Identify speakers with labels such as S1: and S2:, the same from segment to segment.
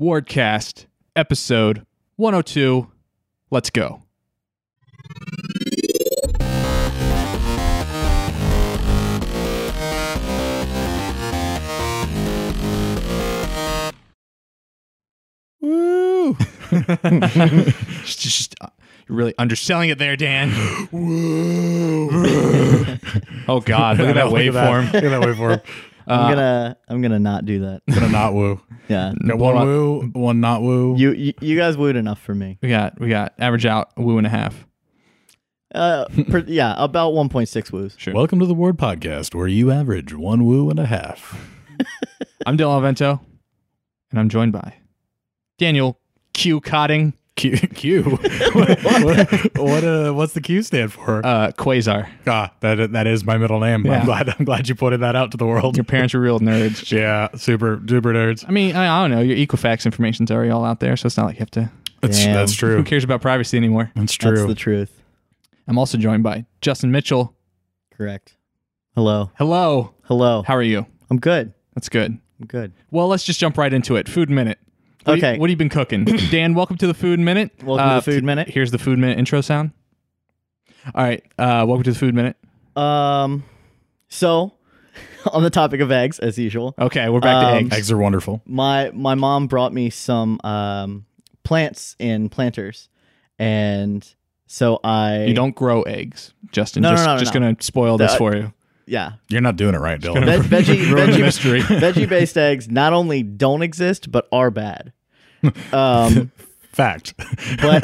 S1: Wardcast, episode 102. Let's go. Woo! just, just, uh, you're really underselling it there, Dan. oh God! Look at that
S2: Look
S1: waveform.
S2: Look at that waveform.
S1: Uh,
S3: I'm gonna I'm gonna not do that.
S2: Gonna not woo.
S3: Yeah.
S2: Got one woo, one not woo.
S3: You, you you guys wooed enough for me.
S1: We got we got average out woo and a half.
S3: Uh, per, yeah, about 1.6 woos.
S1: Sure.
S2: Welcome to the Ward Podcast, where you average one woo and a half.
S1: I'm Dylan Avento, and I'm joined by Daniel Q. Cotting,
S2: Q. Q. what? What? what, uh, what's the Q stand for?
S1: uh, Quasar.
S2: ah, that that is my middle name.
S1: Yeah.
S2: I'm glad. I'm glad you pointed that out to the world.
S1: Your parents are real nerds.
S2: yeah, super duper nerds.
S1: I mean, I, I don't know. Your Equifax information's already all out there, so it's not like you have to.
S2: That's,
S3: Damn.
S2: that's
S1: Who
S2: true.
S1: cares about privacy anymore?
S2: That's true.
S3: That's the truth.
S1: I'm also joined by Justin Mitchell.
S3: Correct. Hello.
S1: Hello.
S3: Hello.
S1: How are you?
S3: I'm good.
S1: That's good.
S3: I'm good.
S1: Well, let's just jump right into it. Food minute. What do you-
S3: Okay.
S1: what have you been cooking, Dan? Welcome to the food minute. Uh,
S3: Welcome to the food minute.
S1: Here's the food minute intro sound. All right. Uh, welcome to the food minute.
S3: Um, so on the topic of eggs, as usual,
S1: Okay, we're back to
S3: Um,
S1: eggs.
S2: Eggs are wonderful.
S3: my my mom brought me some um plants in planters, and so I
S1: You don't grow eggs, Justin.
S3: No, no,
S1: just
S3: no, no,
S1: just
S3: no.
S1: gonna spoil this
S3: That-
S1: for you.
S3: yeah
S2: You're not doing it right, Dylan.
S3: Veg- veggie veggie
S1: mystery.
S3: veggie based eggs not only don't exist but are bad. Um,
S2: Fact.
S3: but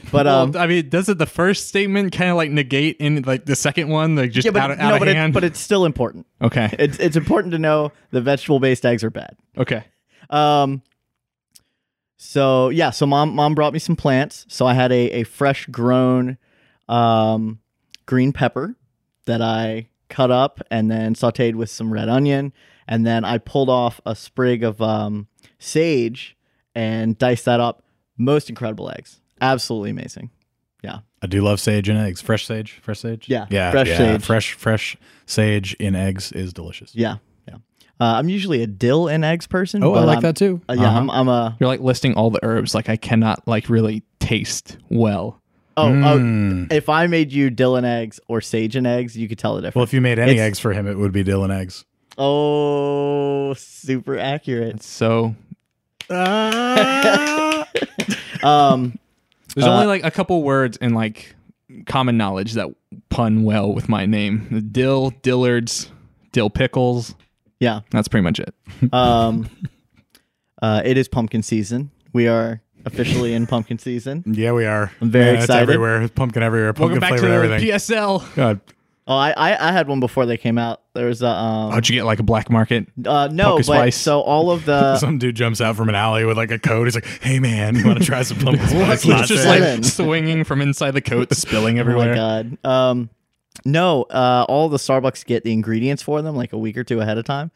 S3: but um,
S1: I mean, doesn't the first statement kind of like negate in like the second one, like just
S3: yeah, but
S1: out, of-
S3: no,
S1: out of
S3: but, it-
S1: hand?
S3: but it's still important.
S1: okay,
S3: It's it's important to know that vegetable based eggs are bad.
S1: okay.
S3: Um, so yeah, so mom mom brought me some plants. So I had a a fresh grown um, green pepper that I cut up and then sautéed with some red onion, and then I pulled off a sprig of um, sage and diced that up. Most incredible eggs, absolutely amazing. Yeah,
S2: I do love sage and eggs. Fresh sage. Fresh sage.
S3: Yeah,
S2: Yeah.
S3: fresh
S2: yeah.
S3: sage.
S2: Fresh fresh sage in eggs is delicious.
S3: yeah, yeah. Uh, I'm usually a dill and eggs person.
S2: Oh, I
S3: but
S2: like
S3: I'm-
S2: that too.
S3: Uh, yeah, I'm, I'm
S1: um,
S3: a
S1: uh-huh. You're like listing all the herbs. Like I cannot like really taste well.
S3: oh,
S2: Mm.
S3: oh if I made you dill and eggs or sage and eggs, you could tell the
S2: Well,
S3: difference.
S2: if you made any
S3: It's-
S2: eggs for him, it would be Dylan eggs.
S3: oh, super accurate.
S1: So
S3: Um,
S1: there's only like a couple words in like common knowledge that pun well with my name: dill, dillards, dill pickles.
S3: yeah.
S1: That's pretty much it.
S3: Um, uh, it is pumpkin season. We are officially in pumpkin season.
S2: yeah, we are.
S3: I'm very
S2: Yeah,
S3: excited.
S2: It's everywhere. It's pumpkin everywhere.
S1: Welcome
S2: Pumpkin
S1: back
S2: flavored
S1: to
S2: everything.
S1: PSL.
S2: God.
S3: Oh, I, I I had one before they came out. There was a um,
S1: How'd you get like a black market?
S3: uh,
S1: pumpkin
S3: no, but
S1: spice.
S3: so all of the
S2: Some dude jumps out from an alley with like a coat. He's like, "Hey man, you want to try some pumpkin spice
S1: It's
S2: latte?"
S1: just
S3: Seven.
S1: like swinging from inside the coat, spilling
S3: oh my
S1: everywhere.
S3: god. Um, no, uh, all the Starbucks get the ingredients for them like a week or two ahead of time,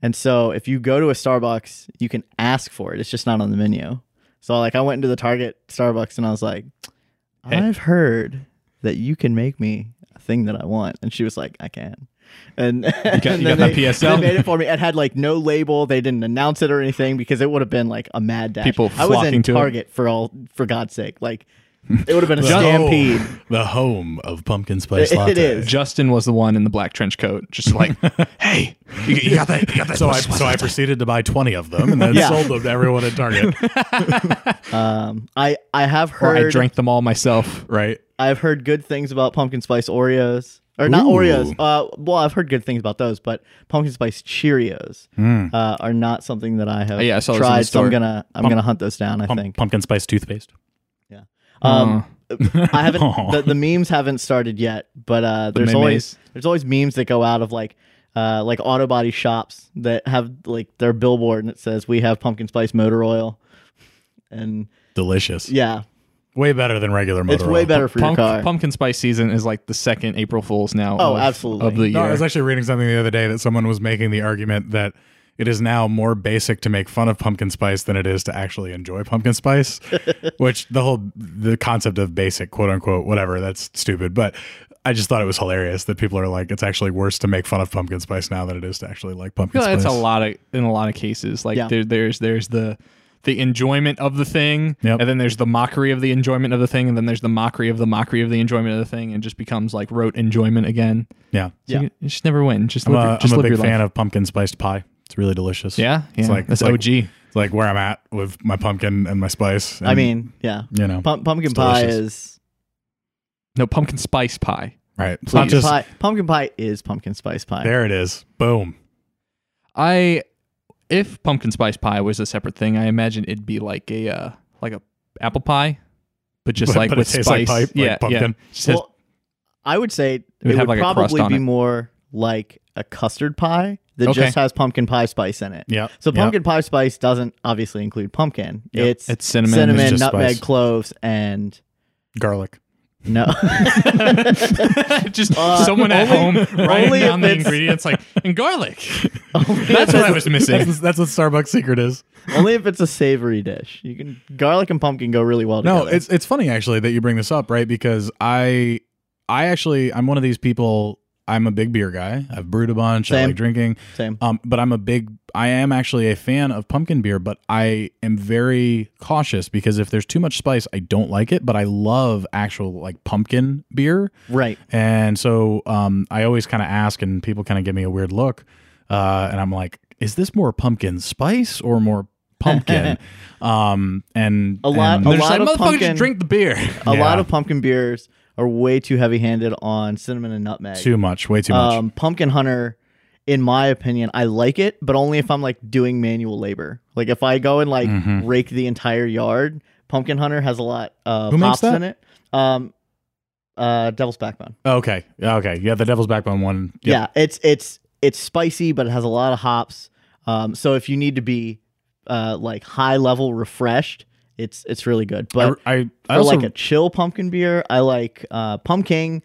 S3: and so if you go to a Starbucks, you can ask for it. It's just not on the menu. So like I went into the Target Starbucks and I was like, I've heard that you can make me a thing that I want, and she was like, I can. And, and
S1: got- you
S3: then
S1: got that
S3: they,
S1: PSL?
S3: they made it for me. It had like no label. They didn't announce it or anything because it would have been like a mad dash.
S1: People
S3: I was
S1: flocking
S3: in
S1: to it.
S3: Target for all for God's sake. Like it would have been a
S2: The home-
S3: stampede.
S2: Oh, The home of pumpkin spice
S3: It-
S2: latte.
S3: it is.
S1: Justin was the one in the black trench coat, just like, hey, you, you got that? You got that?
S2: So I so I proceeded to buy twenty of them and then
S3: Yeah.
S2: sold them to everyone at Target.
S3: Um, I I have
S1: or I
S3: heard
S1: drank them all myself.
S2: Right?
S3: I've heard good things about pumpkin spice Oreos or not
S2: Ooh.
S3: Oreos. Uh, well, I've heard good things about those, but pumpkin spice Cheerios uh, are not something that I have
S1: Hmm. Oh, yeah, I saw those in the
S3: tried. So I'm
S1: store.
S3: gonna I'm gonna hunt those down. I
S2: Pump-
S3: think.
S2: pumpkin spice toothpaste.
S3: Yeah. Um, I haven't.
S2: Aw.
S3: The, the memes haven't started yet, but uh, there's
S1: memes.
S3: always there's always memes that go out of like. Uh, like auto body shops that have like their billboard and it says we have pumpkin spice motor oil, and
S2: Delicious.
S3: yeah,
S2: Way better than regular motor
S3: it's way
S2: oil.
S3: better for
S1: Pump-
S3: your car.
S1: Pumpkin spice season is like the second April Fool's now.
S3: Oh,
S1: of,
S3: absolutely.
S1: Of the year.
S2: No, I was actually reading something the other day that someone was making the argument that it is now more basic to make fun of pumpkin spice than it is to actually enjoy pumpkin spice, which the whole the concept of basic quote unquote whatever that's stupid, but I just thought it was hilarious that people are like it's actually worse to make fun of pumpkin spice now than it is to actually like
S1: I
S2: pumpkin
S1: feel like
S2: spice.
S1: that's a lot of in a lot of cases. Like
S3: Yeah.
S1: there, there's there's the the enjoyment of the thing,
S2: Yep.
S1: and then there's the mockery of the enjoyment of the thing, and then there's the mockery of the mockery of the enjoyment of the thing, and it just becomes like rote enjoyment again.
S2: Yeah.
S1: So you
S3: Yeah.
S1: can- you just never win. Just
S2: I'm
S1: live,
S2: a,
S1: your, just
S2: I'm a
S1: live
S2: big
S1: your
S2: fan
S1: life.
S2: of pumpkin spiced pie. It's really delicious.
S1: yeah, yeah.
S2: It's like-
S1: that's
S2: it's like-
S1: OG.
S2: It's like where I'm at with my pumpkin and my spice.
S3: I
S2: and,
S3: mean, yeah.
S2: you know,
S3: Pump, pumpkin
S2: It's
S3: pie
S2: delicious.
S3: is
S1: No pumpkin spice pie.
S2: right. It's
S3: pumpkin
S2: not just
S3: pie. Pumpkin pie is pumpkin spice pie.
S2: there. It is. Boom.
S1: I if pumpkin spice pie was a separate thing, I imagine it'd be like a uh, like a apple pie, but just
S2: But-
S1: like
S2: but it
S1: with
S2: tastes like
S1: spice.
S2: pipe, like
S1: yeah,
S2: pumpkin.
S1: yeah. Just has-
S3: well, I would say it
S1: would
S3: would,
S1: have, like, a crust
S3: probably
S1: on
S3: be
S1: it.
S3: more like a custard pie that
S1: Okay.
S3: just has pumpkin pie spice in it.
S2: Yeah.
S3: So
S2: Yeah.
S3: pumpkin pie spice doesn't obviously include pumpkin.
S2: Yep.
S3: It's
S1: It's cinnamon.
S2: It's just
S3: nutmeg,
S2: spice.
S3: cloves, and
S2: garlic.
S3: no.
S1: just
S3: Uh,
S1: someone at home writing
S3: only
S1: down
S3: if
S1: the
S3: it's-
S1: ingredients like and garlic. That's what I was missing.
S2: That's, that's what Starbucks secret is.
S3: Only if it's a savory dish. You can garlic and pumpkin go really well together.
S2: No, it's it's funny actually that you bring this up, right? Because I I actually I'm one of these people. I'm a big beer guy. I've brewed a bunch. I
S3: Same.
S2: like drinking.
S3: same.
S2: Um, but I'm a big, I am actually a fan of pumpkin beer, but I am very cautious because if there's too much spice, I don't like it. But I love actual like pumpkin beer,
S3: Right.
S2: and so um, I always kind of ask, and people kind of give me a weird look, uh, and I'm like, is this more pumpkin spice or more pumpkin? um, and
S3: A lot-
S2: and
S3: a
S1: They're just like,
S3: lot of
S1: motherfucker,
S3: pumpkin-
S1: just drink the beer.
S3: A
S2: Yeah.
S3: lot of pumpkin beers are way too heavy-handed on cinnamon and nutmeg.
S2: too much, way too much.
S3: um, pumpkin hunter in my opinion i like it but only if i'm like doing manual labor like if i go and like
S2: Mm-hmm.
S3: rake the entire yard pumpkin hunter has a lot of
S2: Who makes
S3: hops
S2: that?
S3: in it um uh devil's backbone
S2: okay, okay, yeah, the Devil's Backbone one. Yep.
S3: yeah it's it's it's spicy but it has a lot of hops um so if you need to be uh like high level refreshed it's it's really good but
S2: I, I, I
S3: I
S2: also
S3: like a chill pumpkin beer. I like uh, pumpkin.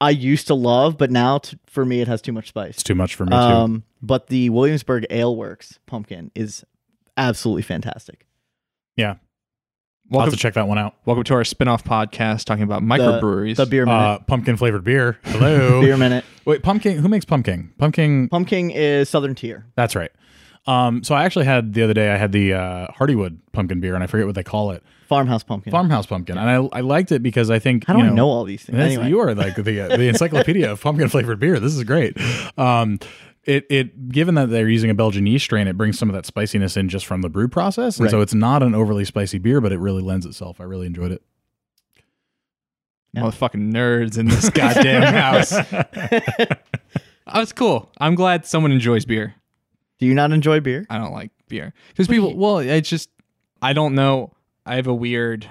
S3: I used to love, but now t- for me it has too much spice.
S2: it's too much for me too.
S3: Um, but the Williamsburg Ale Works pumpkin is absolutely fantastic.
S2: Yeah, I'll have
S1: Welcome,
S2: to check that one out.
S1: welcome to our spin-off podcast talking about
S3: The,
S1: microbreweries.
S3: the beer minute.
S2: Uh, pumpkin flavored beer. Hello.
S3: beer minute.
S2: Wait, pumpkin. Who makes pumpkin? Pumpkin.
S3: Pumpkin is Southern Tier.
S2: That's right. Um, so I actually had the other day. I had the uh, Hardywood pumpkin beer, and I forget what they call it.
S3: Farmhouse pumpkin.
S2: Farmhouse pumpkin, and I, I liked it because I think
S3: How do
S2: you
S3: I know all these things?
S2: That's-
S3: Anyway,
S2: You are like the uh, the encyclopedia of pumpkin flavored beer. This is great. Um, it it given that they're using a Belgian yeast strain, it brings some of that spiciness in just from the brew process, and so
S3: Right.
S2: it's not an overly spicy beer, but it really lends itself. I really enjoyed it.
S3: Yeah.
S1: Motherfucking nerds in this goddamn house. I was cool. I'm glad someone enjoys beer.
S3: do you not enjoy beer?
S1: I don't like beer because people. Well, it's just I don't know. I have a weird.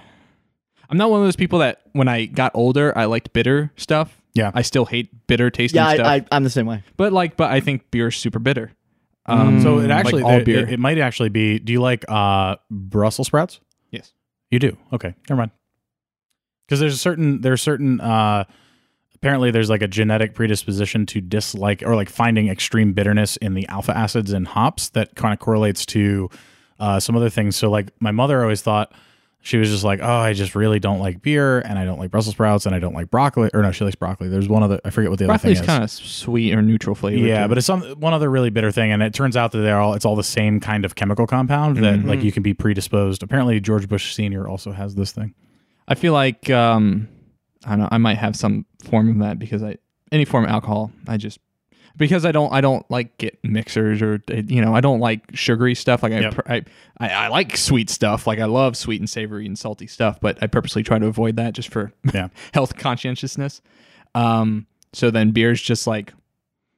S1: I'm not one of those people that when I got older, I liked bitter stuff.
S2: Yeah.
S1: I still hate bitter tasting
S3: Yeah,
S1: stuff.
S3: I, I, I'm the same way.
S1: but like, but I think beer's super bitter. Um,
S2: Mm. so it actually
S1: like all
S2: there-
S1: beer.
S2: It, it might actually be. Do you like uh, Brussels sprouts?
S1: yes.
S2: You do. Okay. Never mind. Because there's a certain there's certain uh apparently there's like a genetic predisposition to dislike or like finding extreme bitterness in the alpha acids in hops that kind of correlates to uh some other things. So like my mother always thought she was just like, oh, I just really don't like beer, and I don't like Brussels sprouts, and I don't like broccoli. Or no, she likes broccoli. There's one other. I forget what the
S1: Broccoli's
S2: other thing is.
S1: kind of sweet or neutral flavor.
S2: Yeah,
S1: too.
S2: but it's some one other really bitter thing, and it turns out that they're all it's all the same kind of chemical compound that
S1: Mm-hmm.
S2: like you can be predisposed. Apparently, George Bush Senior also has this thing.
S1: I feel like um, I don't know. I might have some form of that because I any form of alcohol. I just because I don't I don't like get mixers or uh, you know I don't like sugary stuff. Like I
S2: Yep.
S1: pr- I, I I like sweet stuff. Like I love sweet and savory and salty stuff. But I purposely try to avoid that just for
S2: Yeah.
S1: health conscientiousness. Um, so then beer's just like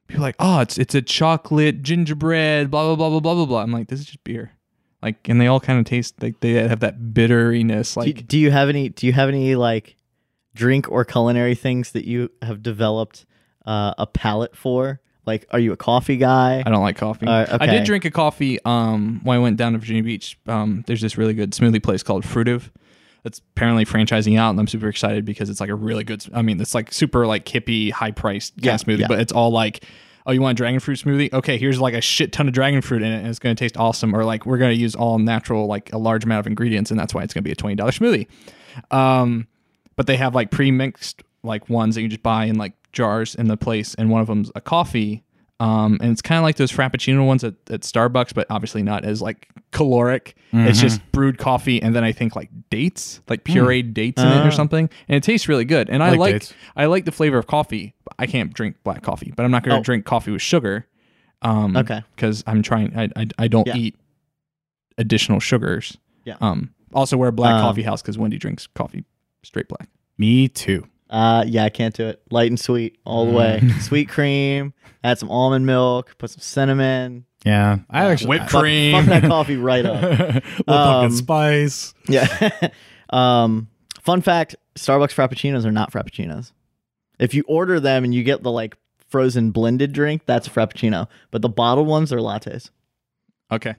S1: people are like oh it's it's a chocolate gingerbread blah blah blah blah blah blah blah. I'm like this is just beer. Like and they all kind of taste like they have that bitteriness.
S3: Do,
S1: Like
S3: do you have any? Do you have any like drink or culinary things that you have developed uh, a palate for? Like, are you a coffee guy?
S1: I don't like coffee.
S3: All right,
S1: I
S3: okay.
S1: did drink a coffee um, when I went down to Virginia Beach. Um, there's this really good smoothie place called Fruitive. That's apparently franchising out, and I'm super excited because it's like a really good. I mean, it's like super like hippie, high priced
S3: Yeah,
S1: gas smoothie,
S3: yeah.
S1: but it's all like, oh, you want a dragon fruit smoothie? Okay, here's like a shit ton of dragon fruit in it, and it's going to taste awesome. Or like we're going to use all natural, like a large amount of ingredients, and that's why it's going to be a twenty dollar smoothie. Um, but they have like pre-mixed like ones that you just buy in like jars in the place, and one of them's a coffee Um, and it's kind of like those Frappuccino ones at, at Starbucks, but obviously not as like caloric. It's just
S3: Mm-hmm.
S1: brewed coffee and then I think like dates, like
S3: Hmm.
S1: pureed dates in it
S3: Uh-huh.
S1: or something, and it tastes really good. And I
S4: like
S1: like
S4: dates.
S1: I like the flavor of coffee. but I can't drink black coffee, but I'm not going to
S3: Oh.
S1: drink coffee with sugar. Um,
S3: Okay.
S1: because I'm trying. I I, I don't
S3: Yeah.
S1: eat additional sugars.
S3: Yeah.
S1: Um. Also, wear a black
S3: Um,
S1: coffee house because Wendy drinks coffee straight black.
S4: Me too.
S3: Uh, yeah, I can't do it. Light and sweet all the way.
S1: Mm.
S3: sweet cream. Add some almond milk. Put some cinnamon.
S4: Yeah, I actually
S1: Whipped
S4: I-
S1: cream.
S3: Pump that coffee right up.
S4: Little
S3: Um,
S4: pumpkin spice.
S3: Yeah. um, fun fact: Starbucks frappuccinos are not frappuccinos. If you order them and you get the like frozen blended drink, that's a frappuccino. But the bottled ones are lattes.
S1: Okay,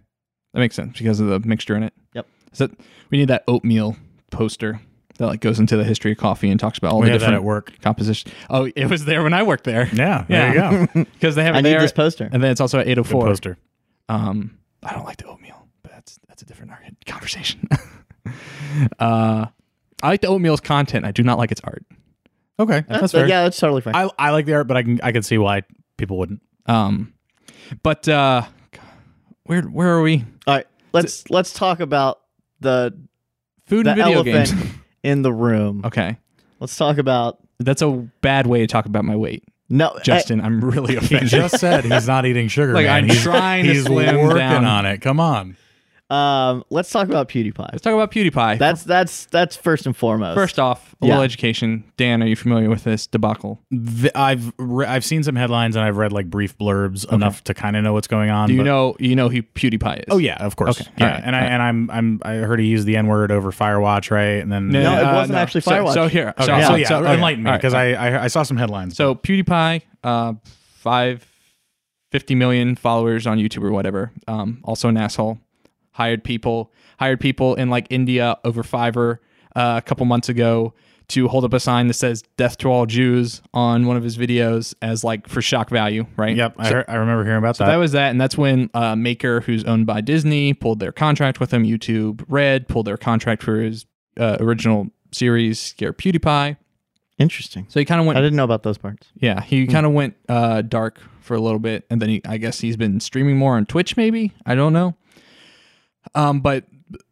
S1: that makes sense because of the mixture in it.
S3: Yep.
S1: Is that we need that oatmeal poster that like goes into the history of coffee and talks about all
S4: We
S1: the
S4: had that at
S1: different
S4: work.
S1: compositions. Oh, it was there when I worked there.
S4: Yeah, there
S1: Yeah.
S4: you go.
S1: because they have it
S3: I need
S1: there,
S3: this poster.
S1: and then it's also at eight oh
S4: Good
S1: four.
S4: poster.
S1: Um, I don't like the oatmeal, but that's that's a different ar- conversation. uh, I like the oatmeal's content. I do not like its art.
S4: Okay, that's,
S3: Uh,
S4: fair.
S3: yeah, that's totally fine.
S4: I, I like the art, but I can I can see why people wouldn't.
S1: Um, but uh, where where are we?
S3: all right, let's let's talk about the
S1: Food
S3: the
S1: and video
S3: elephant
S1: games.
S3: in the room.
S1: okay,
S3: Let's talk about
S1: that's a bad way to talk about my weight,
S3: no
S1: Justin. I'm really
S4: He
S1: offended.
S4: just said he's not eating sugar.
S1: Like,
S4: man.
S1: I'm
S4: he's,
S1: trying to
S4: he's
S1: slim
S4: working
S1: down.
S4: on it. Come on.
S3: uh, um, let's talk about PewDiePie.
S1: Let's talk about PewDiePie.
S3: That's that's that's first and foremost.
S1: First off, a
S3: Yeah.
S1: little education. Dan, are you familiar with this debacle?
S4: Th- I've re- I've seen some headlines and I've read like brief blurbs enough to kind of know what's going on.
S1: Do you
S4: but-
S1: know you know who PewDiePie is?
S4: Oh yeah, of course.
S1: Okay,
S4: Yeah,
S1: alright,
S4: and I and I'm I'm I heard he used the N word over Firewatch, right? And then
S3: No, it wasn't actually
S1: uh, So-
S3: Firewatch.
S1: So, here,
S4: Okay,
S1: so,
S4: so
S1: so-
S4: yeah,
S1: so- okay.
S4: enlighten me
S1: All right,
S4: because I, I I saw some headlines.
S1: So PewDiePie, uh, five, 50 million followers on YouTube or whatever. Um, also an asshole. Hired people, hired people in like India over Fiverr uh, a couple months ago to hold up a sign that says "Death to all Jews" on one of his videos as like for shock value, right?
S4: yep, I, heard, I remember hearing about that.
S1: That was that, and that's when uh, Maker, who's owned by Disney, pulled their contract with him. YouTube Red pulled their contract for his uh, original series, Scare PewDiePie.
S3: interesting.
S1: So he kind of went
S3: I didn't know about those parts.
S1: yeah, he kind of went uh, dark for a little bit, and then he, I guess he's been streaming more on Twitch, maybe. I don't know. Um, but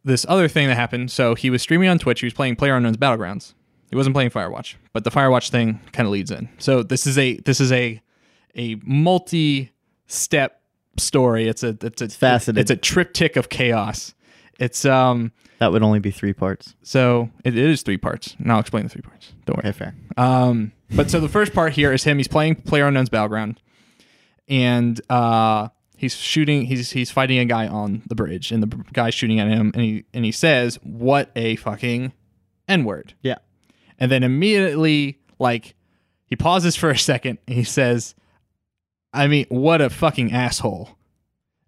S1: this other thing that happened, so he was streaming on Twitch. He was playing PlayerUnknown's Battlegrounds. He wasn't playing Firewatch, but the Firewatch thing kind of leads in. So this is a this is a a multi-step story. It's a it's a it's
S3: faceted.
S1: It's a triptych of chaos. It's um
S3: That would only be three parts.
S1: so it, it is three parts, and I'll explain the three parts. Don't worry.
S3: Okay, fair.
S1: Um, but so the first part here is him. He's playing Player Unknown's Battleground, and uh, he's shooting. He's he's fighting a guy on the bridge, and the br- guy's shooting at him, and he and he says, "What a fucking n word!"
S3: Yeah.
S1: And then immediately, like, he pauses for a second, and he says, "I mean, what a fucking asshole,"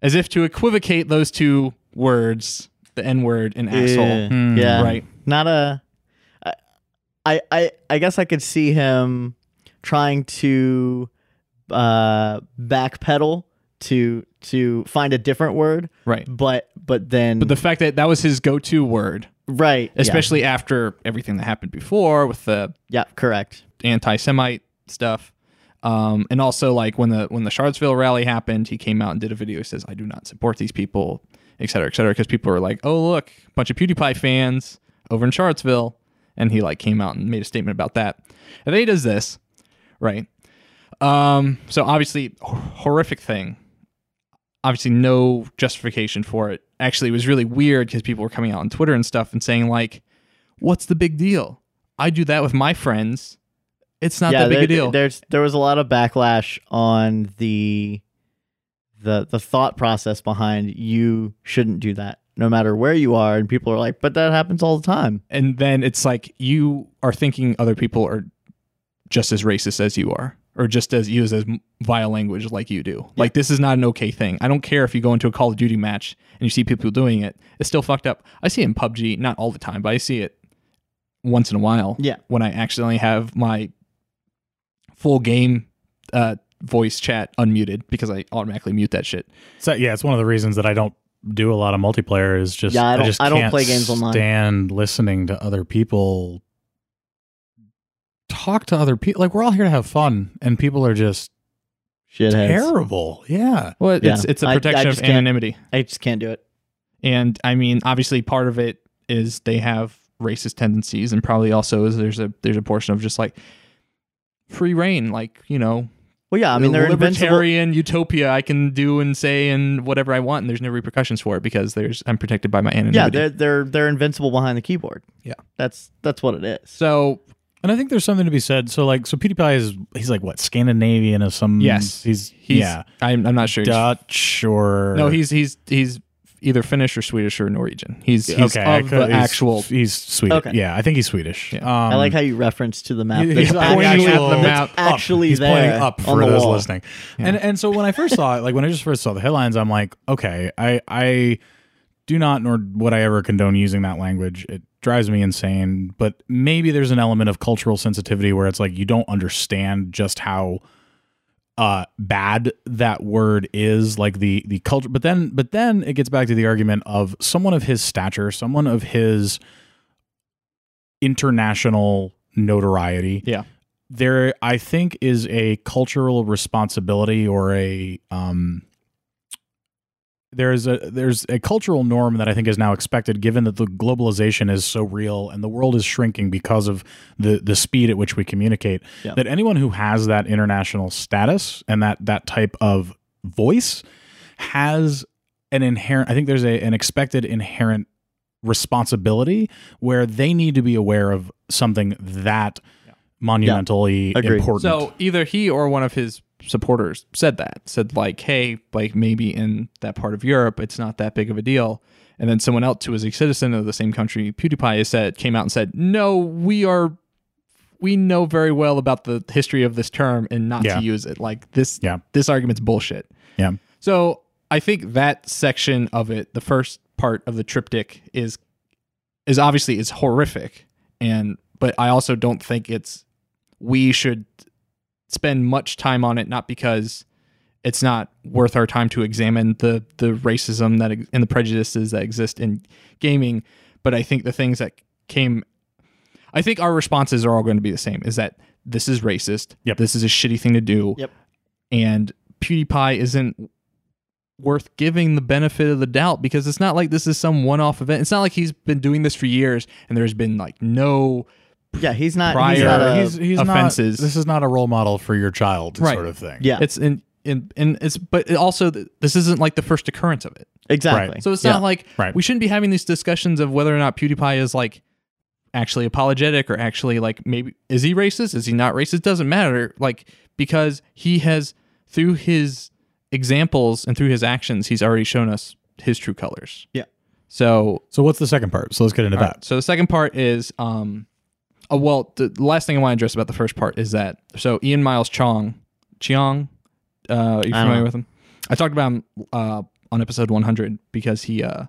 S1: as if to equivocate those two words, the n word and asshole.
S3: Yeah.
S4: Hmm,
S3: yeah.
S1: right.
S3: Not a. I- I I I guess I could see him trying to uh backpedal to to find a different word,
S1: Right.
S3: but but then
S1: But the fact that that was his go-to word
S3: right yeah,
S1: especially after everything that happened before with the
S3: yeah, correct
S1: anti-Semite stuff, um, and also like when the when the Shardsville rally happened, he came out and did a video. He says, "I do not support these people," et cetera, et cetera, because people were like, "Oh, look, bunch of PewDiePie fans over in Shardsville," and he like came out and made a statement about that. And then he does this, right? Um, so obviously, hor- horrific thing. Obviously, no justification for it. Actually, it was really weird because people were coming out on Twitter and stuff and saying like, "What's the big deal? I do that with my friends. It's not
S3: yeah
S1: that big
S3: there,
S1: a deal."
S3: there's there was a lot of backlash on the the the thought process behind you shouldn't do that no matter where you are and people are like but that happens all the time
S1: And then it's like you are thinking other people are just as racist as you are, or just as use as vile language like you do. Like this is not an okay thing. I don't care if you go into a Call of Duty match and you see people doing it. It's still fucked up. I see it in PUBG, not all the time, but I see it once in a while.
S3: Yeah.
S1: When I accidentally have my full game uh, voice chat unmuted because I automatically mute that shit.
S4: So yeah, it's one of the reasons that I don't do a lot of multiplayer is just
S3: Yeah, I don't-
S4: just
S3: I don't
S4: can't
S3: play games online.
S4: Stand listening to other people talk to other people. Like we're all here to have fun, and people are just
S3: Shitheads.
S2: Terrible. Yeah.
S1: Well, it's
S3: Yeah.
S1: it's a
S3: I- I
S1: protection
S3: just
S1: of
S3: can't-
S1: anonymity,
S3: I just can't do it.
S1: and I mean, obviously, part of it is they have racist tendencies, and probably also is there's a there's a portion of just like free reign, like you know,
S3: Well, yeah, I mean they're invincible.
S1: libertarian utopia. I can do and say and whatever I want, and there's no repercussions for it because there's I'm protected by my anonymity.
S3: Yeah, they're they're they're invincible behind the keyboard.
S1: Yeah.
S3: that's that's what it is.
S1: so
S2: And I think there's something to be said. So like, so PewDiePie is he's like what Scandinavian or some.
S1: Yes.
S2: He's
S1: he's
S2: yeah
S1: I'm I'm not sure. he's-
S2: Dutch or
S1: no, he's he's he's either Finnish or Swedish or Norwegian. He's he's
S2: I
S1: of
S2: could-
S1: the
S2: he's-
S1: actual.
S2: He's Swedish.
S3: Okay.
S2: Yeah, I think he's Swedish.
S1: Yeah.
S2: Um,
S3: I like how you reference to the map.
S2: He-
S3: That's
S2: he's
S3: actually-
S2: pointing at the
S3: that's
S1: map up.
S3: actually
S2: he's
S3: there
S2: pointing up
S3: on
S2: for
S3: the
S2: those
S3: wall.
S2: listening. And and so when I first saw it, like when I just first saw the headlines, I'm like, okay, I I do not nor would I ever condone using that language. It drives me insane. But maybe there's an element of cultural sensitivity where it's like you don't understand just how uh bad that word is like the the culture but then but then it gets back to the argument of someone of his stature someone of his international notoriety
S1: Yeah.
S2: there i think is a cultural responsibility or a um there's a there's a cultural norm that i think is now expected given that the globalization is so real and the world is shrinking because of the the speed at which we communicate
S3: Yeah.
S2: that anyone who has that international status and that that type of voice has an inherent i think there's a, an expected inherent responsibility where they need to be aware of something that monumentally
S3: Agreed.
S2: important
S1: So either he or one of his supporters said that, said like, "Hey, like maybe in that part of Europe, it's not that big of a deal." And then someone else who is a citizen of the same country, PewDiePie, has said came out and said, "No, we are." We know very well about the history of this term and not
S2: Yeah.
S1: to use it. Like this,
S2: Yeah.
S1: this argument's bullshit.
S2: yeah
S1: So I think that section of it, the first part of the triptych, is is obviously is horrific, and but I also don't think it's we should spend much time on it, not because it's not worth our time to examine the the racism that ex- and the prejudices that exist in gaming, but I think the things that came I think our responses are all going to be the same is that this is racist.
S2: Yep.
S1: This is a shitty thing to do
S3: Yep.
S1: and PewDiePie isn't worth giving the benefit of the doubt because it's not like this is some one-off event. It's not like he's been doing this for years and there's been like no
S3: Yeah, he's not.
S1: Prior-
S3: he's not a,
S2: he's, he's not-
S1: offenses.
S2: this is not a role model for your child
S1: Right.
S2: sort of thing
S3: yeah,
S1: it's in in and it's but it also th- this isn't like the first occurrence of it.
S3: exactly.
S1: So it's
S3: Yeah.
S1: not like
S2: Right.
S1: we shouldn't be having these discussions of whether or not PewDiePie is like actually apologetic or actually like maybe is he racist? Is he not racist? Doesn't matter. Like because he has through his examples and through his actions, he's already shown us his true colors.
S3: Yeah.
S1: So
S2: so what's the second part so let's get into that
S1: so the second part is um oh well the last thing I want to address about the first part is that so Ian Miles Chong Cheong uh are you
S3: I don't
S1: familiar
S3: know.
S1: with him? I talked about him uh on episode 100 because he uh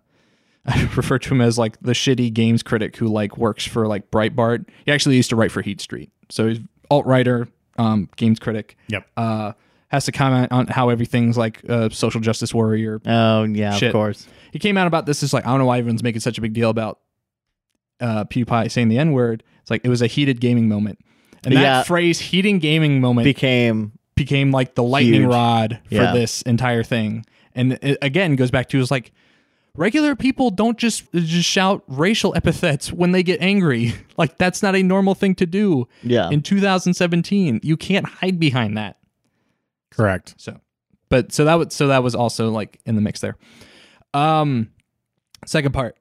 S1: I refer to him as like the shitty games critic who like works for like Breitbart. He actually used to write for Heat Street. So he's alt writer, um games critic.
S2: Yep.
S1: Uh has to comment on how everything's like a social justice warrior
S3: oh yeah,
S1: Shit.
S3: of course.
S1: he came out about this. It's like I don't know why everyone's making such a big deal about uh, PewDiePie saying the N word. It's like it was a heated gaming moment, and that
S3: Yeah.
S1: phrase "heating gaming moment"
S3: Became
S1: became like the lightning
S3: Huge.
S1: rod for
S3: Yeah.
S1: this entire thing. And it, again, goes back to is like regular people don't just just shout racial epithets when they get angry. like that's not a normal thing to do
S3: yeah.
S1: in 2017. You can't hide behind that.
S2: correct
S1: So, but so that was so that was also like in the mix there. Um, second part.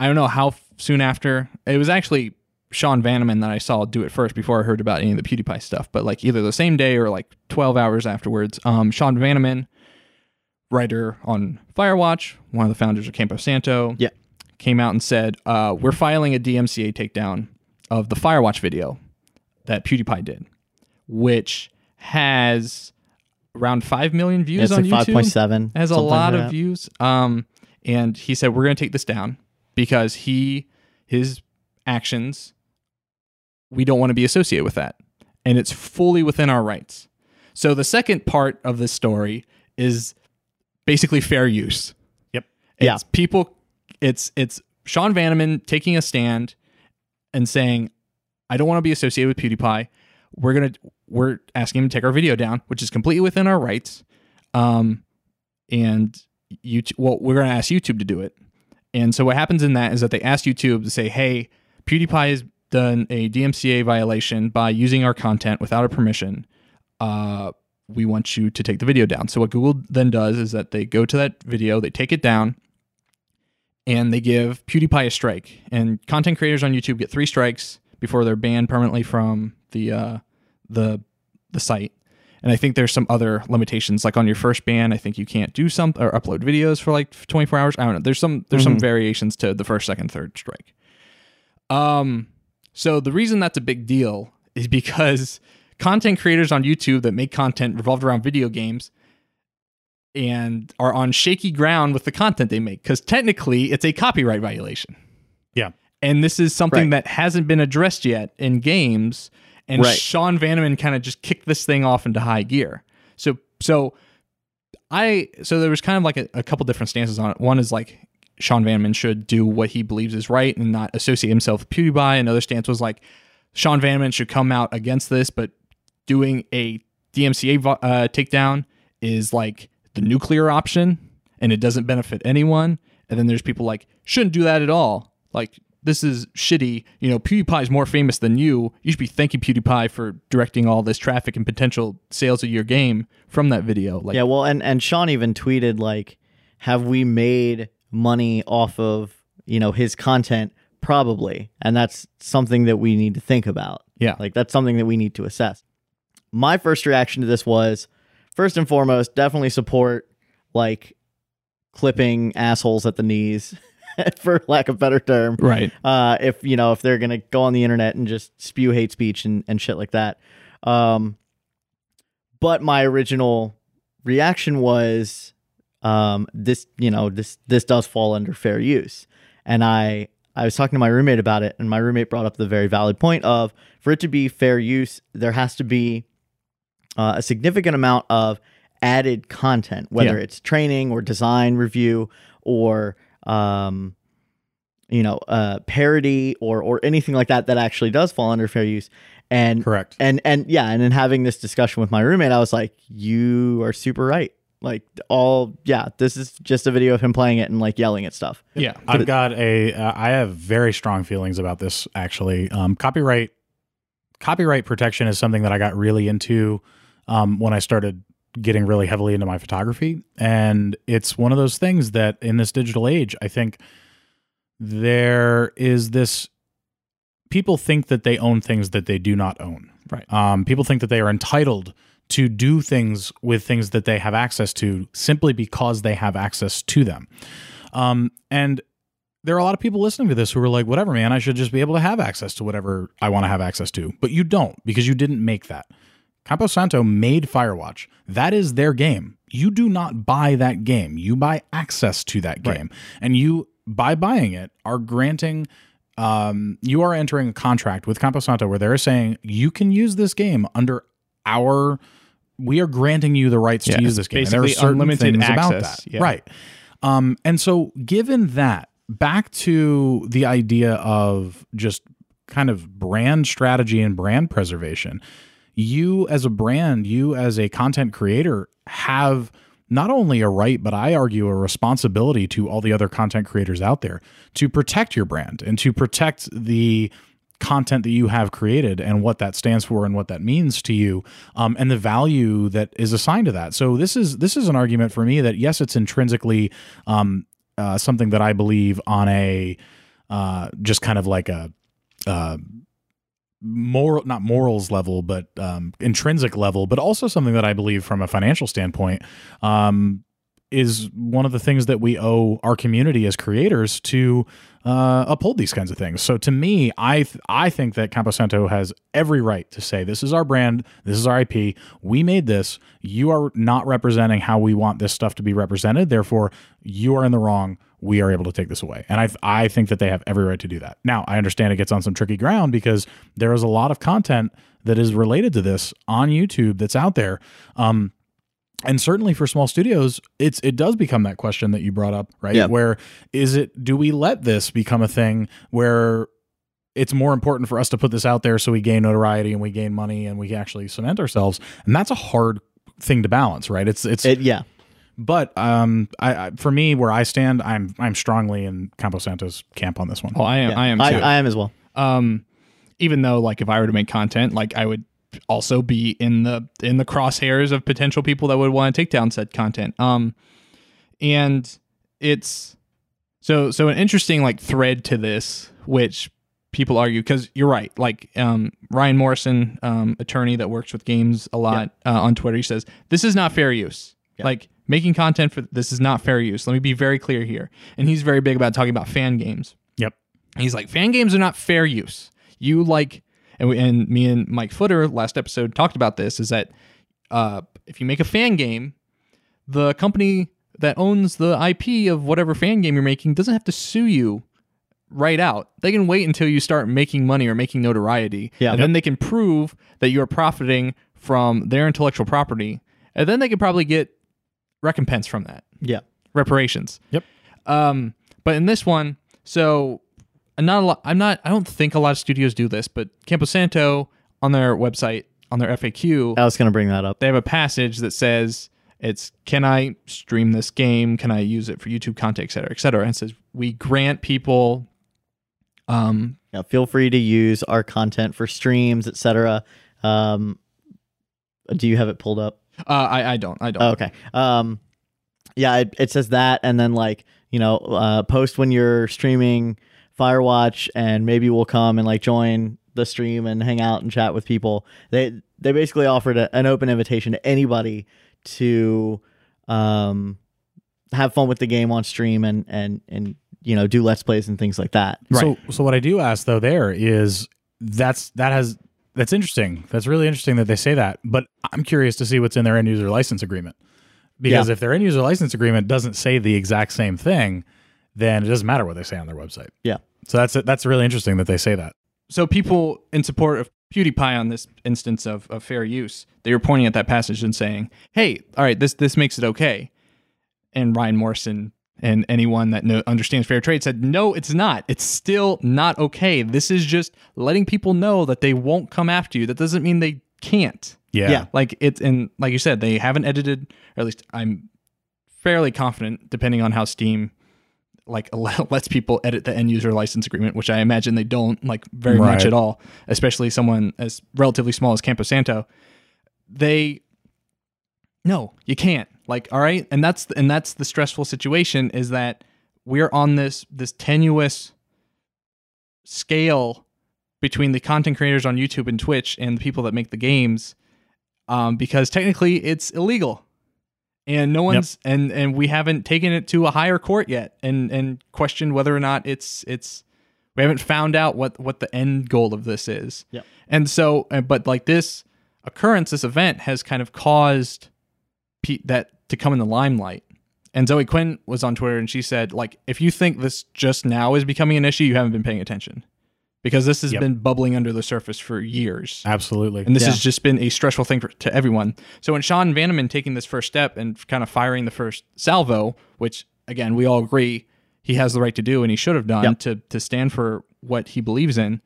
S1: I don't know how f- soon after it was actually Sean Vanneman that I saw do it first before I heard about any of the PewDiePie stuff. But like either the same day or like twelve hours afterwards. Um, Sean Vanneman, writer on Firewatch, one of the founders of Campo Santo,
S3: Yeah.
S1: came out and said, uh, "We're filing a DMCA takedown of the Firewatch video that PewDiePie did, which has around five million views
S3: It's
S1: on
S3: like five
S1: YouTube.
S3: point seven.
S1: Has a lot of views. Um, and he said we're going to take this down because he his actions we don't want to be associated with that, and it's fully within our rights. So the second part of this story is basically fair use.
S2: Yep.
S1: It's
S3: Yeah.
S1: people it's it's Sean Vanneman taking a stand and saying, I don't want to be associated with PewDiePie. We're gonna we're asking him to take our video down, which is completely within our rights. Um, and YouTube, well, we're going to ask YouTube to do it. And so what happens in that is that they ask YouTube to say, hey, PewDiePie has done a DMCA violation by using our content without our permission. Uh, we want you to take the video down. So what Google then does is that they go to that video, they take it down, and they give PewDiePie a strike. And content creators on YouTube get three strikes before they're banned permanently from the uh, the the site. And I think there's some other limitations, like on your first ban, I think you can't do some or upload videos for like 24 hours. I don't know. There's some there's some variations to the first, second, third strike. Um, so the reason that's a big deal is because content creators on YouTube that make content revolved around video games and are on shaky ground with the content they make because technically it's a copyright violation.
S2: Yeah.
S1: And this is something that hasn't been addressed yet in games. And
S3: Right.
S1: Sean Vanneman kind of just kicked this thing off into high gear. So, so I, so there was kind of like a, a couple different stances on it. One is like Sean Vanman should do what he believes is right and not associate himself with PewDiePie. Another stance was like Sean Vanman should come out against this, but doing a DMCA vo- uh, takedown is like the nuclear option and it doesn't benefit anyone. And then there's people like, shouldn't do that at all. Like, this is shitty. You know, PewDiePie is more famous than you. You should be thanking PewDiePie for directing all this traffic and potential sales of your game from that video. Like,
S3: Yeah, well, and and Sean even tweeted like, "Have we made money off of you know his content? Probably, and that's something that we need to think about.
S1: Yeah.
S3: like that's something that we need to assess." My first reaction to this was, first and foremost, definitely support like clipping assholes at the knees, for lack of better term
S1: right.
S3: uh, if you know if they're gonna go on the internet and just spew hate speech and, and shit like that. Um, but my original reaction was um, this you know this this does fall under fair use, and I I was talking to my roommate about it, and my roommate brought up the very valid point of for it to be fair use, there has to be uh, a significant amount of added content, whether
S1: Yeah.
S3: it's training or design review or um, you know, uh, parody or or anything like that that actually does fall under fair use. And
S2: Correct.
S3: and and yeah, and in having this discussion with my roommate, I was like, "You are super right." Like all, yeah, this is just a video of him playing it and like yelling at stuff.
S1: Yeah.
S2: I've got a. Uh, I have very strong feelings about this. Actually, um, copyright copyright protection is something that I got really into um, when I started getting really heavily into my photography, and it's one of those things that in this digital age, I think there is this. People think that they own things that they do not own.
S1: Right.
S2: Um, people think that they are entitled to do things with things that they have access to simply because they have access to them. Um, and there are a lot of people listening to this who are like, whatever, man, I should just be able to have access to whatever I want to have access to. But you don't because you didn't make that. Camposanto made Firewatch. That is their game. You do not buy that game. You buy access to that game. And you, by buying it, are granting, um, you are entering a contract with Camposanto where they're saying, you can use this game under our, we are granting you the rights
S1: Yeah,
S2: to use this
S1: it's
S2: game. And there are
S1: basically
S2: certain
S1: unlimited
S2: things about
S1: access.
S2: that.
S1: Yeah.
S2: Right. Um, and so, given that, back to the idea of just kind of brand strategy and brand preservation, you as a brand, you as a content creator have not only a right, but I argue a responsibility to all the other content creators out there to protect your brand and to protect the content that you have created and what that stands for and what that means to you um, and the value that is assigned to that so this is this is an argument for me that yes it's intrinsically um, uh, something that i believe on a uh, just kind of like a uh, moral not morals level but um, intrinsic level but also something that i believe from a financial standpoint um, is one of the things that we owe our community as creators to uh, uphold these kinds of things. So to me, I th- I think that Camposanto has every right to say this is our brand, this is our IP. We made this. You are not representing how we want this stuff to be represented. Therefore, you are in the wrong. We are able to take this away, and I th- I think that they have every right to do that. Now I understand it gets on some tricky ground because there is a lot of content that is related to this on YouTube that's out there. Um, and certainly for small studios it's it does become that question that you brought up right
S3: Yeah.
S2: where is it do we let this become a thing where it's more important for us to put this out there so we gain notoriety and we gain money and we actually cement ourselves. And that's a hard thing to balance, right? It's it's
S3: It, yeah.
S2: but um I, I for me where I stand, I'm I'm strongly in Campo Santo's camp on this one.
S1: Oh, I am.
S3: yeah.
S1: I am too.
S3: I, I am as well.
S1: um, even though like if I were to make content, like I would also be in the in the crosshairs of potential people that would want to take down said content. Um, and it's so so an interesting like thread to this, which people argue because you're right. Like um, Ryan Morrison, um, attorney that works with games a lot uh, on Twitter, he says this is not fair use. Like making content for this is not fair use. Let me be very clear here. And he's very big about talking about fan games.
S2: Yep.
S1: And He's like, fan games are not fair use. You like, and, we, and me and Mike Footer last episode talked about this is that uh, if you make a fan game, the company that owns the IP of whatever fan game you're making doesn't have to sue you right out. They can wait until you start making money or making notoriety.
S3: Yeah.
S1: And then they can prove that you're profiting from their intellectual property. And then they could probably get recompense from that
S3: Yeah.
S1: reparations.
S2: Yep.
S1: Um, but in this one, so and not a lot. I'm not. I don't think a lot of studios do this, but Camposanto on their website on their FAQ,
S3: I was going to bring that up.
S1: they have a passage that says it's can I stream this game? Can I use it for YouTube content, et cetera, et cetera? And it says we grant people um,
S3: Yeah, feel free to use our content for streams, etc. Um, do you have it pulled up?
S1: Uh, I, I don't. I don't.
S3: Oh, okay. Um, yeah, it, it says that, and then like you know, uh, post when you're streaming Firewatch, and maybe we'll come and like join the stream and hang out and chat with people. They they basically offered a, an open invitation to anybody to um, have fun with the game on stream and and and you know do let's plays and things like that.
S2: So so what I do ask though there is that's that has that's interesting. That's really interesting that they say that. But I'm curious to see what's in their end user license agreement. Because if their end user license agreement doesn't say the exact same thing, then it doesn't matter what they say on their website.
S3: Yeah.
S2: So that's that's really interesting that they say that.
S1: so people in support of PewDiePie on this instance of, of fair use, they were pointing at that passage and saying, "Hey, all right, this this makes it okay." And Ryan Morrison and anyone that know, understands fair trade said, "No, it's not. It's still not okay. This is just letting people know that they won't come after you. That doesn't mean they can't.
S2: Yeah.
S3: Yeah.
S1: Like it's and like you said, they haven't edited, or at least I'm fairly confident, depending on how Steam." like al- lets people edit the end user license agreement, which I imagine they don't like very much
S2: Right.
S1: at all, especially someone as relatively small as Campo Santo. They no, you can't. Like all right, and that's and that's the stressful situation is that we're on this this tenuous scale between the content creators on YouTube and Twitch and the people that make the games um, because technically it's illegal and no one's and and we haven't taken it to a higher court yet and and questioned whether or not it's it's we haven't found out what what the end goal of this is
S3: Yep.
S1: and so uh, but like this occurrence this event has kind of caused Pete that to come in the limelight and zoe quinn was on twitter and she said like if you think this just now is becoming an issue you haven't been paying attention because this has
S2: Yep.
S1: been bubbling under the surface for years
S2: Absolutely.
S1: and this
S3: Yeah.
S1: has just been a stressful thing for, to everyone. So when Sean Vanneman taking this first step and kind of firing the first salvo, which again we all agree he has the right to do and he should have done
S3: Yep.
S1: to to stand for what he believes in,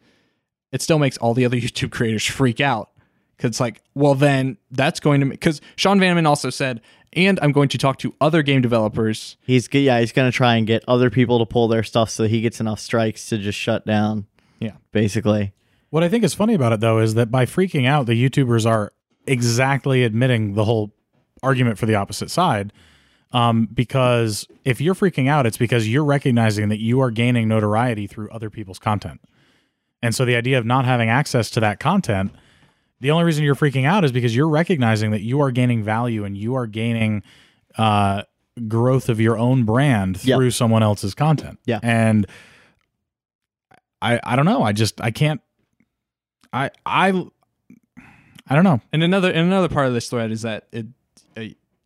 S1: it still makes all the other YouTube creators freak out because it's like, well, then that's going to because Sean Vanneman also said, and I'm going to talk to other game developers.
S3: He's g- yeah, he's gonna try and get other people to pull their stuff so he gets enough strikes to just shut down.
S1: Yeah.
S3: Basically.
S2: What I think is funny about it though is that by freaking out, the YouTubers are exactly admitting the whole argument for the opposite side. Um, because if you're freaking out, it's because you're recognizing that you are gaining notoriety through other people's content. And so the idea of not having access to that content, the only reason you're freaking out is because you're recognizing that you are gaining value and you are gaining uh, growth of your own brand
S3: Yeah.
S2: through someone else's content.
S3: Yeah.
S2: And I I don't know. I just I can't I I I don't know.
S1: And another and another part of this thread is that it uh,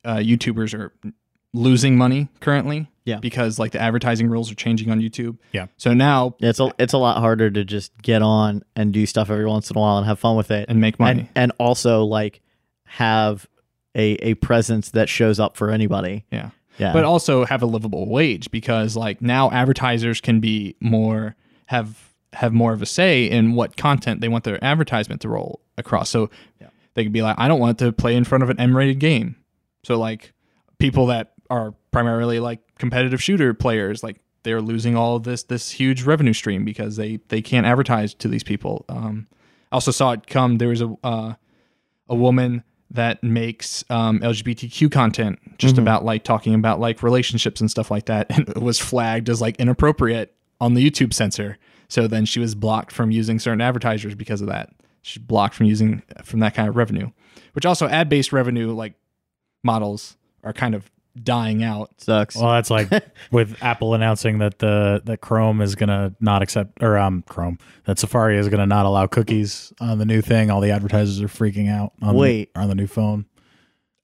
S1: uh, YouTubers are losing money currently.
S3: Yeah.
S1: Because like the advertising rules are changing on YouTube.
S2: Yeah.
S1: So now
S3: Yeah, it's a it's a lot harder to just get on and do stuff every once in a while and have fun with it.
S1: and make money.
S3: and, and also like have a a presence that shows up for anybody.
S1: yeah.
S3: Yeah.
S1: But also have a livable wage because like now advertisers can be more have have more of a say in what content they want their advertisement to roll across. So they could be like, I don't want to play in front of an M-rated game. So like people that are primarily like competitive shooter players, like they're losing all this this huge revenue stream because they they can't advertise to these people. Um, I also saw it come. There was a uh, a woman that makes um, LGBTQ content just about like talking about like relationships and stuff like that, and it was flagged as like inappropriate on the YouTube censor. So then she was blocked from using certain advertisers because of that. She's blocked from using from that kind of revenue, which also ad based revenue like models are kind of dying out.
S3: Sucks.
S2: Well, that's like with Apple announcing that the that Chrome is gonna not accept or um Chrome that Safari is gonna not allow cookies on the new thing. All the advertisers are freaking out. On
S3: Wait.
S2: the, on the new phone,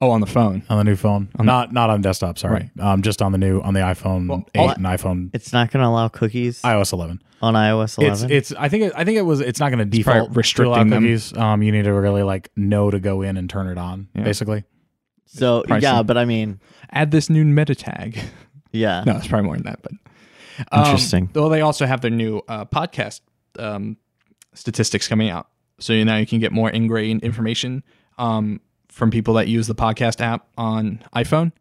S1: Oh, on the phone.
S2: on the new phone, not not on desktop. Sorry, um, just on the new on the iPhone
S3: all
S2: eight
S3: I-
S2: and iPhone
S3: it's not going to allow cookies
S2: iOS eleven.
S3: on iOS 11.
S2: It's it's I think it, I think it was it's not going to default
S1: probably restricting
S2: to allow
S1: them.
S2: cookies. Um, you need to really like know to go in and turn it on. Basically,
S3: so
S1: pricey.
S3: yeah, but I mean,
S1: Add this new meta tag.
S3: yeah.
S1: No, it's probably more than that, but um,
S3: Interesting.
S1: Well, they also have their new uh, podcast um, statistics coming out, so now you can get more ingrained information um, from people that use the podcast app on iPhone.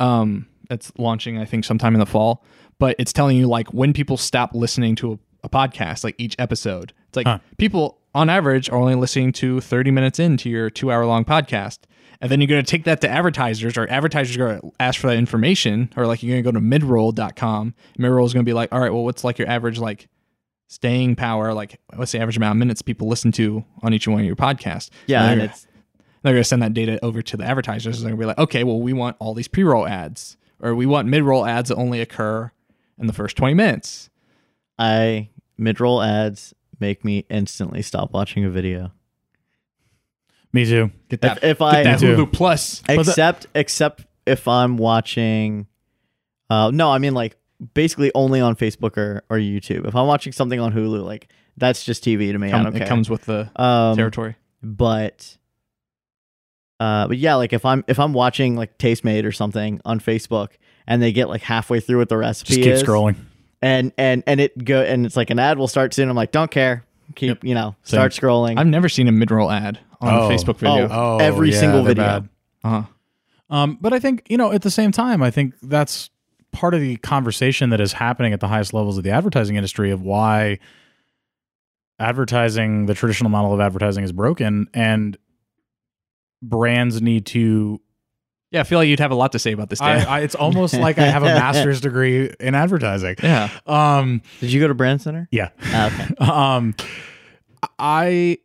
S1: Um, that's launching, I think, sometime in the fall. But it's telling you like when people stop listening to a, a podcast, like each episode. It's like people on average are only listening to thirty minutes into your two-hour-long podcast. And then you're going to take that to advertisers, or advertisers are going to ask for that information, or like you're going to go to midroll.com. Midroll is going to be like, all right, well, what's like your average like staying power? Like, what's the average amount of minutes people listen to on each one of your podcasts?
S3: Yeah,
S1: they're
S3: and
S1: gonna-
S3: it's-
S1: they're going to send that data over to the advertisers, and they're going to be like, okay, well, we want all these pre-roll ads, or we want mid-roll ads that only occur in the first 20 minutes.
S3: I mid-roll ads make me instantly stop watching a video.
S2: me too.
S1: Get that,
S3: If, if
S1: get that
S3: I
S2: too.
S1: Hulu Plus.
S2: But the-
S3: except except if I'm watching uh no, I mean like basically only on Facebook or, or YouTube. If I'm watching something on Hulu, like that's just TV to me. I
S1: Come-
S3: don't care.
S1: It comes with the
S3: um,
S1: territory.
S3: but uh but yeah, like if I'm if I'm watching like Taste Made or something on Facebook and they get like halfway through with the recipe
S2: Just keep
S3: is,
S2: scrolling.
S3: and and and it go and it's like an ad will start soon. I'm like, don't care. Keep you know, start scrolling.
S1: I've never seen a mid-roll ad on
S2: Oh.
S1: a Facebook video.
S2: Oh,
S3: every
S2: yeah,
S3: single
S2: they're
S3: video.
S2: bad.
S1: Uh-huh.
S2: Um, but I think you know at the same time, I think that's part of the conversation that is happening at the highest levels of the advertising industry of why advertising, the traditional model of advertising, is broken, and brands need to.
S1: Yeah, I feel like you'd have a lot to say about this.
S2: I,
S1: Dan.
S2: I, it's almost like I have a master's degree in advertising.
S1: yeah,
S2: Um,
S3: Did you go to Brand Center?
S2: yeah.
S3: Ah, okay.
S2: um i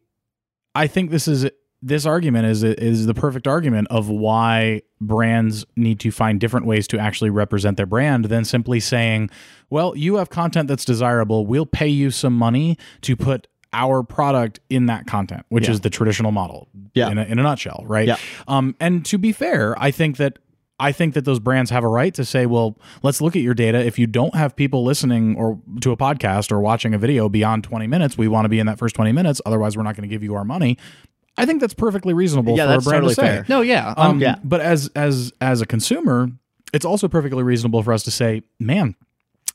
S2: i think this is this argument is is the perfect argument of why brands need to find different ways to actually represent their brand than simply saying well you have content that's desirable we'll pay you some money to put our product in that content which is the traditional model
S3: Yeah.
S2: in, a, in a nutshell right
S3: Yeah.
S2: um and to be fair i think that I think that those brands have a right to say, well, let's look at your data. If you don't have people listening or to a podcast or watching a video beyond 20 minutes, we want to be in that first 20 minutes. Otherwise, we're not going to give you our money. I think that's perfectly reasonable
S3: Yeah,
S2: for
S3: that's
S2: a brand
S3: totally
S2: to say.
S3: fair.
S1: no, yeah.
S2: Um,
S3: yeah.
S2: But as as as a consumer, it's also perfectly reasonable for us to say, man,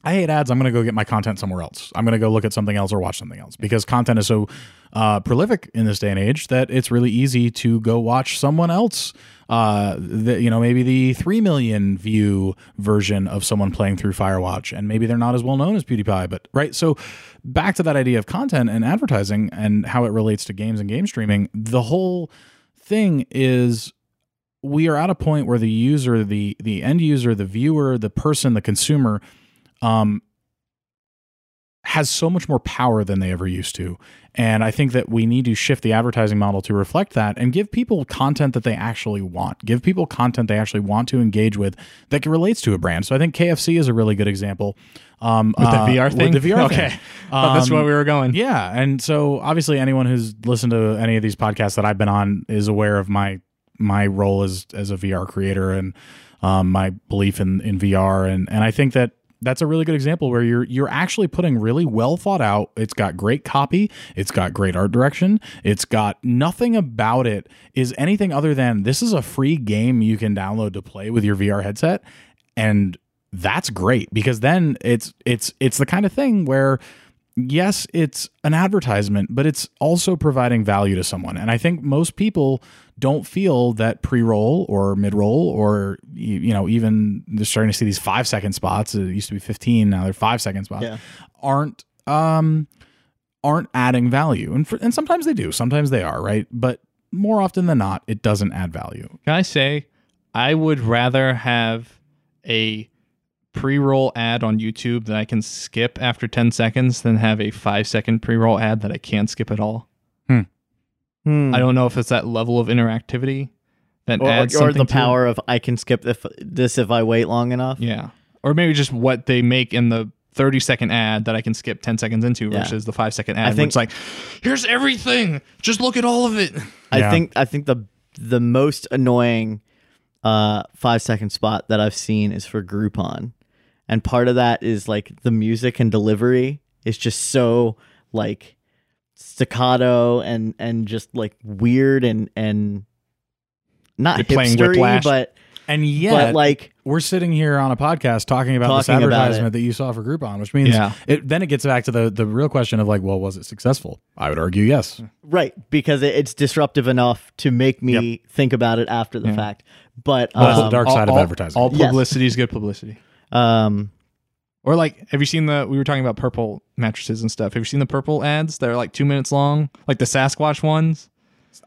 S2: I hate ads. I'm going to go get my content somewhere else. I'm going to go look at something else or watch something else because content is so uh, prolific in this day and age that it's really easy to go watch someone else. Uh, the, you know, maybe the three million view version of someone playing through Firewatch, and maybe they're not as well known as PewDiePie. But right, so back to that idea of content and advertising and how it relates to games and game streaming. The whole thing is we are at a point where the user, the the end user, the viewer, the person, the consumer, um, has so much more power than they ever used to. And I think that we need to shift the advertising model to reflect that and give people content that they actually want. Give people content they actually want to engage with that relates to a brand. So I think KFC is a really good example. Um,
S1: With the
S2: uh,
S1: VR thing?
S2: With the VR
S1: Okay.
S2: thing.
S1: Thought that's
S2: Um,
S1: where we were going.
S2: yeah, and so obviously anyone who's listened to any of these podcasts that I've been on is aware of my my role as as a VR creator and um, my belief in in VR and and I think that that's a really good example where you're you're actually putting really well thought out. It's got great copy, it's got great art direction, it's got nothing about it is anything other than this is a free game you can download to play with your VR headset and that's great because then it's it's it's the kind of thing where yes, it's an advertisement, but it's also providing value to someone. And I think most people don't feel that pre-roll or mid-roll or y- you know even they're starting to see these five second spots. It used to be fifteen, now they're five second spots.
S3: Yeah.
S2: Aren't um aren't adding value, and for, and sometimes they do, sometimes they are right, but more often than not, it doesn't add value.
S1: Can I say I would rather have a pre-roll ad on YouTube that I can skip after 10 seconds than have a 5 second pre-roll ad that I can't skip at all.
S3: Hmm.
S1: I don't know if it's that level of interactivity that
S3: Or,
S1: adds
S3: or
S1: something
S3: the
S1: to it.
S3: power of I can skip if, this if I wait long enough.
S1: Yeah. Or maybe just what they make in the 30 second ad that I can skip 10 seconds into
S3: Yeah.
S1: versus the 5 second ad where
S3: think-
S1: it's like here's everything. Just look at all of it.
S3: I
S2: Yeah.
S3: think I think the the most annoying uh, five second spot that I've seen is for Groupon, and part of that is like the music and delivery is just so like staccato and and just like weird and and not
S2: You're playing
S3: hipstery,
S2: Whiplash.
S3: but
S2: And yet,
S3: but like
S2: we're sitting here on a podcast talking about this
S3: Talking about
S2: advertisement
S3: it.
S2: that you saw for Groupon, which means
S1: Yeah.
S2: it, then it gets back to the the real question of like, well, was it successful? I would argue yes.
S1: Hmm.
S3: right because it, it's disruptive enough to make me think about it after the fact. But um,
S2: That's the dark side of
S1: all-
S2: advertising.
S1: All
S3: Yes.
S1: publicity is good publicity.
S3: um
S1: Or like, have you seen the? We were talking about purple mattresses and stuff. Have you seen the purple ads that are like two minutes long, like the Sasquatch ones?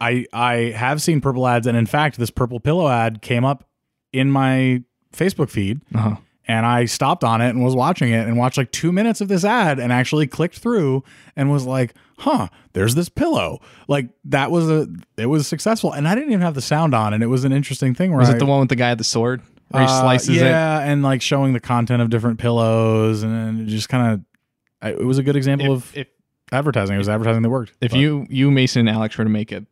S2: I I have seen purple ads, and in fact, this purple pillow ad came up in my Facebook feed,
S1: Uh-huh.
S2: and I stopped on it and was watching it, and watched like two minutes of this ad, and actually clicked through, and was like, huh, there's this pillow. Like that was a it was successful, and I didn't even have the sound on, and it was an interesting thing. Where
S1: Was
S2: I,
S1: it the one with the guy with the sword where he
S2: Uh,
S1: slices it?
S2: yeah, and like showing the content of different pillows, and, then it just kind of, it was a good example
S1: If,
S2: of
S1: if,
S2: advertising. It was advertising that worked.
S1: if
S2: But-
S1: you you Mason and Alex were to make a,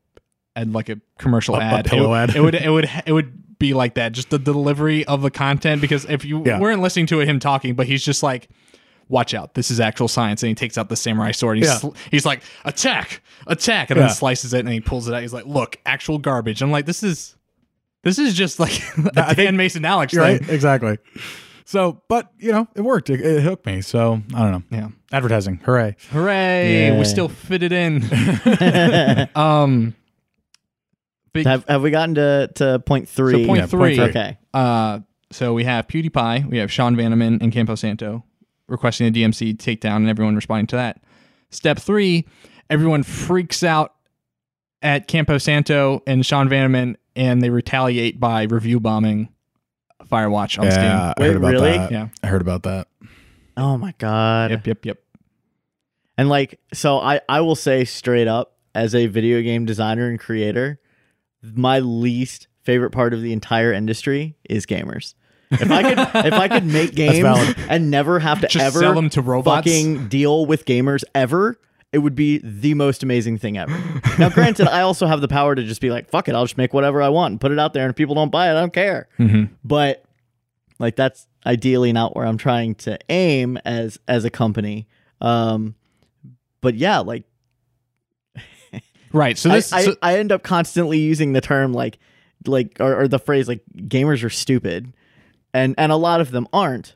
S1: and like a commercial
S2: A- a
S1: ad,
S2: pillow
S1: it,
S2: ad.
S1: it would it would it would be like that, just the delivery of the content. Because if you
S2: Yeah.
S1: weren't listening to him talking, but he's just like. Watch out! This is actual science, and he takes out the samurai sword. He's,
S2: Yeah.
S1: sl- he's like, "Attack! Attack!" And
S2: Yeah.
S1: then slices it, and he pulls it out. He's like, "Look, actual garbage." I'm like, "This is, this is just like a
S2: I
S1: Dan
S2: think-
S1: Mason Alex
S2: You're
S1: thing."
S2: right, exactly. So, but you know, it worked. It, it hooked me. So I don't know.
S1: Yeah.
S2: Advertising, hooray!
S1: Hooray!
S3: Yeah.
S1: We still fit it in. um, big,
S3: have have we gotten to to point three?
S1: So point
S2: Yeah,
S1: three.
S2: point three.
S3: Okay.
S1: Uh, so we have PewDiePie, we have Sean Vanneman and Campo Santo requesting a DMC takedown, and everyone responding to that. Step three: everyone freaks out at Campo Santo and Sean Vanneman, and they retaliate by review bombing Firewatch on Steam.
S2: I heard
S3: Wait,
S2: about
S3: really?
S2: that.
S1: Yeah.
S2: I heard about that.
S3: Oh my god.
S1: Yep, yep, yep.
S3: And like, so I I will say straight up, as a video game designer and creator, my least favorite part of the entire industry is gamers. If I could, if I could make games
S2: valid.
S3: and never have to
S1: Just
S3: ever
S1: sell them to robots.
S3: fucking deal with gamers ever, it would be the most amazing thing ever. now, granted, I also have the power to just be like, fuck it, I'll just make whatever I want and put it out there, and if people don't buy it, I don't care. But like that's ideally not where I'm trying to aim as as a company. Um, but yeah, like
S1: Right. So
S3: I,
S1: this. so-
S3: I, I end up constantly using the term like like or, or the phrase like gamers are stupid and and a lot of them aren't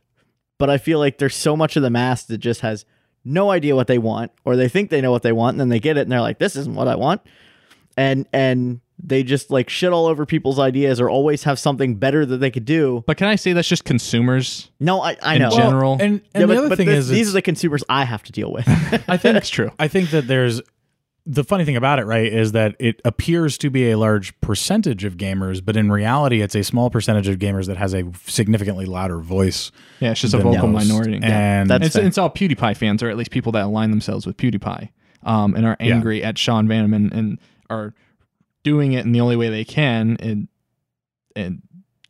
S3: but i feel like there's so much of the mass that just has no idea what they want or they think they know what they want and then they get it and they're like this isn't what i want and and they just like shit all over people's ideas or always have something better that they could do
S1: but can I say that's just consumers
S3: no i, I
S1: in
S3: know
S1: general?
S2: And and
S3: yeah,
S2: the
S3: but,
S2: other
S3: but
S2: thing
S3: this-
S2: is,
S3: these
S2: it's-
S3: are the consumers i have to deal with
S1: I think it's true.
S2: I think that there's the funny thing about it, right, is that it appears to be a large percentage of gamers, but in reality, it's a small percentage of gamers that has a significantly louder voice.
S1: Yeah, it's just a
S2: than
S1: vocal
S2: most.
S1: minority.
S2: And
S1: it's,
S3: that's-
S1: it's all PewDiePie fans, or at least people that align themselves with PewDiePie, um, and are
S2: Yeah.
S1: angry at Sean Vanneman and are doing it in the only way they can, and and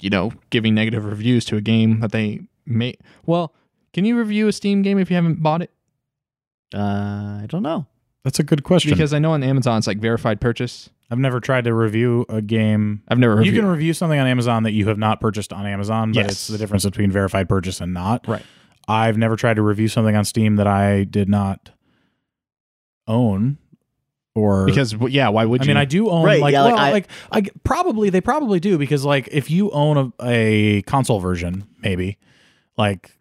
S1: you know giving negative reviews to a game that they may. Well, can you review a Steam game if you haven't bought it?
S3: uh, i don't know
S2: that's a good question.
S1: Because I know on Amazon it's like verified purchase.
S2: I've never tried to review a game.
S1: I've never
S2: You
S1: reviewed.
S2: can review something on Amazon that you have not purchased on Amazon, but
S1: Yes.
S2: it's the difference between verified purchase and not.
S1: Right.
S2: I've never tried to review something on Steam that I did not own or
S1: because well, yeah, why would
S2: I
S1: you?
S2: mean, I do own
S3: Right,
S2: like,
S3: yeah, like,
S2: well,
S3: I-
S2: like I g- probably they probably do because like if you own a, a console version, maybe like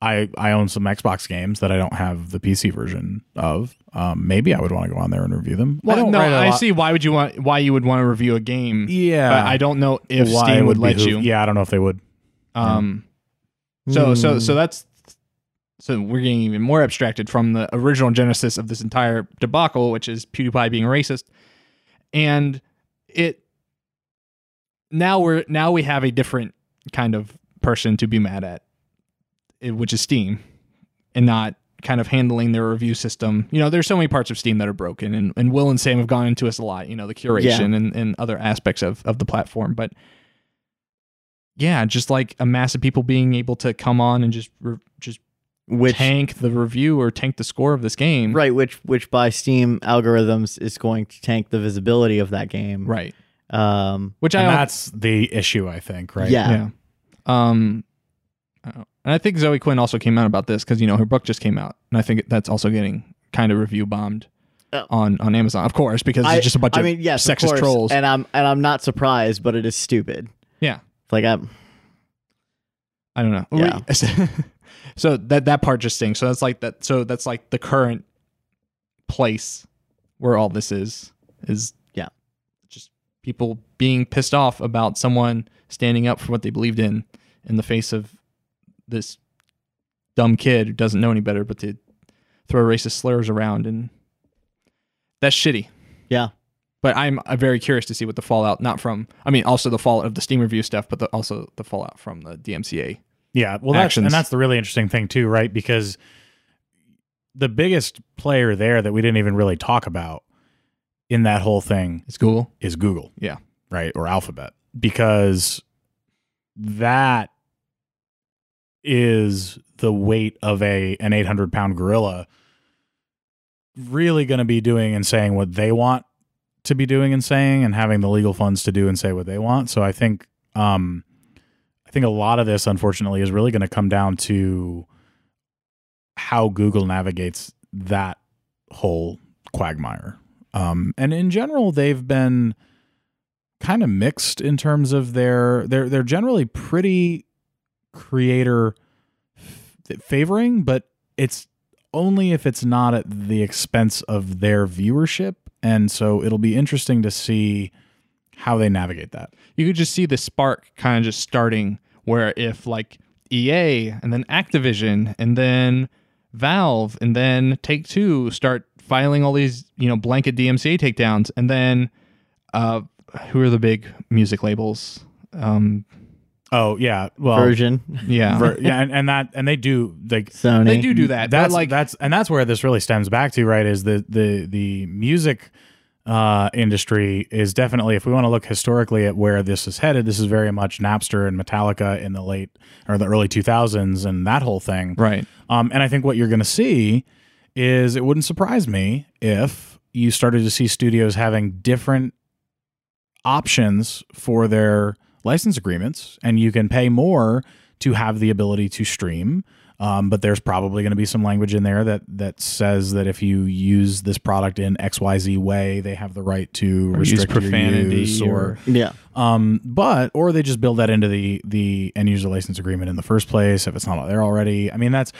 S2: I I own some Xbox games that I don't have the PC version of. Um, maybe I would want to go on there and review them. I
S1: Well,
S2: don't
S1: no,
S2: write a
S1: I
S2: lot-
S1: see why would you want why you would want to review a game.
S2: Yeah,
S1: but I don't know if
S2: Why
S1: Steam would
S2: it
S1: let
S2: behoove-
S1: you.
S2: Yeah, I don't know if they would.
S1: Um, so so
S3: Hmm.
S1: so that's so we're getting even more abstracted from the original genesis of this entire debacle, which is PewDiePie being racist, and it now we're now we have a different kind of person to be mad at, eh, which is Steam, and not kind of handling their review system. You know, there's so many parts of Steam that are broken, and, and Will and Sam have gone into us a lot. You know, the curation and, and other aspects of of the platform, but yeah, just like a mass of people being able to come on and just re- just
S3: Which
S1: tank the review or tank the score of this game.
S3: right, which which by Steam algorithms is going to tank the visibility of that game.
S1: Right.
S3: Um.
S1: Which
S2: And
S1: I don't,
S2: that's the issue, I think. Right?
S3: Yeah.
S1: yeah. Um I don't- and I think Zoe Quinn also came out about this cuz you know her book just came out and I think that's also getting kind of review bombed
S3: Oh.
S1: on on Amazon. Of course, because it's just a bunch
S3: I
S1: of
S3: mean, yes, of
S1: sexist
S3: course,
S1: trolls.
S3: and I'm and I'm not surprised, but it is stupid.
S1: yeah.
S3: Like I'm
S1: I don't know.
S3: Yeah.
S1: We- so that that part just stings. So that's like that. So that's like the current place where all this is is
S3: Yeah.
S1: just people being pissed off about someone standing up for what they believed in in the face of this dumb kid who doesn't know any better, but to throw racist slurs around and that's shitty.
S3: yeah.
S1: But I'm uh, very curious to see what the fallout, not from, I mean, also the fallout of the Steam review stuff, but the, also the fallout from the DMCA
S2: Yeah. Well, that's,
S1: Actions.
S2: and that's the really interesting thing too, right? Because the biggest player there that we didn't even really talk about in that whole thing
S1: It's Google.
S2: is Google.
S1: Yeah.
S2: Right. Or Alphabet. Because that is the weight of a an 800 pound gorilla really going to be doing and saying what they want to be doing and saying and having the legal funds to do and say what they want so i think um i think a lot of this unfortunately is really going to come down to how google navigates that whole quagmire um and in general they've been kind of mixed in terms of their they're they're generally pretty creator f- favoring but it's only if it's not at the expense of their viewership and so it'll be interesting to see how they navigate that
S1: you could just see the spark kind of just starting where if like EA and then Activision and then Valve and then Take Two start filing all these, you know, blanket DMCA takedowns and then uh who are the big music labels? Um
S2: oh yeah well
S3: Version
S1: yeah.
S2: ver- yeah and, and that and they do like
S3: Sony.
S1: they do do that. but,
S2: that's
S1: like
S2: like that's and that's where this really stems back to right is the the the music uh industry is definitely if we want to look historically at where this is headed this is very much Napster and Metallica in the late or the early 2000s and that whole thing
S1: right.
S2: um and I think what you're going to see is it wouldn't surprise me if you started to see studios having different options for their license agreements, and you can pay more to have the ability to stream. Um, but there's probably going to be some language in there that that says that if you use this product in X Y Z way, they have the right to
S1: Or use
S2: restrict
S1: profanity
S2: your use
S1: or-
S2: or
S3: Yeah.
S2: um, but or they just build that into the the end user license agreement in the first place if it's not there already. I mean that's,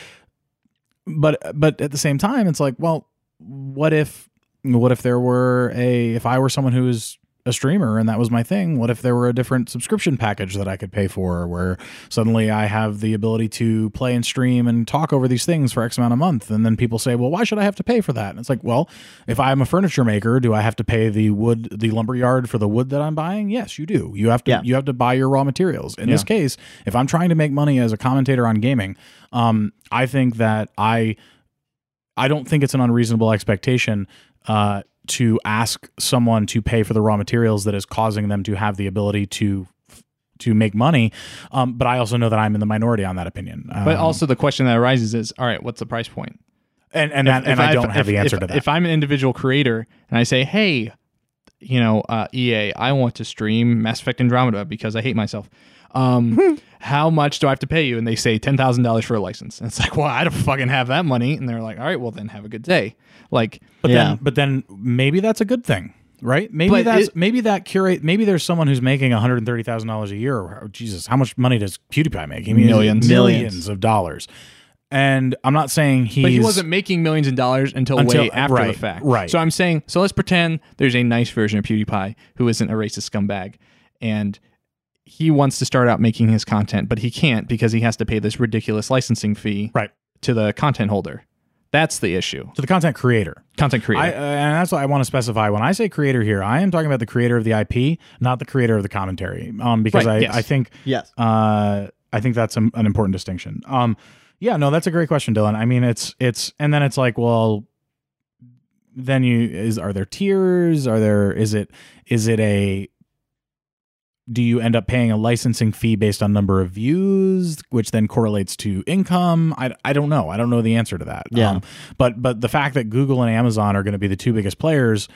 S2: but but at the same time it's like well what if what if there were a if I were someone who is a streamer and that was my thing what if there were a different subscription package that I could pay for where suddenly I have the ability to play and stream and talk over these things for X amount a month and then people say well why should I have to pay for that and it's like well if I'm a furniture maker do I have to pay the wood the lumber yard for the wood that I'm buying yes you do you have to
S3: Yeah.
S2: you have to buy your raw materials in this case if I'm trying to make money as a commentator on gaming um I think that I I don't think it's an unreasonable expectation uh, to ask someone to pay for the raw materials that is causing them to have the ability to to make money. Um, but I also know that I'm in the minority on that opinion.
S1: But
S2: Um,
S1: also the question that arises is, all right, what's the price point?
S2: and and, that, and I don't have the answer
S1: if,
S2: to that.
S1: If I'm an individual creator and I say, hey, you know, uh, EA, I want to stream Mass Effect Andromeda because I hate myself. Um, how much do I have to pay you? And they say ten thousand dollars for a license. And it's like, well, I don't fucking have that money. And they're like, all right, well then have a good day. Like,
S2: but
S3: Yeah.
S2: then but then maybe that's a good thing. Right? Maybe
S1: But
S2: that's
S1: it-
S2: maybe that curate maybe there's someone who's making $130,000 a year or Jesus, how much money does PewDiePie make? He makes
S1: Millions.
S2: millions of dollars. And I'm not saying he's
S1: But he wasn't making millions of dollars until,
S2: Until-
S1: way after
S2: right,
S1: the fact.
S2: right.
S1: So I'm saying, so let's pretend there's a nice version of PewDiePie who isn't a racist scumbag, and he wants to start out making his content, but he can't because he has to pay this ridiculous licensing fee
S2: Right.
S1: to the content holder. That's the issue.
S2: to the content creator.
S1: Content creator.
S2: I, uh, and that's what I want to specify. When I say creator here, I am talking about the creator of the IP, not the creator of the commentary. Um, because
S1: Right,
S2: I,
S1: yes.
S2: I think
S3: Yes.
S2: uh, I think that's an, an important distinction. Um, yeah, no, that's a great question, Dylan. I mean, it's it's, and then it's like, well, then you is are there tiers? Are there is it is it a do you end up paying a licensing fee based on number of views, which then correlates to income? I, I don't know. I don't know the answer to that. Um,
S3: Yeah.
S2: but but the fact that Google and Amazon are going to be the two biggest players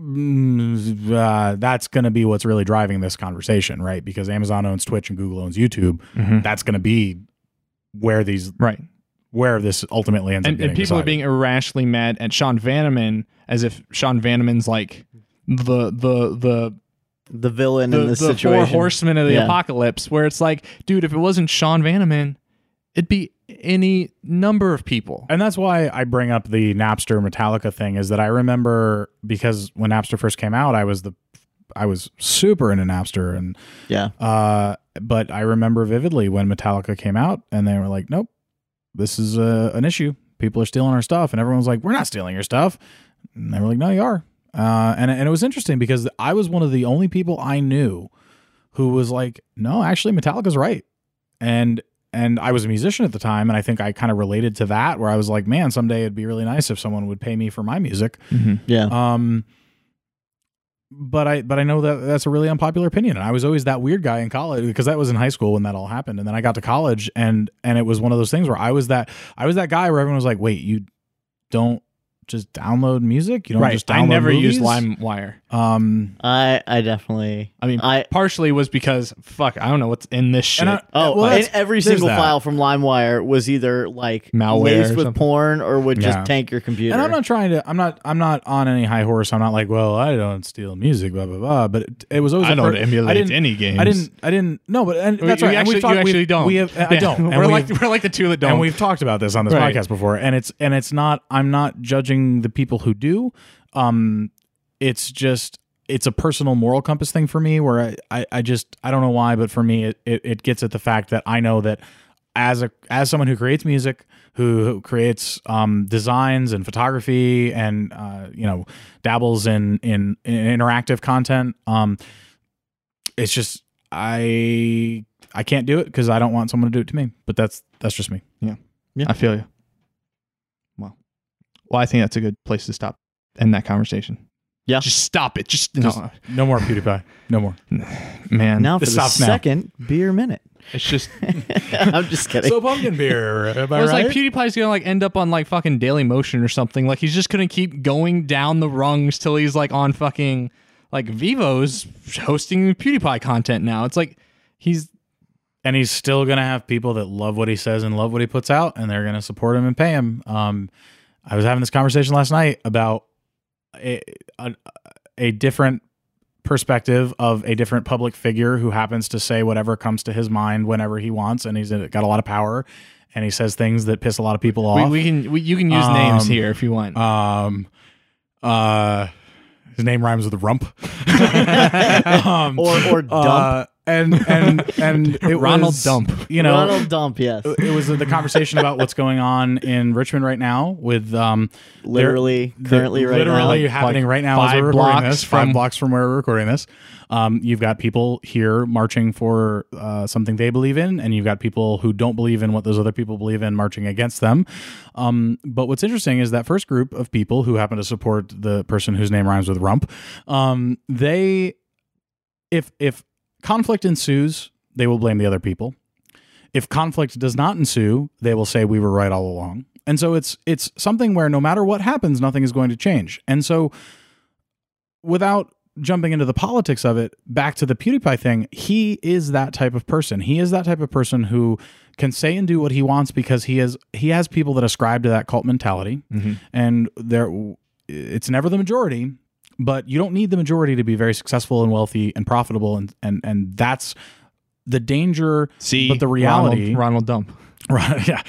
S2: mm, uh, that's going to be what's really driving this conversation, right? Because Amazon owns Twitch and Google owns YouTube.
S1: Mhm.
S2: That's going to be where these
S1: right.
S2: where this ultimately ends up.
S1: and, and
S2: getting
S1: people are
S2: decided.
S1: being irrationally mad at Sean Vanneman as if Sean Vanneman's like the the the
S3: The villain
S1: the,
S3: in this
S1: the four
S3: situation.
S1: horsemen of the
S3: Yeah.
S1: apocalypse, where it's like, dude, if it wasn't Sean Vanneman, it'd be any number of people.
S2: And that's why I bring up the Napster Metallica thing is that I remember because when Napster first came out, I was the I was super into Napster and
S3: Yeah.
S2: uh but I remember vividly when Metallica came out and they were like, "Nope. This is uh an issue. People are stealing our stuff." And everyone's like, "We're not stealing your stuff." And they were like, "No, you are." Uh and and it was interesting because I was one of the only people I knew who was like, "No, actually Metallica's right." and and I was a musician at the time, and I think I kind of related to that, where I was like, man, someday it'd be really nice if someone would pay me for my music.
S3: Yeah.
S2: Um, but I but I know that that's a really unpopular opinion, and I was always that weird guy in college because that was in high school when that all happened, and then I got to college, and and it was one of those things where I was that I was that guy where everyone was like, wait, you don't just download music, you don't just download
S1: I never
S2: movies?
S1: used LimeWire.
S2: Um,
S3: I I definitely.
S1: I mean,
S3: I
S1: partially was because fuck, I don't know what's in this shit.
S2: and I,
S3: Oh,
S2: well,
S3: and
S2: that's-
S3: every
S2: there's
S3: single
S2: that.
S3: file from LimeWire was either like
S1: Malware
S3: laced
S1: or
S3: with
S1: something.
S3: porn or would
S2: Yeah.
S3: just tank your computer.
S2: And I'm not trying to. I'm not. I'm not on any high horse. I'm not like, well, I don't steal music, blah blah blah. But it, it was always.
S1: I
S2: a
S1: don't
S2: part-
S1: emulate
S2: I didn't,
S1: any games.
S2: I didn't. I didn't. No, but and
S1: We-
S2: that's
S1: we
S2: right. and
S1: Actually,
S2: we've talked,
S1: you actually
S2: we,
S1: don't.
S2: We have. I
S1: Yeah.
S2: don't. And
S1: we're
S2: we've-
S1: like we're like the two that don't.
S2: and we've talked about this on this
S1: Right.
S2: podcast before, and it's and it's not. I'm not judging the people who do. Um, it's just it's a personal moral compass thing for me, where I I, I just I don't know why, but for me, it, it it gets at the fact that I know that as a as someone who creates music, who, who creates um designs and photography, and uh you know dabbles in in, in interactive content, um, it's just I. I can't do it because I don't want someone to do it to me. But that's that's just me.
S1: I feel you. Well, well, I think that's a good place to stop end that conversation.
S3: Yeah.
S1: just stop it. Just, no,
S2: No more PewDiePie. No more.
S1: man.
S3: now for the
S2: This stops now.
S3: second beer minute.
S1: it's just
S3: I'm just kidding.
S2: pumpkin beer. Am
S1: I was like, PewDiePie's gonna like end up on like fucking Daily Motion or something. Like he's just gonna keep going down the rungs till he's like on fucking like Vivo's hosting PewDiePie content now. It's like he's
S2: and he's still gonna have people that love what he says and love what he puts out, and they're gonna support him and pay him. Um, I was having this conversation last night about a a, a different perspective of a different public figure who happens to say whatever comes to his mind whenever he wants, and he's got a lot of power, and he says things that piss a lot of people
S1: we,
S2: off.
S1: we can we, you can use names
S2: Um,
S1: here if you want.
S2: um, uh, his name rhymes with rump. um,
S3: Or or dump.
S2: Uh, and and and it
S1: Ronald
S2: was,
S1: Dump.
S2: You know,
S3: Ronald Dump, yes.
S2: it was the conversation about what's going on in Richmond right now with um, there-
S3: Literally, currently right now.
S2: literally happening
S1: like
S2: right now as
S1: five
S2: we're recording
S1: blocks
S2: this, five
S1: from-
S2: blocks from where we're recording this. Um, you've got people here marching for uh, something they believe in, and you've got people who don't believe in what those other people believe in marching against them. Um, but what's interesting is that first group of people who happen to support the person whose name rhymes with rump, um, they, if if conflict ensues, they will blame the other people if conflict does not ensue, they will say we were right all along. And so it's it's something where no matter what happens, nothing is going to change. And so without jumping into the politics of it, back to the PewDiePie thing, he is that type of person. He is that type of person who can say and do what he wants because he is he has people that ascribe to that cult mentality,
S1: Mm-hmm.
S2: and there it's never the majority. But you don't need the majority to be very successful and wealthy and profitable, and and and that's the danger
S1: See,
S2: but the reality
S1: Ronald, Ronald Dump.
S2: Right. Yeah.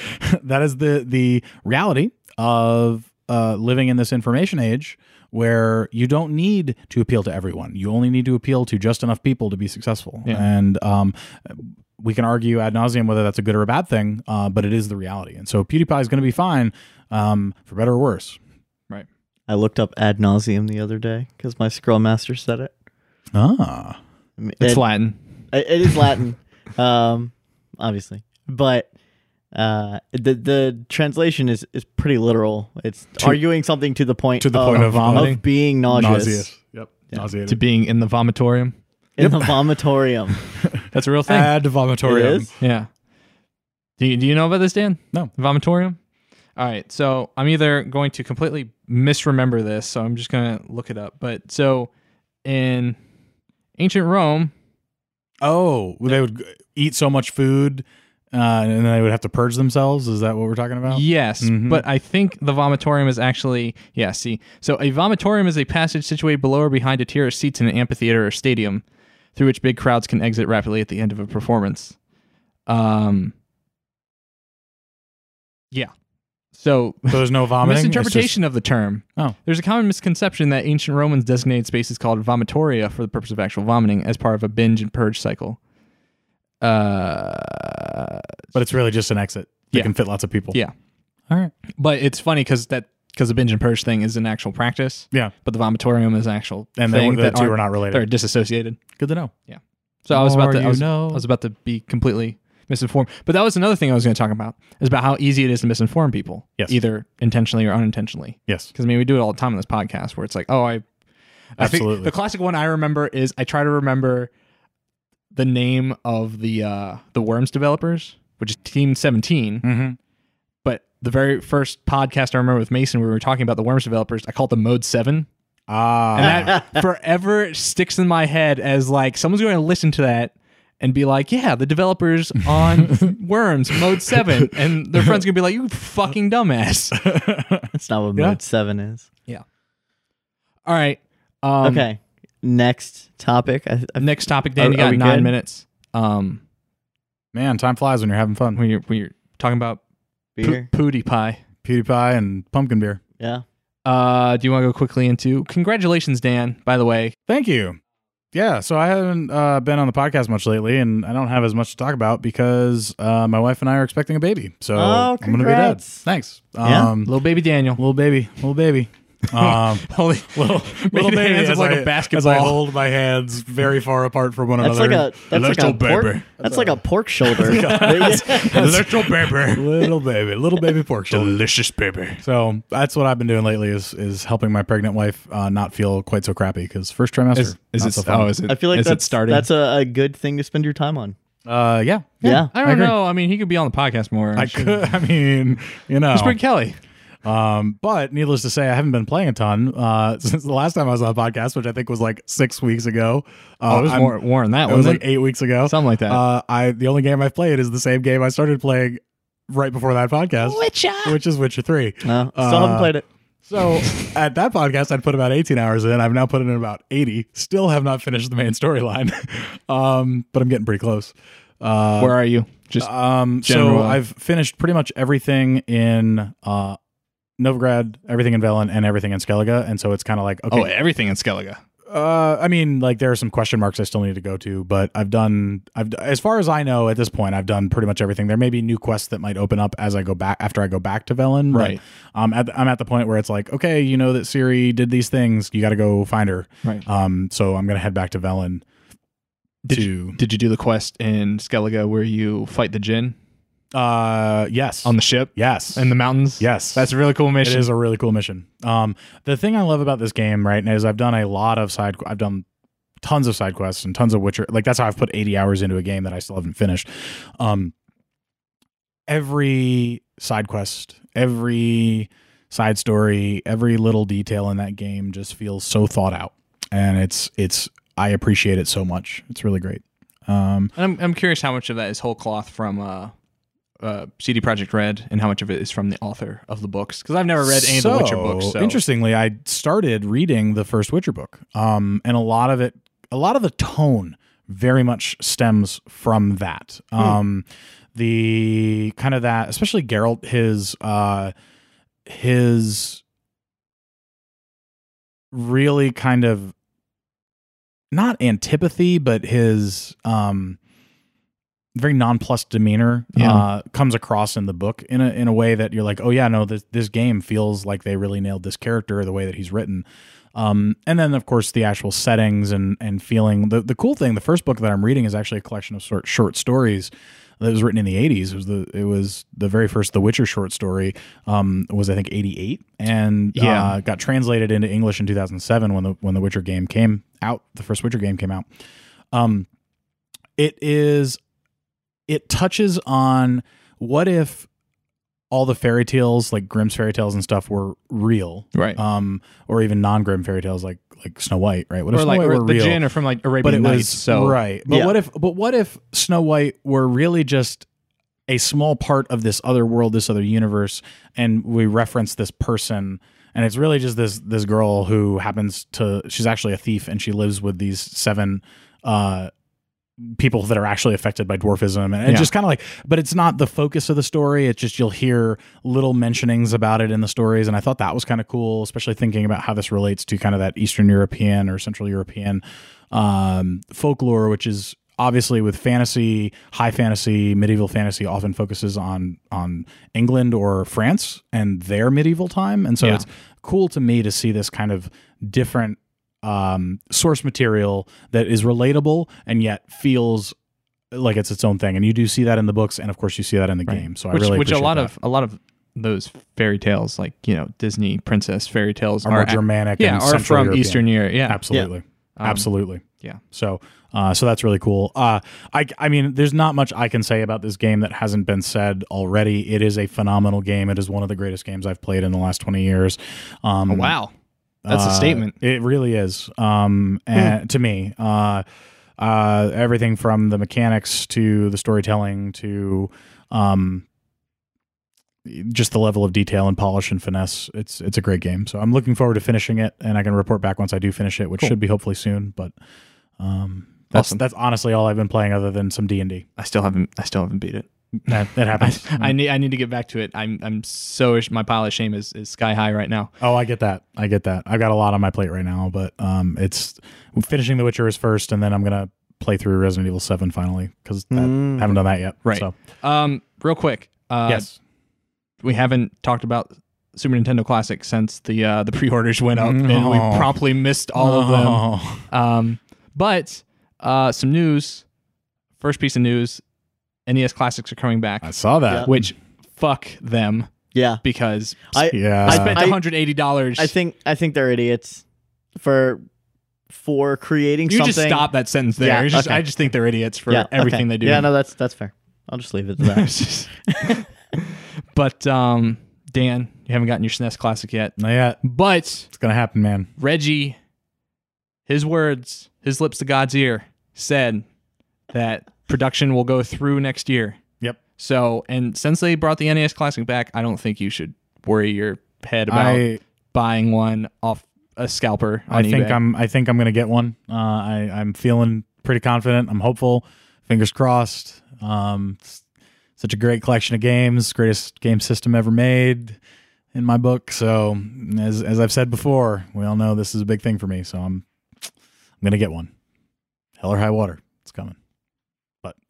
S2: that is the the reality of uh, living in this information age where you don't need to appeal to everyone. You only need to appeal to just enough people to be successful.
S1: Yeah.
S2: And um, we can argue ad nauseum whether that's a good or a bad thing, uh, but it is the reality. And so PewDiePie is going to be fine, um, for better or worse.
S3: I looked up ad nauseum the other day because my scroll master said it.
S2: Ah.
S3: I mean,
S1: It's
S3: it-
S1: Latin.
S3: It it is Latin, um, obviously, but uh, the the translation is is pretty literal. It's arguing something to the point
S4: to the point of vomiting.
S3: being nauseous,
S4: Nauseous. Yep. Nauseated.
S1: To being in the vomitorium.
S3: in the vomitorium.
S1: That's a real thing.
S4: Ad vomitorium.
S3: It is?
S1: Yeah. Do you, do you know about this, Dan?
S2: No.
S1: Vomitorium? All right. So I'm either going to completely misremember this, so I'm just going to look it up. But so in ancient Rome,
S2: Oh, they would eat so much food uh, and then they would have to purge themselves. Is that what we're talking about?
S1: yes,
S2: Mhm.
S1: but I think the vomitorium is actually, yeah, see. So a vomitorium is a passage situated below or behind a tier of seats in an amphitheater or stadium through which big crowds can exit rapidly at the end of a performance. Um, yeah. So
S2: So there's no vomiting. It's just-
S1: misinterpretation of the term.
S2: Oh.
S1: There's a common misconception that ancient Romans designated spaces called vomitoria for the purpose of actual vomiting as part of a binge and purge cycle. Uh,
S2: but it's really just an exit. You
S1: Yeah.
S2: can fit lots of people.
S1: Yeah.
S2: All right.
S1: but it's funny because that because the binge and purge thing is an actual practice,
S2: Yeah.
S1: but the vomitorium is an actual
S2: And
S1: thing
S2: then the
S1: that
S2: two are
S1: aren't-
S2: not related.
S1: they're disassociated.
S2: Good to know.
S1: So I was about
S2: Or
S1: to I
S2: you
S1: was,
S2: know.
S1: I was about to be completely misinformed. But that was another thing I was going to talk about is about how easy it is to misinform people,
S2: Yes.
S1: either intentionally or unintentionally.
S2: Yes.
S1: because I mean we do it all the time on this podcast where it's like, oh, I, I think
S2: Absolutely.
S1: the classic one I remember is I try to remember the name of the uh, the Worms developers, which is Team Seventeen.
S2: Mm-hmm.
S1: But the very first podcast I remember with Mason, we were talking about the Worms developers. I called them Mode Seven,
S2: Ah.
S1: and that forever sticks in my head as like someone's going to listen to that. And be like, yeah, the developers on Worms Mode Seven, and their friends gonna be like, you fucking dumbass.
S3: That's not what
S2: Yeah.
S3: mode seven is.
S1: All right. Um,
S3: okay, next topic. I, I,
S1: Next topic, Dan.
S3: Are-
S1: you
S3: are
S1: got
S3: we
S1: nine
S3: good?
S1: minutes. Um,
S2: Man, time flies when you're having fun.
S1: when you're when you're talking about
S3: beer.
S1: Pootie Pie.
S2: PewDiePie and pumpkin beer.
S3: Yeah,
S1: Uh, do you want to go quickly into congratulations, Dan? By the way,
S2: Thank you. Yeah, so I haven't uh, been on the podcast much lately, and I don't have as much to talk about because uh, my wife and I are expecting a baby. So
S3: Oh,
S2: I'm gonna be dad.
S3: congrats.
S2: Thanks.
S3: Yeah.
S2: Um,
S1: little baby Daniel.
S2: little baby, little baby. Um,
S1: Holy little,
S2: little baby
S1: hands up
S2: as
S1: like
S2: I-
S1: a
S2: As I
S1: basketball.
S2: hold my hands very far apart from one
S3: that's
S2: another.
S3: like a that's like a pork, that's like a pork shoulder.
S4: Little baby.
S2: little baby, little baby pork shoulder.
S4: Delicious baby.
S2: So that's what I've been doing lately is is helping my pregnant wife uh, not feel quite so crappy because first trimester
S1: Is, is
S2: not
S1: it?
S2: so fun.
S1: oh, is it?
S3: I feel like
S1: is
S3: that's
S1: it starting?
S3: that's a, a good thing to spend your time on.
S2: uh, yeah,
S3: Yeah.
S1: I don't know. I mean, he could be on the podcast more.
S2: I could. I mean, you know,
S1: Just bring Kelly.
S2: um, but needless to say, I haven't been playing a ton uh, since the last time I was on the podcast, which I think was like six weeks ago. Uh,
S1: Oh, it was
S2: I'm-
S1: more Warren that
S2: It
S1: one.
S2: was like eight weeks ago.
S1: Something like that.
S2: Uh, I the only game I've played is the same game I started playing right before that podcast,
S1: Witcher.
S2: which is Witcher Three.
S3: No, still haven't
S2: Uh,
S3: played it.
S2: So at that podcast, I'd put about 18 hours in. I've now put in about 80. Still have not finished the main storyline, um, but I'm getting pretty close. Uh,
S1: Where are you? Just
S2: um, so
S1: general-
S2: I've finished pretty much everything in uh, Novigrad, everything in Velen, and everything in Skellige. And so it's kind of like,
S1: oh,
S2: okay.
S1: everything in Skellige.
S2: Uh, I mean, like there are some question marks I still need to go to, but I've done, I've as far as I know at this point, I've done pretty much everything. There may be new quests that might open up as I go back after I go back to Velen, but
S1: Right.
S2: I'm at I'm at the point where it's like, okay, you know that Siri did these things, you got to go find her.
S1: Right.
S2: Um, so I'm gonna head back to Velen.
S1: Did
S2: to
S1: Did you do the quest in Skellige where you fight the Jin
S2: uh, yes,
S1: on the ship?
S2: yes,
S1: in the mountains.
S2: yes,
S1: that's a really cool
S2: It
S1: mission.
S2: is a really cool mission. Um, the thing I love about this game, right, is I've done a lot of side. I've done tons of side quests and tons of Witcher. Like that's how I've put eighty hours into a game that I still haven't finished. Um, every side quest, every side story, every little detail in that game just feels so thought out, and it's it's I appreciate it so much. It's really great. Um,
S1: And I'm I'm curious how much of that is whole cloth from uh, uh, CD Project Red, and how much of it is from the author of the books. Because I've never read any of the Witcher books. So.
S2: Interestingly, I started reading the first Witcher book, um, and a lot of it, a lot of the tone very much stems from that.
S1: Hmm.
S2: Um, the kind of that, especially Geralt, his uh, his really kind of not antipathy, but his um, very nonplussed demeanor
S1: Yeah.
S2: uh, comes across in the book in a in a way that you're like, oh yeah, no, this this game feels like they really nailed this character the way that he's written. Um, and then of course the actual settings and and feeling. The the cool thing, the first book that I'm reading is actually a collection of short short stories that was written in the 80s. It was the it was the very first The Witcher short story um, was I think 88 and
S1: Yeah.
S2: uh, got translated into English in 2007 when the when the Witcher game came out. The first Witcher game came out. Um, it is it touches on what if all the fairy tales like Grimm's fairy tales and stuff were real,
S1: Right.
S2: Um, or even non-Grimm fairy tales like like Snow White, right? What if
S1: or
S2: Snow
S1: like
S2: White
S1: or
S2: were
S1: the
S2: real?
S1: Jin are from like
S2: but it
S1: Arabian
S2: was
S1: Nights. So
S2: right. But
S3: Yeah.
S2: what if? But what if Snow White were really just a small part of this other world, this other universe, and we reference this person, and it's really just this this girl who happens to she's actually a thief, and she lives with these seven uh people that are actually affected by dwarfism and it's
S1: Yeah.
S2: just kind of like but it's not the focus of the story it's just you'll hear little mentionings about it in the stories and i thought that was kind of cool especially thinking about how this relates to kind of that eastern european or central european um, folklore which is obviously with fantasy high fantasy medieval fantasy often focuses on on england or france and their medieval time and so
S1: Yeah.
S2: it's cool to me to see this kind of different um, source material that is relatable and yet feels like it's its own thing. And you do see that in the books, and of course you see that in the game. So
S1: which
S2: I really
S1: which a
S2: appreciate
S1: lot
S2: that.
S1: of a lot of those fairy tales like you know Disney princess fairy tales
S2: are
S1: are,
S2: more
S1: ac-
S2: Germanic,
S1: yeah
S2: and
S1: are
S2: Central
S1: from
S2: European.
S1: Eastern Europe. Yeah,
S2: Absolutely,
S1: Um,
S2: absolutely.
S1: yeah.
S2: So, uh, so that's really cool. Uh, I, I mean, there's not much I can say about this game that hasn't been said already. It is a phenomenal game. It is one of the greatest games I've played in the last 20 years. Um,
S1: Oh, Wow, that's a
S2: Uh,
S1: statement. Hmm.
S2: It really is. Um, and to me, uh, uh, everything from the mechanics to the storytelling to, um, just the level of detail and polish and finesse. It's it's a great game. So I'm looking forward to finishing it, and I can report back once I do finish it, which
S1: Cool.
S2: should be hopefully soon. But um, that's
S1: Awesome.
S2: that's honestly all I've been playing other than some D and D.
S1: I still haven't I still haven't beat it.
S2: That that
S1: I,
S2: happens.
S1: I need I need to get back to it. I'm I'm so ash- my pile of shame is, is sky high right now.
S2: Oh, I get that. I get that. I've got a lot on my plate right now, but um, it's finishing The Witcher is first, and then I'm gonna play through Resident Evil Seven finally because
S3: Mm.
S2: I haven't done that yet.
S1: Right.
S2: So
S1: Um, real quick. Uh,
S2: yes,
S1: we haven't talked about Super Nintendo Classic since the uh, the pre-orders went up, and we
S2: No.
S1: promptly missed all of them. Um, but uh, some news. First piece of news: NES classics are coming back,
S2: I saw that.
S1: which fuck them
S3: Yeah.
S1: because
S3: I
S2: Yeah.
S1: I spent
S3: I-
S1: 180 dollars.
S3: I think I think they're idiots for for creating
S1: you
S3: something.
S1: just stop that sentence there.
S3: Yeah,
S1: It's just-
S3: okay.
S1: I just think they're idiots for
S3: yeah,
S1: everything
S3: okay.
S1: they do.
S3: Yeah, no, that's that's fair. I'll just leave it to that.
S1: but um, Dan, you haven't gotten your SNES classic yet.
S2: Not yet.
S1: But
S2: It's gonna happen, man.
S1: Reggie, his words, his lips to God's ear, said that production will go through next year.
S2: Yep.
S1: So, and since they brought the NES Classic back, I don't think you should worry your head about
S2: I
S1: buying one off a scalper.
S2: I
S1: On
S2: think
S1: eBay.
S2: I'm I think I'm gonna get one. Uh, I I'm feeling pretty confident. I'm hopeful. Fingers crossed. Um, s- such a great collection of games. Greatest game system ever made in my book. So as as I've said before, we all know this is a big thing for me. So I'm I'm gonna get one. Hell or high water, it's coming.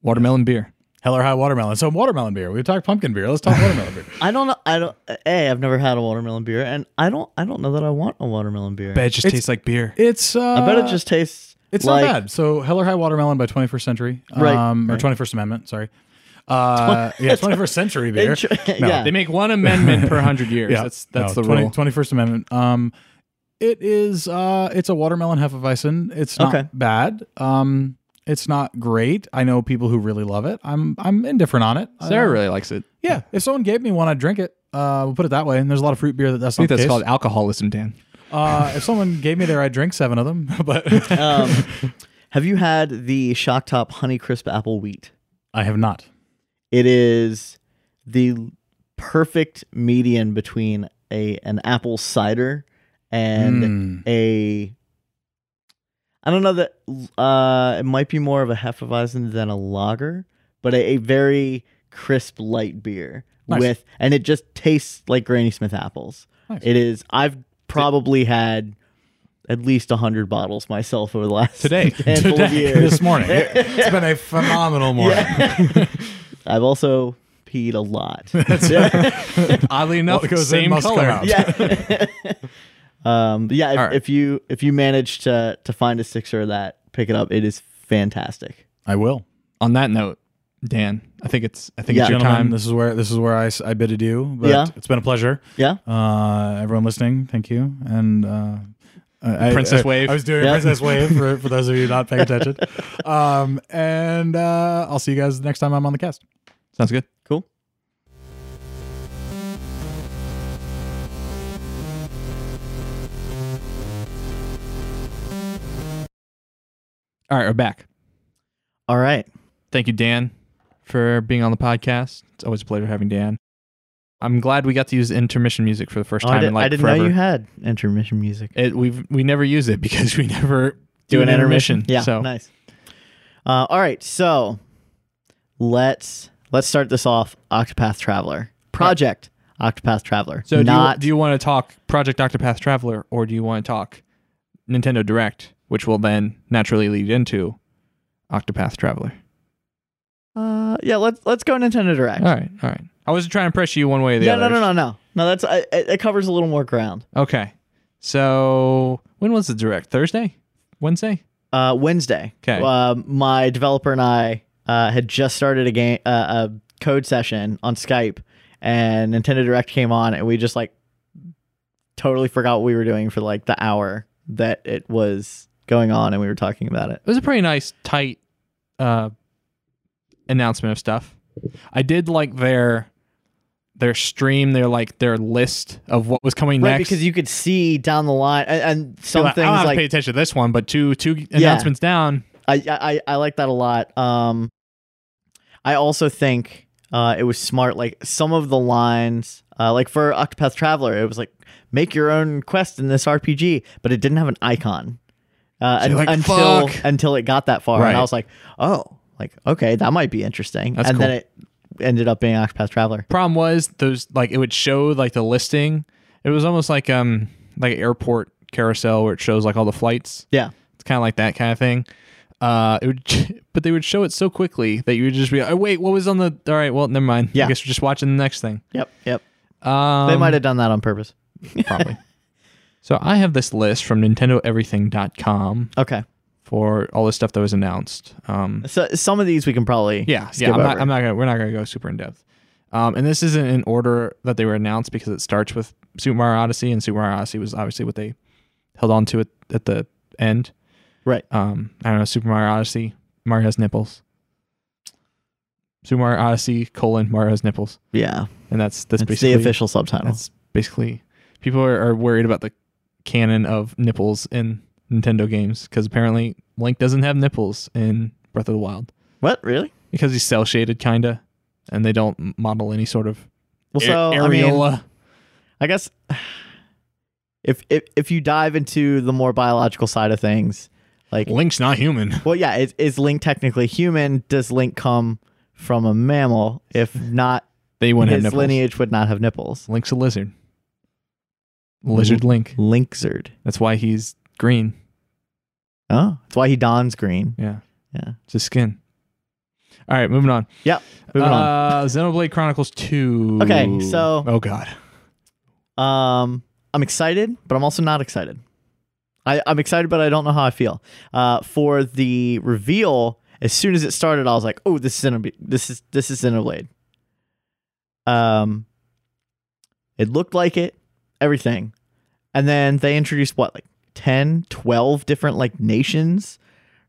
S1: watermelon beer.
S2: Hell or high watermelon. So watermelon beer. We talked pumpkin beer. Let's talk watermelon beer.
S3: I don't know. I don't. A, I've never had a watermelon beer, and I don't. I don't know that I want a watermelon beer.
S1: Bet it just
S2: It's-
S1: tastes like beer.
S2: It's uh,
S3: I bet it just tastes.
S2: It's
S3: like,
S2: not bad. So Hell or High Watermelon by 21st Century,
S3: Right,
S2: Um, or
S3: right.
S2: 21st Amendment. Sorry. Uh, yeah, 21st Century beer.
S3: Intro- yeah.
S1: They make one amendment per hundred years.
S2: Yeah,
S1: That's that's
S2: no,
S1: the
S2: 20
S1: rule.
S2: 21st Amendment. Um, it is. Uh, it's a watermelon hefeweizen. It's not
S3: Okay.
S2: bad. Um, it's not great. I know people who really love it. I'm I'm indifferent on it. I
S1: Sarah
S2: don't-
S1: really likes it.
S2: yeah. If someone gave me one, I'd drink it. Uh, we'll put it that way. And there's a lot of fruit beer that that's
S1: I
S2: not
S1: think that's
S2: the
S1: called
S2: case.
S1: alcoholism, Dan.
S2: Uh, if someone gave me there, I'd drink seven of them. But
S3: Um, have you had the Shock Top Honey Crisp Apple Wheat?
S2: I have not.
S3: It is the perfect median between
S2: Hmm.
S3: a an apple cider and
S2: Mm.
S3: a I don't know that uh, it might be more of a Hefeweizen than a lager, but a, a very crisp light beer
S2: Nice.
S3: with, and it just tastes like Granny Smith apples.
S2: Nice.
S3: It is. I've probably had at least hundred bottles myself over the last
S1: Today.
S3: handful of
S2: Today,
S3: years.
S2: this morning. It's been a phenomenal morning.
S3: I've also peed a lot.
S1: Oddly enough,
S2: What goes in
S1: same
S2: must come
S1: color.
S2: out.
S3: yeah. um, but yeah. If,
S1: Alright.
S3: if you if you manage to to find a sixer of that, pick it up. It is fantastic.
S2: I will.
S1: On that note, Dan, I think it's I think
S3: Yeah.
S1: it's your
S2: Gentlemen,
S1: time.
S2: this is where this is where I, s- I bid adieu. But
S3: Yeah.
S2: it's been a pleasure.
S3: Yeah.
S2: Uh, everyone listening, thank you. And uh, I,
S1: Princess
S2: I-
S1: Wave.
S2: I was doing
S3: Yeah.
S2: Princess Wave for, for those of you not paying attention. Um, and uh, I'll see you guys next time I'm on the cast.
S1: Sounds good.
S3: Cool.
S1: All right, we're back.
S3: All right.
S1: Thank you, Dan, for being on the podcast. It's always a pleasure having Dan. I'm glad we got to use intermission music for the first
S3: Oh,
S1: time
S3: I, did,
S1: in like
S3: I didn't
S1: forever.
S3: know you had intermission music.
S1: it, we've we never use it because we never do, an intermission.
S3: Yeah.
S1: So
S3: Nice. Uh, all right. So let's let's start this off. Octopath Traveler project. Octopath Traveler.
S1: so do you,
S3: not
S1: do you want to talk Project Octopath Traveler or do you want to talk Nintendo Direct, which will then naturally lead into Octopath Traveler?
S3: uh, yeah. Let's let's go Nintendo Direct.
S1: All right, all right. I was trying to pressure you one way or the
S3: No,
S1: other.
S3: no, no, no, no, no. That's I, it it covers a little more ground.
S1: Okay. So when was the direct? Thursday? Wednesday?
S3: uh, Wednesday.
S1: 'Kay.
S3: Uh, my developer and I uh, had just started a game, uh, a code session on Skype, and Nintendo Direct came on, and we just like totally forgot what we were doing for like the hour that it was going on, and we were talking about it.
S1: It was a pretty nice, tight uh, announcement of stuff. I did like their their stream, their like their list of what was coming
S3: Right,
S1: next.
S3: because you could see down the line, and, and some
S1: Be like, I
S3: things
S1: don't have
S3: like
S1: to pay attention to this one, but two two announcements down.
S3: I, I I like that a lot. Um, I also think uh, it was smart. Like some of the lines, uh, like for Octopath Traveler, it was like make your own quest in this RPG, but it didn't have an icon uh,
S1: So
S3: un-
S1: you're like,
S3: until
S1: "Fuck."
S3: until it got that far,
S1: Right.
S3: and I was like, oh, like okay, that might be interesting.
S1: That's
S3: and then
S1: cool.
S3: it ended up being Octopath Traveler.
S1: Problem was those like it would show like the listing. It was almost like um like an airport carousel where it shows like all the flights.
S3: Yeah,
S1: It's kind of like that kind of thing. Uh, it would, but they would show it so quickly that you would just be like, oh, wait, what was on the? All right, well, never mind.
S3: Yeah.
S1: I guess we're just watching the next thing.
S3: yep, yep.
S1: Um,
S3: They might have done that on purpose.
S1: probably. so I have this list from NintendoEverything.com
S3: Okay,
S1: for all the stuff that was announced. Um,
S3: so some of these we can probably
S1: yeah,
S3: skip
S1: yeah. I'm not,
S3: over.
S1: I'm not gonna. We're not gonna go super in depth. Um, and this isn't in order that they were announced because it starts with Super Mario Odyssey, and Super Mario Odyssey was obviously what they held on to at, at the end.
S3: right.
S1: um I don't know Super Mario Odyssey. Mario has nipples. Super Mario Odyssey colon Mario has nipples,
S3: Yeah,
S1: and that's that's
S3: it's
S1: basically
S3: the official subtitle.
S1: That's basically people are, are worried about the canon of nipples in Nintendo games because apparently Link doesn't have nipples in Breath of the Wild
S3: What really?
S1: because he's cell shaded kinda, and they don't m- model any sort of
S3: Well,
S1: a-
S3: so I mean,
S1: areola.
S3: I guess if if if you dive into the more biological side of things, like
S1: Link's not human.
S3: well, yeah, is, is Link technically human? Does Link come from a mammal? If not,
S1: They wouldn't have
S3: his
S1: nipples.
S3: lineage would not have nipples.
S1: Link's a lizard. Lizard Link.
S3: Linkzard.
S1: That's why he's green.
S3: Oh, that's why he dons green.
S1: Yeah.
S3: Yeah.
S1: It's his skin. All right, moving on.
S3: Moving
S1: uh, Xenoblade Chronicles 2.
S3: Okay, so-
S1: Oh, God.
S3: on. Um, I'm excited, but I'm also not excited. I, I'm excited, but I don't know how I feel. Uh, for the reveal, as soon as it started, I was like, "Oh, this is Xenoblade. This is this is Xenoblade." Um, it looked like it, everything, and then they introduced what like 10, 12 different like nations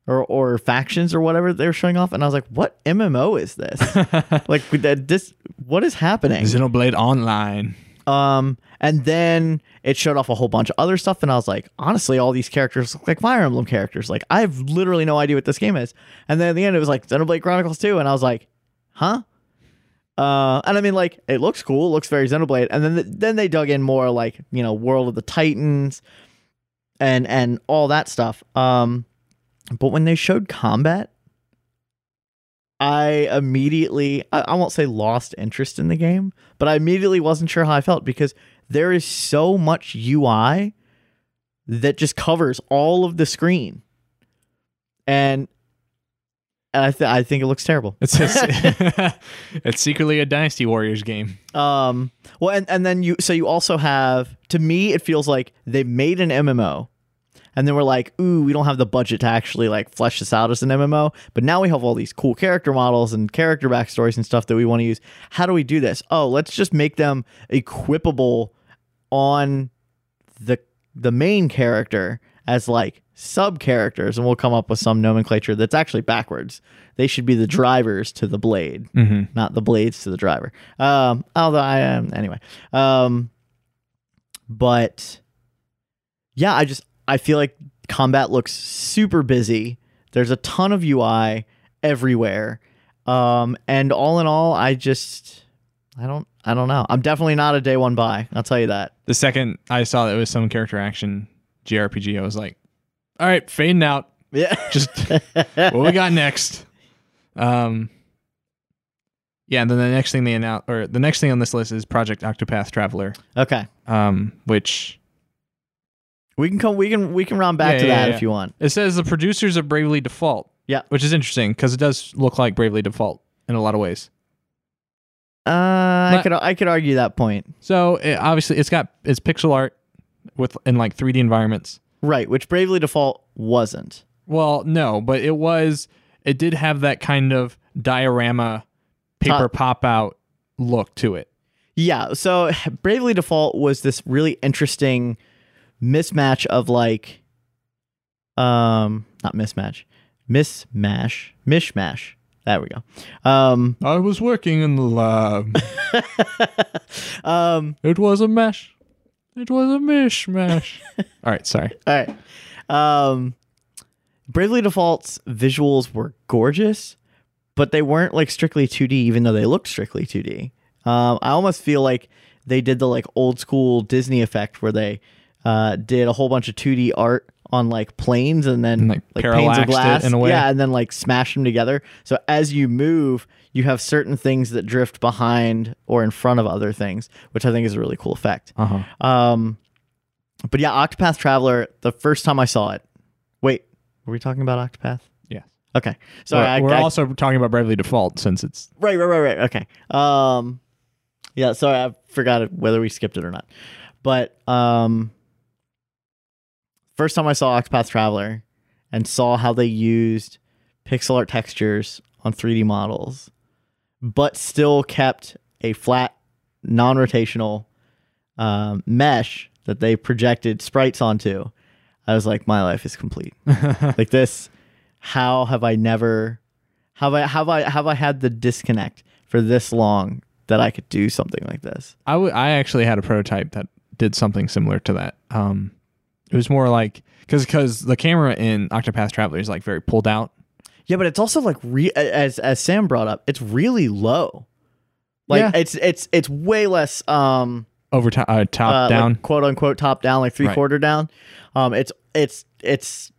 S3: or or factions or whatever they were showing off, and I was like, "What MMO is this? like that this what is happening?"
S1: Xenoblade Online.
S3: Um, and then it showed off a whole bunch of other stuff, and I was like, honestly, all these characters look like Fire Emblem characters. Like, I have literally no idea what this game is. And then at the end, it was like Xenoblade Chronicles 2, and I was like, huh? Uh, and I mean, like, it looks cool, it looks very Xenoblade. And then then they dug in more, like, you know, World of the Titans, and and all that stuff. Um, But when they showed combat, I immediately, I, I won't say lost interest in the game, but I immediately wasn't sure how I felt because there is so much UI that just covers all of the screen. And, and I, th- I think it looks terrible.
S1: It's a, it's secretly a Dynasty Warriors game.
S3: Um, well, and, and then you, so you also have, to me, it feels like they made an MMO and then we're like, ooh, we don't have the budget to actually like flesh this out as an MMO, but now we have all these cool character models and character backstories and stuff that we want to use. How do we do this? Oh, let's just make them equipable on the the main character as like sub characters, and we'll come up with some nomenclature that's actually backwards. They should be the drivers to the blade,
S1: Mm-hmm.
S3: not the blades to the driver. Um, although I am anyway. Um, but yeah, I just I feel like combat looks super busy. There's a ton of UI everywhere, um, and all in all, I just I don't I don't know. I'm definitely not a day one buy. I'll tell you that.
S1: The second I saw that it was some character action JRPG, I was like, all right, fading out.
S3: Yeah.
S1: Just what we got next. Um, yeah, and then the next thing they announced, or the next thing on this list is Project Octopath Traveler,
S3: okay.
S1: um, which
S3: We can come. We can we can round back
S1: Yeah,
S3: to
S1: yeah,
S3: that
S1: yeah.
S3: if you want.
S1: It says the producers of Bravely Default.
S3: Yeah.
S1: Which is interesting because it does look like Bravely Default in a lot of ways.
S3: Uh, I could I could argue that point.
S1: So it, obviously, it's got it's pixel art with in like 3D environments.
S3: Right, which Bravely Default wasn't.
S1: Well, no, but it was it did have that kind of diorama paper pop out look to it.
S3: Yeah, so Bravely Default was this really interesting mismatch of like um not mismatch. Mismash. Mishmash. There we go. Um
S1: I was working in the lab.
S3: um
S1: it was a mesh. It was a mishmash. All right, sorry.
S3: all right. Um Bravely Default's visuals were gorgeous, but they weren't like strictly 2D even though they looked strictly 2D. Um I almost feel like they did the like old school Disney effect where they uh did a whole bunch of 2D art on like planes and then
S1: And, like,
S3: like panes
S1: parallaxed
S3: of
S1: it
S3: glass
S1: in a way.
S3: Yeah, and then like smash them together. So as you move, you have certain things that drift behind or in front of other things, which I think is a really cool effect.
S1: Uh huh.
S3: Um, but yeah, Octopath Traveler. The first time I saw it. Wait, were we talking about Octopath?
S1: Yeah.
S3: Okay.
S1: So
S3: Sorry.
S1: we're,
S3: I,
S1: we're
S3: I-
S1: also talking about Bravely Default since it's
S3: right, right, right, right. Okay. Um, yeah. Sorry, I forgot whether we skipped it or not. But um, first time I saw Octopath Traveler and saw how they used pixel art textures on 3D models, but still kept a flat, non rotational um, mesh that they projected sprites onto. I was like, my life is complete. like this, how have I never, have I, have I, have I had the disconnect for this long that I could do something like this?
S1: I w- I actually had a prototype that did something similar to that. Um, it was more like because because the camera in Octopath Traveler is like very pulled out.
S3: Yeah, but it's also like re- as as Sam brought up, it's really low. Like
S1: Yeah.
S3: it's it's it's way less um
S1: over to, uh, top
S3: uh, like,
S1: down.
S3: quote unquote top down like three
S1: Right.
S3: quarter down. Um, it's it's it's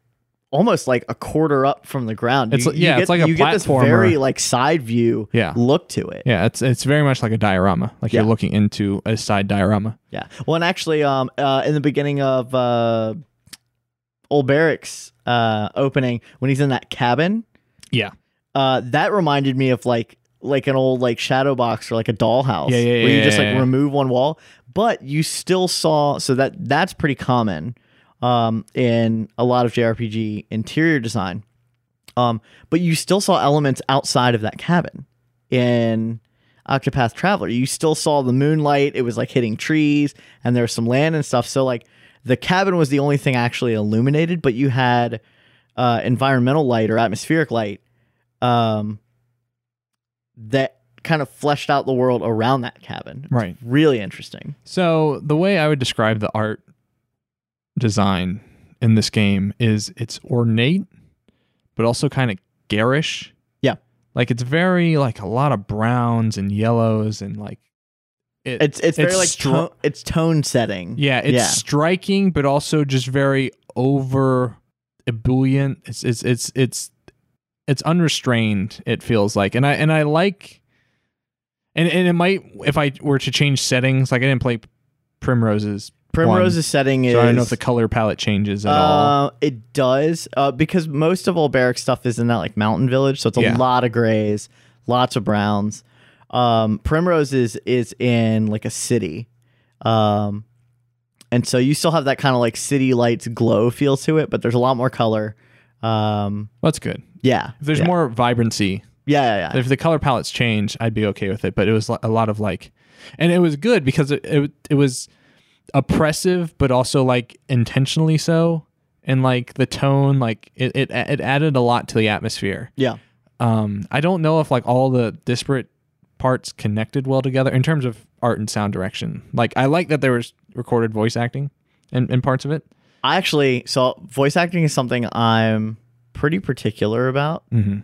S3: almost like a quarter up from the ground.
S1: It's like- yeah, it's like a
S3: you get this
S1: platformer.
S3: very like side view
S1: Yeah.
S3: look to it.
S1: yeah, it's it's very much like a diorama. Like
S3: Yeah.
S1: you're looking into a side diorama.
S3: Yeah. Well, and actually, um, uh, in the beginning of uh, Old Barracks uh, opening, when he's in that cabin,
S1: Yeah.
S3: uh, that reminded me of like like an old like shadow box or like a dollhouse
S1: Yeah, yeah,
S3: where you
S1: yeah,
S3: just
S1: yeah,
S3: like
S1: yeah.
S3: remove one wall but you still saw so that that's pretty common um, in a lot of jrpg interior design um, but you still saw elements outside of that cabin in octopath traveler you still saw the moonlight it was like hitting trees and there was some land and stuff so like the cabin was the only thing actually illuminated but you had uh, environmental light or atmospheric light um, that kind of fleshed out the world around that cabin.
S1: Right.
S3: Really interesting.
S1: So the way I would describe the art design in this game is it's ornate, but also kind of garish.
S3: Yeah.
S1: Like it's very like a lot of browns and yellows and like it,
S3: It's it's very
S1: It's
S3: like
S1: str-
S3: tone, it's tone setting.
S1: Yeah, it's
S3: yeah.
S1: striking, but also just very over ebullient. It's it's it's it's it's unrestrained. It feels like, and I and I like, and and it might if I were to change settings. Like I didn't play Primrose's,
S3: Primrose's setting is
S1: so I don't know if the color palette changes at all.
S3: Uh, it does uh, because most of Alberic stuff is in that like mountain village, so it's a
S1: Yeah.
S3: lot of grays, lots of browns. Um, Primrose is is in like a city, um, and so you still have that kind of like city lights glow feel to it, but there's a lot more color. Um,
S1: That's good.
S3: yeah,
S1: If there's
S3: yeah.
S1: more vibrancy,
S3: yeah, yeah, yeah.
S1: if the color palettes change, I'd be okay with it. But it was li- a lot of like, and it was good because it it, it was oppressive, but also like intentionally so, and like the tone, like it, it it added a lot to the atmosphere.
S3: yeah.
S1: Um, I don't know if like all the disparate parts connected well together in terms of art and sound direction. Like I like that there was recorded voice acting in, in parts of it.
S3: I actually so voice acting is something I'm pretty particular about.
S1: Mm-hmm.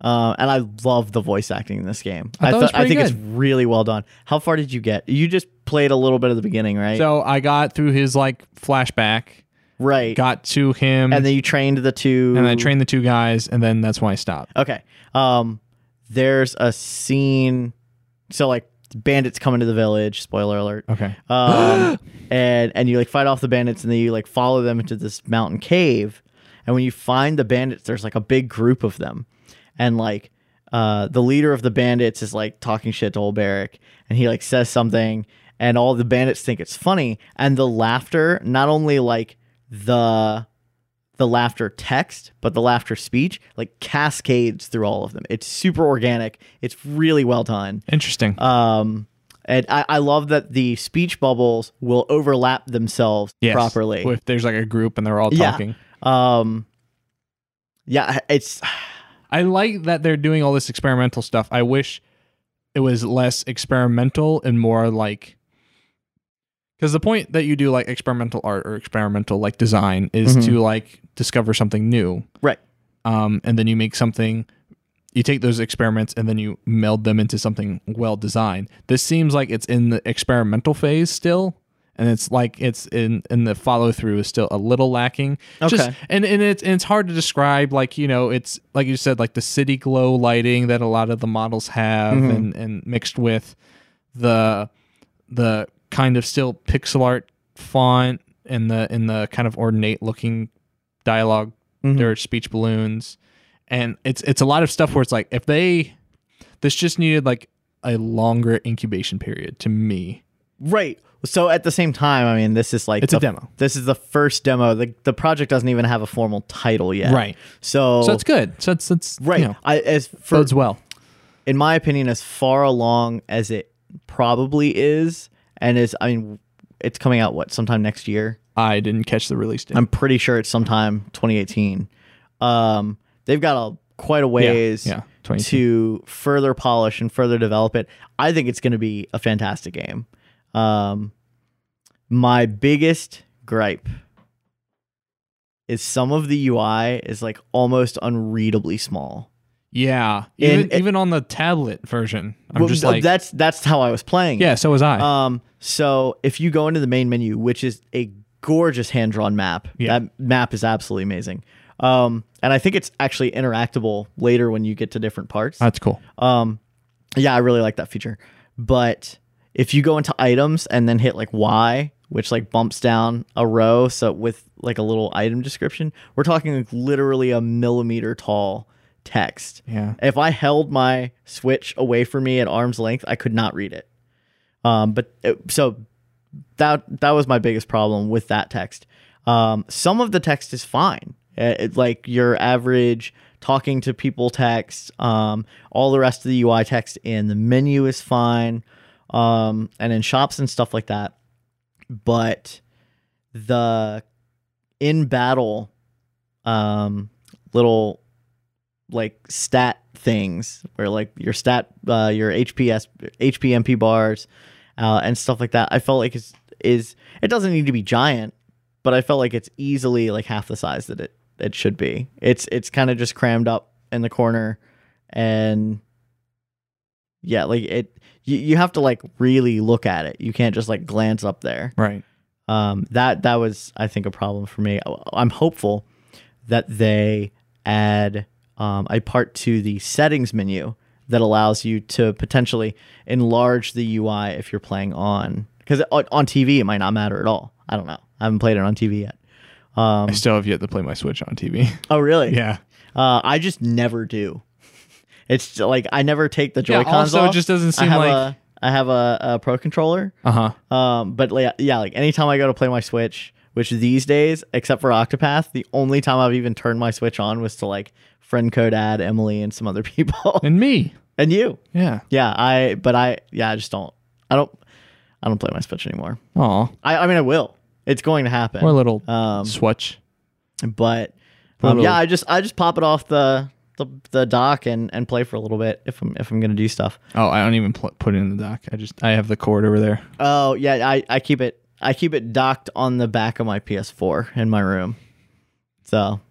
S3: Uh, and I love the voice acting in this game.
S1: I
S3: I,
S1: thought it was
S3: thought- I
S1: pretty
S3: think it's really well done. How far did you get? You just played a little bit of the beginning, right?
S1: So I got through his like flashback,
S3: right.
S1: got to him,
S3: and then you trained the two.
S1: and I trained the two guys, and then that's why I stopped.
S3: Okay. Um, there's a scene. So like bandits come into the village. Spoiler alert.
S1: Okay.
S3: um, and and you like fight off the bandits and then you like follow them into this mountain cave and when you find the bandits there's like a big group of them and like uh, the leader of the bandits is like talking shit to old Barrack and he like says something and all the bandits think it's funny and the laughter not only like the the laughter text but the laughter speech like cascades through all of them it's super organic it's really well done
S1: Interesting.
S3: um, and I, I love that the speech bubbles will overlap themselves
S1: Yes.
S3: properly.
S1: If there's like a group and they're all
S3: Yeah.
S1: talking.
S3: um, yeah, it's
S1: I like that they're doing all this experimental stuff. I wish it was less experimental and more like because the point that you do like experimental art or experimental like design is
S3: Mhm.
S1: to like discover something new.
S3: Right.
S1: Um, and then you make something you take those experiments and then you meld them into something well designed. This seems like it's in the experimental phase still. And it's like it's in and the follow through is still a little lacking. Just,
S3: Okay.
S1: and and it's and it's hard to describe. Like you know, it's like you said, like the city glow lighting that a lot of the models have,
S3: Mhm.
S1: and and mixed with the the kind of still pixel art font and the and the kind of ornate looking dialogue
S3: Mhm.
S1: or speech balloons and it's it's a lot of stuff where it's like if they this just needed like a longer incubation period to me
S3: right. So at the same time, I mean, this is like
S1: It's a
S3: the-
S1: demo.
S3: This is the first demo. The the project doesn't even have a formal title yet.
S1: Right.
S3: So
S1: so it's good so it's it's
S3: Oh. right.
S1: you know,
S3: I as for
S1: bodes well
S3: in my opinion, as far along as it probably is, and is I mean, it's coming out what sometime next year.
S1: i didn't catch the release date
S3: I'm pretty sure it's sometime 2018. Um, they've got a quite a ways
S1: yeah, 2018.
S3: to further polish and further develop it. I think it's going to be a fantastic game. Um, my biggest gripe is some of the UI is like almost unreadably small.
S1: yeah
S3: And
S1: even,
S3: it-
S1: even on the tablet version i'm
S3: Well,
S1: just
S3: th-
S1: like
S3: that's that's how I was playing. it.
S1: yeah so was i
S3: Um, so if you go into the main menu, which is a gorgeous hand drawn map,
S1: Yeah.
S3: that map is absolutely amazing. Um, and I think it's actually interactable later when you get to different parts.
S1: that's cool
S3: Um, yeah, I really like that feature. But if you go into items and then hit like Y, which like bumps down a row, so with like a little item description, we're talking like literally a millimeter tall text.
S1: yeah
S3: If I held my Switch away from me at arm's length, I could not read it. Um, but it- so that that was my biggest problem with that text. Um, some of the text is fine, Uh, it- like your average talking to people text. Um, all the rest of the UI text in the menu is fine, um, and in shops and stuff like that. But the in battle um, little like stat things where like your stat uh, your HPS HPMP bars uh, and stuff like that. I felt like it's is it doesn't need to be giant, but I felt like it's easily like half the size that it it should be. It's it's kind of just crammed up in the corner and yeah, like it you, you have to like really look at it. You can't just like glance up there
S1: right
S3: um, that that was I think a problem for me. I'm hopeful that they add um, a part to the settings menu that allows you to potentially enlarge the UI if you're playing on because on on TV it might not matter at all. I don't know. I haven't played it on TV yet.
S1: I
S3: um,
S1: still have yet to play my Switch on TV.
S3: Oh, really?
S2: Yeah.
S3: Uh, I just never do. It's just, like I never take the
S1: Yeah,
S3: Joy Cons
S1: also, it
S3: off.
S1: just doesn't seem
S3: I have
S1: like-
S3: a, I have a, a Pro controller.
S1: Uh huh.
S3: Um, but like, yeah, like anytime I go to play my Switch, which these days, except for Octopath, the only time I've even turned my Switch on was to like friend code add Emily and some other people
S1: And me.
S3: and you.
S1: Yeah.
S3: Yeah, I. But I. Yeah, I just don't. I don't. I don't play my Switch anymore.
S1: Aw.
S3: I. I mean, I will. It's going to happen.
S1: Or a little
S3: Um,
S1: switch.
S3: but um,
S1: Little-
S3: yeah, I just I just pop it off the the, the dock and, and play for a little bit if I'm if I'm gonna do stuff.
S1: Oh, I don't even pl- put it in the dock. I just I have the cord over there.
S3: Oh yeah, I, I keep it I keep it docked on the back of my PS4 in my room. So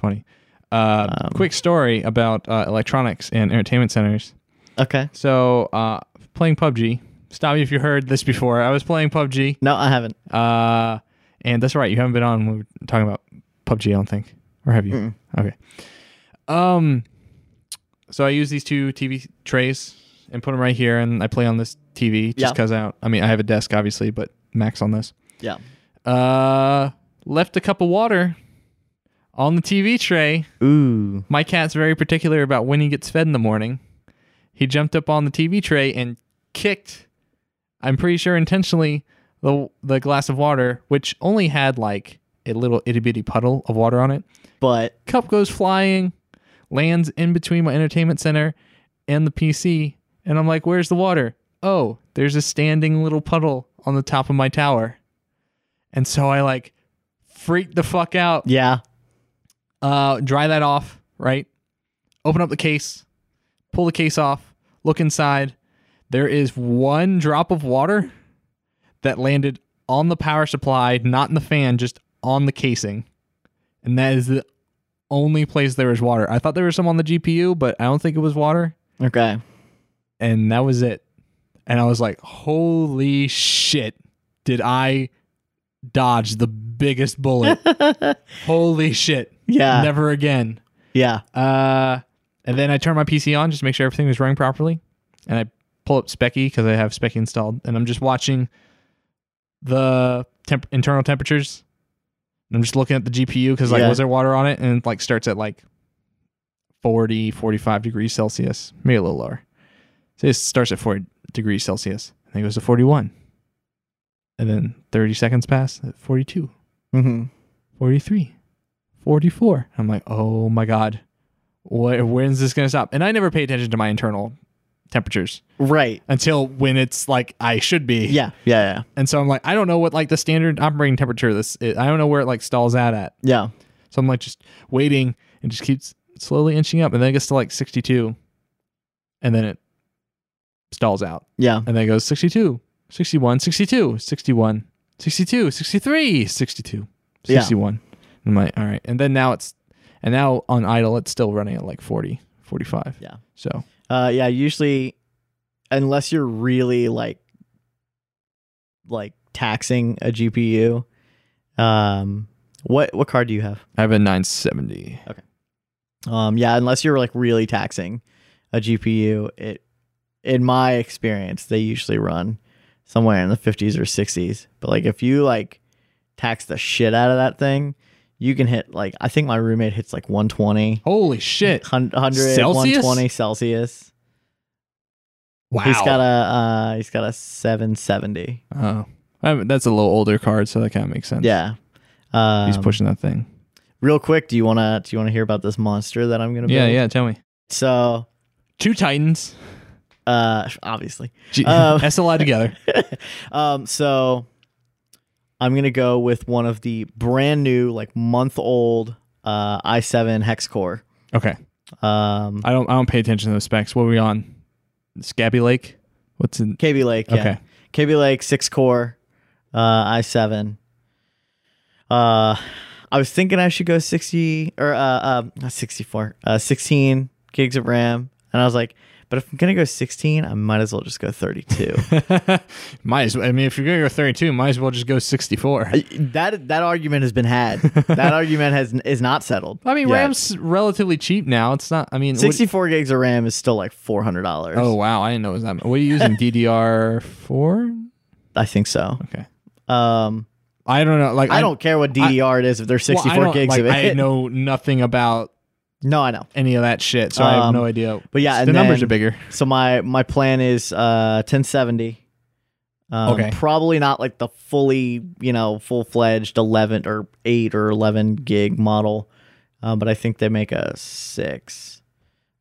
S1: Funny. Uh, quick story about uh, electronics and entertainment centers.
S3: okay,
S1: So, uh, playing PUBG. Stop me if you heard this before. I was playing PUBG.
S3: no, I haven't.
S1: Uh, and that's right. You haven't been on when we were talking about PUBG, I don't think. Or have you? Okay. Um, so I use these two TV trays and put them right here, and I play on this TV just
S3: Yeah.
S1: because I don't, I mean, I have a desk, obviously, but Max on this.
S3: Yeah.
S1: Uh, left a cup of water on the TV tray.
S3: Ooh.
S1: My cat's very particular about when he gets fed in the morning. He jumped up on the TV tray and kicked, I'm pretty sure intentionally, the the glass of water, which only had like a little itty bitty puddle of water on it.
S3: But
S1: Cup goes flying, lands in between my entertainment center and the PC, and I'm like, "Where's the water?" Oh, there's a standing little puddle on the top of my tower, and so I like freaked the fuck out
S3: yeah.
S1: uh, dry that off, right? Open up the case, pull the case off, look inside. There is one drop of water that landed on the power supply, not in the fan, just on the casing. And that is the only place there was water. I thought there was some on the GPU, but I don't think it was water.
S3: Okay.
S1: And that was it. And I was like, holy shit, did I dodge the biggest bullet? holy shit.
S3: Yeah.
S1: Never again.
S3: Yeah.
S1: Uh, and then I turn my PC on just to make sure everything was running properly. And I pull up Specky because I have Specky installed. And I'm just watching the temp- internal temperatures. And I'm just looking at the GPU because, like,
S3: Yeah.
S1: was there water on it? And it, like, starts at, like, 40, 45 degrees Celsius, maybe a little lower. So it starts at 40 degrees Celsius. And then it goes to 41. And then 30 seconds pass at 42.
S3: Mm-hmm.
S1: 43, 44. I'm like, oh my God, Wh- when's this going to stop? And I never pay attention to my internal temperatures
S3: Right.
S1: until when it's like I should be.
S3: Yeah. Yeah.
S1: And so I'm like, I don't know what like the standard operating temperature this is. I don't know where it like stalls out at.
S3: Yeah.
S1: So I'm like just waiting and just keeps slowly inching up. And then it gets to like 62 and then it stalls out.
S3: Yeah.
S1: And then it goes 62, 61, 62, 61, 62, 63, 62,
S3: Yeah.
S1: 61. And I'm like, all right. And then now it's, and now on idle, it's still running at like 40, 45.
S3: Yeah.
S1: So,
S3: Yeah. Uh, yeah. Usually, unless you're really like like taxing a GPU, um, what what card do you have?
S1: I have a 970.
S3: Um, yeah, unless you're like really taxing a GPU, it in my experience they usually run somewhere in the 50s or 60s. But like if you like tax the shit out of that thing, you can hit like I think my roommate hits like 120,
S1: Holy shit.
S3: 100,
S1: Celsius?
S3: 120 Celsius.
S1: Wow.
S3: He's got a uh, he's got a 770.
S1: Oh, I haven't- that's a little older card. So that kind of makes sense.
S3: Yeah. Um,
S1: He's pushing that thing.
S3: real quick. Do you wanna do you wanna hear about this monster that I'm gonna build?
S1: Yeah. Yeah. Tell me.
S3: So
S1: Two Titans.
S3: uh, obviously,
S1: G-
S3: Um,
S1: SLI together.
S3: Um, so I'm gonna go with one of the brand new, like month old uh, i7 hex core.
S1: Okay.
S3: Um,
S1: I don't, I don't pay attention to those specs. What are we on? Scabby Lake? What's in?
S3: KB Lake, yeah.
S1: Okay.
S3: KB Lake six core, uh, i7. Uh, I was thinking I should go uh, 60 or uh, um, not 64, uh, 16 gigs of RAM, and I was like, But if I'm gonna go 16, I might as well just go 32.
S1: might as well, I mean, if you're gonna go 32, might as well just go 64.
S3: I- that that argument has been had. That argument has is not settled.
S1: I mean,
S3: yet.
S1: RAM's relatively cheap now. It's not. I mean, what-
S3: 64 gigs of RAM is still like $400.
S1: oh wow, I didn't know it was that. Much. What are you using? DDR4?
S3: I think so.
S1: Okay.
S3: Um,
S1: I don't know. Like
S3: I don't care what DDR it is if there's
S1: well, I
S3: 64
S1: don't-
S3: gigs
S1: like,
S3: of it.
S1: I know nothing about
S3: no, I know.
S1: any of that shit, so I have
S3: Um,
S1: no idea.
S3: but yeah,
S1: the
S3: and
S1: numbers
S3: then-
S1: are bigger.
S3: So my my plan is uh 1070. Um,
S1: Okay.
S3: Probably not like the fully you know full fledged 11 or 8 or 11 gig model, um, but I think they make a six.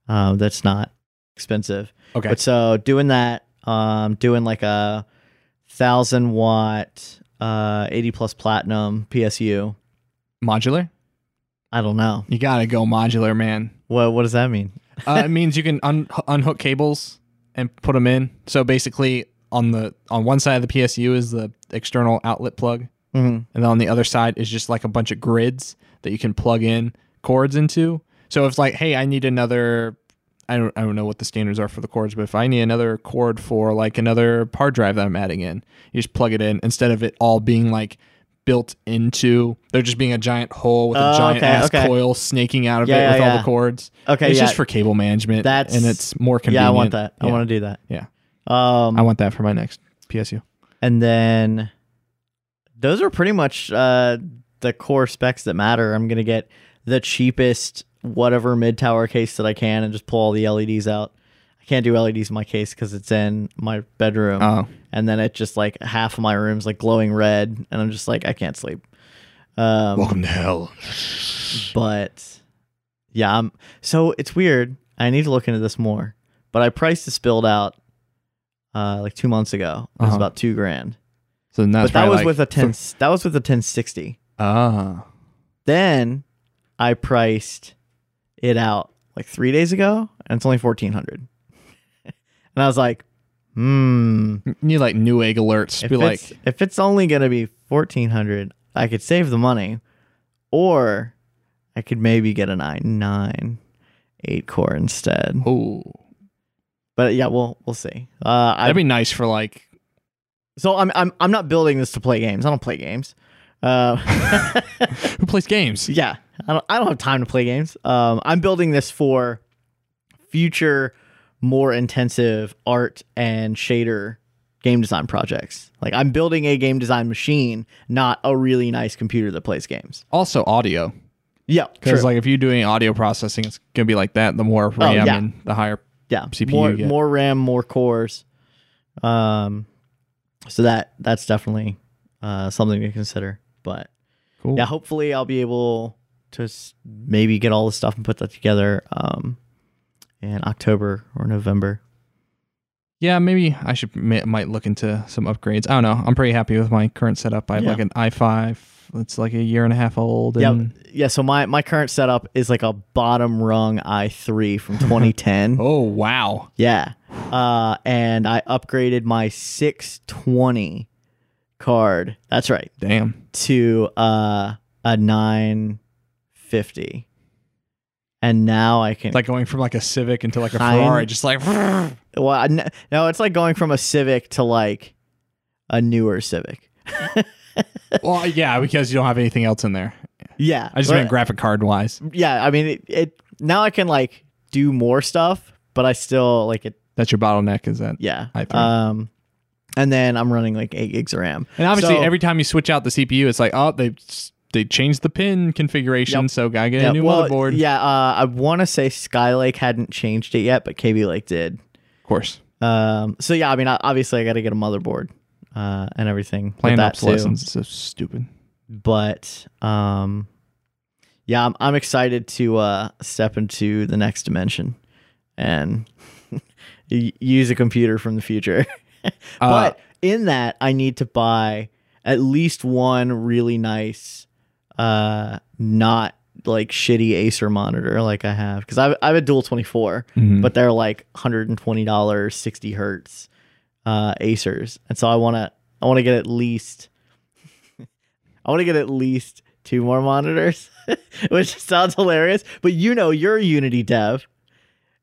S3: Um, that's not expensive.
S1: Okay.
S3: But so doing that, um, doing like a thousand watt uh 80 plus platinum PSU.
S1: Modular?
S3: I don't know.
S1: You gotta go modular, man.
S3: What what does that mean?
S1: uh, it means you can un- unhook cables and put them in. So basically, on the on one side of the PSU is the external outlet plug,
S3: Mhm.
S1: and then on the other side is just like a bunch of grids that you can plug in cords into. So if like, hey, I need another, I don't, I don't know what the standards are for the cords, but if I need another cord for like another hard drive that I'm adding in, you just plug it in instead of it all being like built into there just being a giant hole with a
S3: Oh,
S1: giant
S3: okay,
S1: ass
S3: okay.
S1: coil snaking out of
S3: Yeah,
S1: it with
S3: yeah,
S1: all
S3: yeah.
S1: the cords.
S3: Okay,
S1: it's
S3: yeah.
S1: just for cable management.
S3: That's-
S1: and it's more convenient.
S3: Yeah, I want that. I
S1: Yeah.
S3: want to do that.
S1: Yeah.
S3: Um
S1: I want that for my next PSU.
S3: and then those are pretty much uh, the core specs that matter. I'm gonna get the cheapest whatever mid tower case that I can and just pull all the LEDs out. I can't do LEDs in my case because it's in my bedroom,
S1: Oh.
S3: and then it just like half of my room's like glowing red, and I'm just like I can't sleep. Um,
S1: Welcome to hell.
S3: but yeah, I'm, so it's weird. I need to look into this more. But I priced this build out uh, like two months ago. It was
S1: Uh-huh.
S3: about two grand.
S1: So then that's
S3: but that
S1: probably
S3: was
S1: like-
S3: with a ten. that was with a ten sixty.
S1: Ah,
S3: Then I priced it out like three days ago, and it's only fourteen hundred. and I was like, hmm.
S1: you need like new egg alerts.
S3: If
S1: Be like,
S3: it's, if it's only gonna be fourteen hundred, I could save the money, or I could maybe get an i nine, eight core instead.
S1: oh,
S3: But yeah, we'll we'll see. Uh, I,
S1: that'd be nice for like.
S3: so I'm I'm I'm not building this to play games. I don't play games. Uh,
S1: Who plays games?
S3: yeah, I don't I don't have time to play games. Um, I'm building this for future, more intensive art and shader game design projects. Like I'm building a game design machine, not a really nice computer that plays games.
S1: Also audio,
S3: Yeah, true. Oh,
S1: because like if you're doing audio processing, it's gonna be like that. The more RAM
S3: yeah.
S1: and the higher.
S3: yeah
S1: CPU
S3: more
S1: you get.
S3: more ram more cores um so that that's definitely uh something to consider but
S1: Cool.
S3: yeah hopefully i'll be able to s- maybe get all this stuff and put that together um in october or november
S1: Yeah, maybe I should may, might look into some upgrades. I don't know. I'm pretty happy with my current setup. I have
S3: Yeah.
S1: like an i5. It's like a year and a half old.
S3: yeah
S1: And,
S3: yeah so my my current setup is like a bottom rung i3 from 2010
S1: Oh wow.
S3: Yeah. Uh, and I upgraded my 620 card. That's right.
S1: Damn.
S3: To uh, a 950. And now I can.
S1: It's like going from like a Civic into like a
S3: Kind-
S1: Ferrari, just like
S3: well, I- no, it's like going from a Civic to like a newer Civic.
S1: well, yeah, because you don't have anything else in there.
S3: Yeah.
S1: I just
S3: Well,
S1: meant graphic card wise.
S3: Yeah. I mean, it, it. Now I can like do more stuff, but I still like it.
S1: That's your bottleneck, is that?
S3: Yeah.
S1: I think.
S3: Um, and then I'm running like eight gigs of RAM.
S1: And obviously,
S3: So-
S1: every time you switch out the CPU, it's like, oh, they they changed the pin configuration,
S3: Yep.
S1: so gotta get
S3: Yeah,
S1: a new
S3: well,
S1: motherboard.
S3: Yeah, uh, I want to say Skylake hadn't changed it yet, but KB Lake did.
S1: of course.
S3: Um, so yeah, I mean, I- obviously, I got to get a motherboard uh, and everything. with
S1: Planned
S3: that too.
S1: obsolescence is so stupid.
S3: but um, yeah, I'm, I'm excited to uh, step into the next dimension and y- use a computer from the future.
S1: Uh,
S3: but in that, I need to buy at least one really nice, uh, not like shitty Acer monitor like I have because I've I have a dual 24, but they're like 120 dollars, 60 hertz uh, Acers, and so I want to I want to get at least I want to get at least two more monitors, which sounds hilarious. But you know, you're a Unity dev.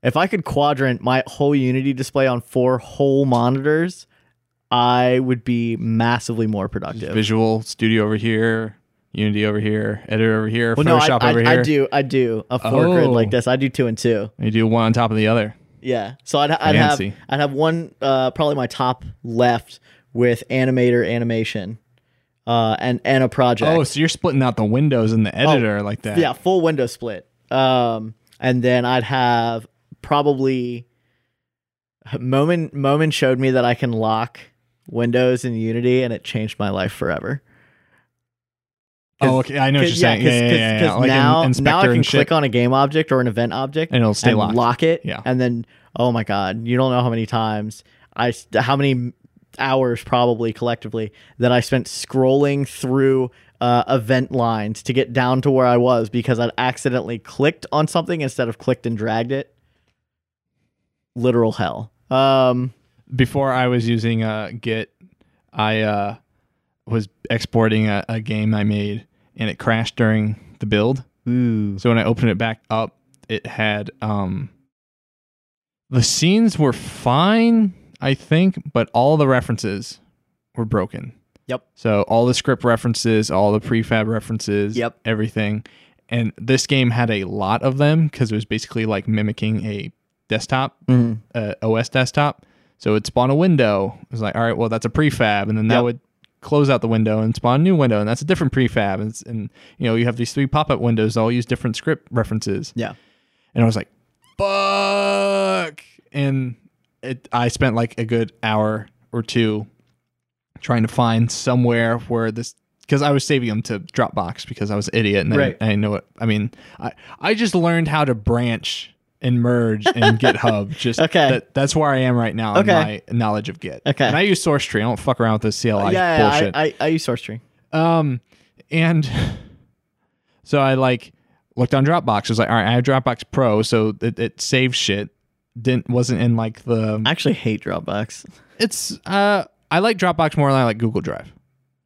S3: If I could quadrant my whole Unity display on four whole monitors, I would be massively more productive.
S1: Visual studio over here, Unity over here, editor over here,
S3: Well, no, I,
S1: Photoshop
S3: I,
S1: over
S3: I
S1: here.
S3: do. I do a four grid
S1: Oh.
S3: like this. I do two and two.
S1: You do one on top of the other.
S3: Yeah. So I'd, I'd have
S1: Fancy.
S3: I'd have one uh, probably my top left with animator animation, uh, and and a project.
S1: Oh, so you're splitting out the windows in the editor like that.
S3: Oh, yeah, full window split. Um, and then I'd have probably Moment Moment showed me that I can lock windows in Unity, and it changed my life forever.
S1: Oh, okay. I know what you're saying. Yeah, yeah, yeah. yeah. Like in
S3: now,
S1: inspector
S3: now I can
S1: and shit.
S3: click on a game object or an event object
S1: And it'll stay
S3: and
S1: locked.
S3: lock it.
S1: Yeah.
S3: And then, oh my God, you don't know how many times I, s- how many hours probably collectively that I spent scrolling through uh, event lines to get down to where I was because I'd accidentally clicked on something instead of clicked and dragged it. Literal hell. Um,
S1: before I was using uh, Git, I uh, was exporting a, a game I made, and it crashed during the build. So when I opened it back up, it had um, the scenes were fine, I think, but all the references were broken.
S3: Yep.
S1: So all the script references, all the prefab references,
S3: Yep.
S1: everything. And this game had a lot of them because it was basically like mimicking a desktop
S3: Mm-hmm.
S1: uh, OS desktop. So it'd spawn a window. It was like, all right, well, that's a prefab. And then that
S3: Yep.
S1: would close out the window and spawn a new window. And that's a different prefab. And, it's- and you know, you have these three pop up windows that all use different script references.
S3: Yeah.
S1: And I was like, fuck. And it, I spent like a good hour or two trying to find somewhere where this because I was saving them to Dropbox because I was an idiot and I-
S3: Right.
S1: I, didn't know it. I mean, I I just learned how to branch and merge and GitHub. Just
S3: Okay.
S1: that- that's where I am right now in my
S3: Okay.
S1: knowledge of Git.
S3: Okay.
S1: and I use SourceTree. I don't fuck around with this CLI
S3: yeah,
S1: bullshit.
S3: I, I, I use SourceTree.
S1: Um, and so I like looked on Dropbox. I was like, all right, I have Dropbox Pro, so it, it saves shit. Didn't wasn't in like the
S3: I actually hate Dropbox.
S1: it's uh I like Dropbox more than I like Google Drive.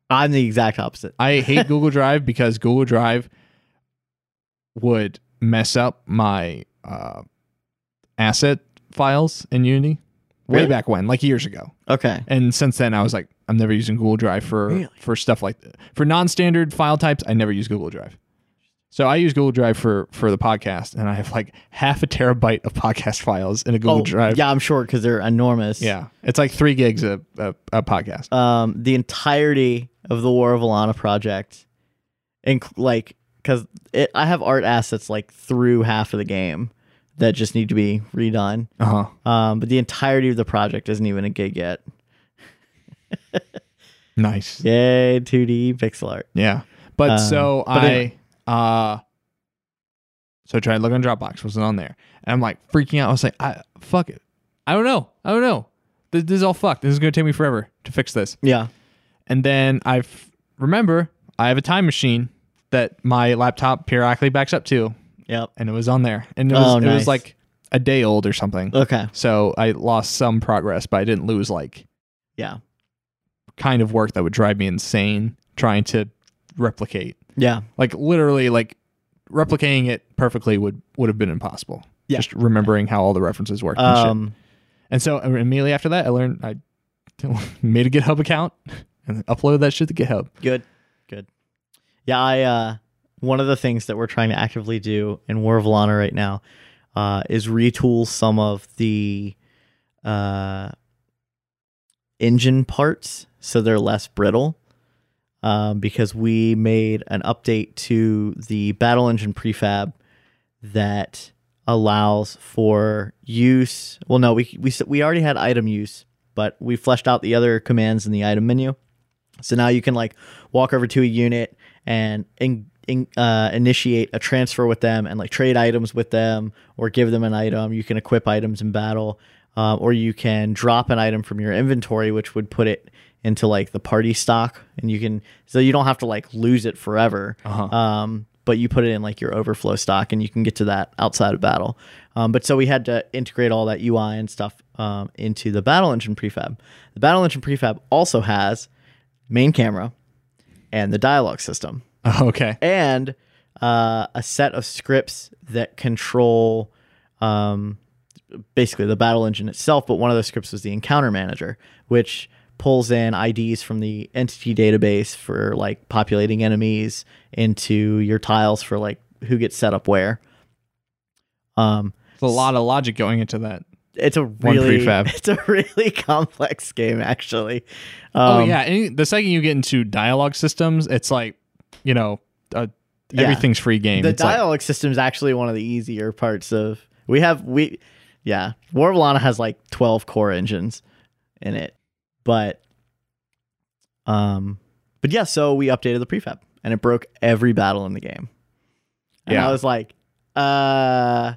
S3: I'm the exact opposite.
S1: I hate Google Drive because Google Drive would mess up my uh asset files in Unity way
S3: Really?
S1: back when, like years ago.
S3: Okay.
S1: And since then, I was like, I'm never using Google Drive for
S3: Really?
S1: for stuff like for non-standard file types. I never use Google Drive. So I use Google Drive for for the podcast, and I have like half a terabyte of podcast files in a Google
S3: oh,
S1: Drive.
S3: Yeah, I'm sure because they're enormous.
S1: Yeah. it's like three gigs a, a, a podcast.
S3: um, the entirety of the War of Alana project, and like because I have art assets like through half of the game that just need to be redone.
S1: Uh huh.
S3: Um, but the entirety of the project isn't even a gig yet.
S1: Nice. Yeah.
S3: Yay, 2D pixel art.
S1: But
S3: Um,
S1: so
S3: but
S1: I
S3: anyway.
S1: uh, so I tried to look on Dropbox. Wasn't on there, and I'm like freaking out. I was like, I fuck it. I don't know. I don't know. This, this is all fucked. This is gonna take me forever to fix this.
S3: Yeah.
S1: And then I f- remember I have a time machine that my laptop periodically backs up to,
S3: Yep.
S1: and it was on there, and it was
S3: Oh,
S1: it was
S3: nice.
S1: like a day old or something.
S3: Okay.
S1: So I lost some progress, but I didn't lose like
S3: Yeah.
S1: kind of work that would drive me insane trying to replicate.
S3: Yeah.
S1: Like literally, like replicating it perfectly would would have been impossible.
S3: Yeah.
S1: Just remembering how all the references worked. and shit.
S3: Um,
S1: And so uh, immediately after that, I learned I made a GitHub account and uploaded that shit to GitHub.
S3: Good. Good. Yeah, I uh one of the things that we're trying to actively do in War of Lana right now uh is retool some of the uh engine parts so they're less brittle. Um, because we made an update to the battle engine prefab that allows for use. Well, no, we we s- we already had item use, but we fleshed out the other commands in the item menu. So now you can like walk over to a unit and in, in, uh, initiate a transfer with them and like trade items with them or give them an item. You can equip items in battle, uh, or you can drop an item from your inventory, which would put it into like the party stock, and you can so you don't have to like lose it forever. Um, but you put it in like your overflow stock, and you can get to that outside of battle. Um, but so we had to integrate all that UI and stuff um, into the battle engine prefab. The battle engine prefab also has main camera, and the dialogue system,
S1: Okay.
S3: and uh, a set of scripts that control um, basically the battle engine itself, but one of those scripts was the encounter manager, which pulls in IDs from the entity database for like populating enemies into your tiles for like who gets set up where. Um,
S1: There's a lot of logic going into that.
S3: it's a really
S1: prefab.
S3: it's a really complex game actually.
S1: Oh
S3: Um,
S1: yeah, any, the second you get into dialogue systems, it's like you know uh,
S3: Yeah.
S1: everything's free game.
S3: The
S1: It's like-
S3: dialogue system is actually one of the easier parts of we have we yeah. War of Lana has like twelve core engines in it. But um but yeah, so we updated the prefab and it broke every battle in the game. And
S1: Yeah.
S3: I was like, uh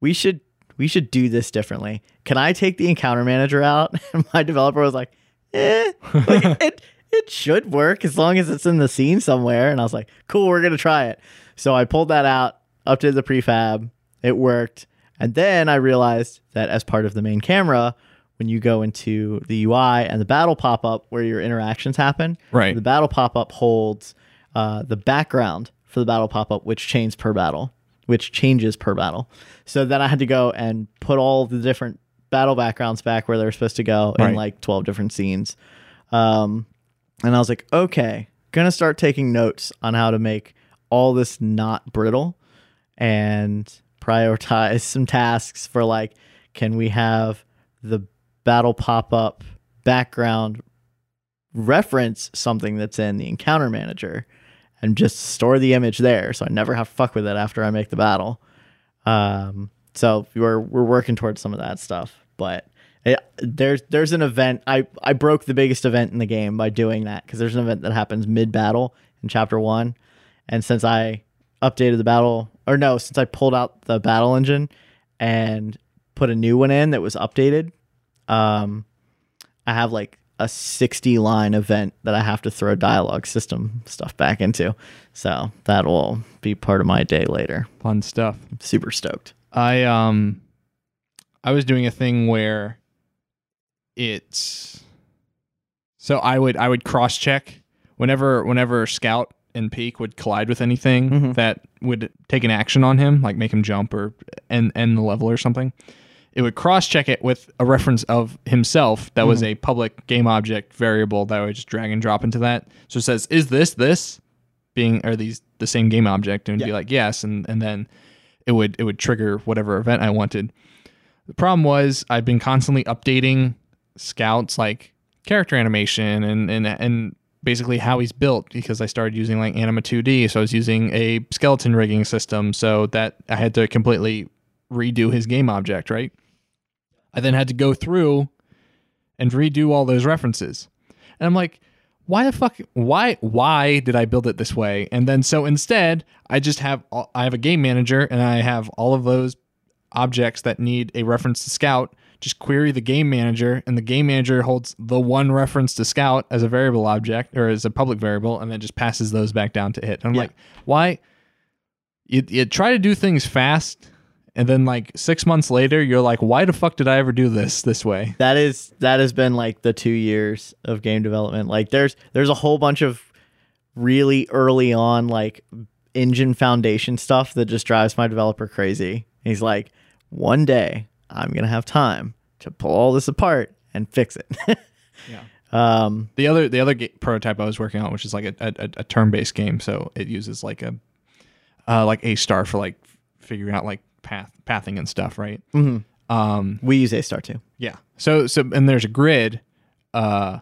S3: we should we should do this differently. Can I take the encounter manager out? And my developer was like, eh, like, it it should work as long as it's in the scene somewhere. And I was like, cool, we're gonna try it. So I pulled that out, updated the prefab, it worked, and then I realized that as part of the main camera, when you go into the UI and the battle pop up where your interactions happen,
S1: Right.
S3: The battle pop up holds uh, the background for the battle pop up, which changes per battle, which changes per battle. So then I had to go and put all the different battle backgrounds back where they were supposed to go in
S1: Right.
S3: like twelve different scenes. Um, and I was like, okay, gonna start taking notes on how to make all this not brittle and prioritize some tasks for like, can we have the battle pop up background reference something that's in the encounter manager and just store the image there so I never have to fuck with it after I make the battle. Um, so we're we're working towards some of that stuff, but it, there's there's an event I I broke the biggest event in the game by doing that because there's an event that happens mid battle in chapter one, and since I updated the battle or no since I pulled out the battle engine and put a new one in that was updated, um, I have like a 60 line event that I have to throw dialogue system stuff back into. So that will be part of my day later.
S1: fun stuff.
S3: I'm super stoked.
S1: I um I was doing a thing where it's so I would I would cross check whenever whenever Scout and Peak would collide with anything that would take an action on him, like make him jump or end end the level or something. It would cross check it with a reference of himself that was a public game object variable that I would just drag and drop into that. So it says, "Is this this?" being are these the same game object and it'd be like yes and and then it would it would trigger whatever event I wanted. The problem was I've been constantly updating Scout's like character animation and and and basically how he's built because I started using like Anima 2D, so I was using a skeleton rigging system, so that I had to completely redo his game object, right? I then had to go through and redo all those references. And I'm like, why the fuck why why did I build it this way? And then so instead, I just have all- I have a game manager and I have all of those objects that need a reference to scout just query the game manager and the game manager holds the one reference to scout as a variable object or as a public variable and then just passes those back down to it. And I'm like, why you, you try to do things fast and then like 6 months later you're like, why the fuck did I ever do this this way?
S3: That is that has been like the 2 years of game development. Like there's there's a whole bunch of really early on like engine foundation stuff that just drives my developer crazy. He's like, "One day I'm going to have time to pull all this apart and fix it."
S1: Yeah.
S3: Um
S1: The other the other ga- prototype I was working on, which is like a, a, a turn based game, so it uses like a uh, like a star for like figuring out like path pathing and stuff, right?
S3: mhm.
S1: Um,
S3: we use A Star too.
S1: yeah. So so and there's a grid. Uh,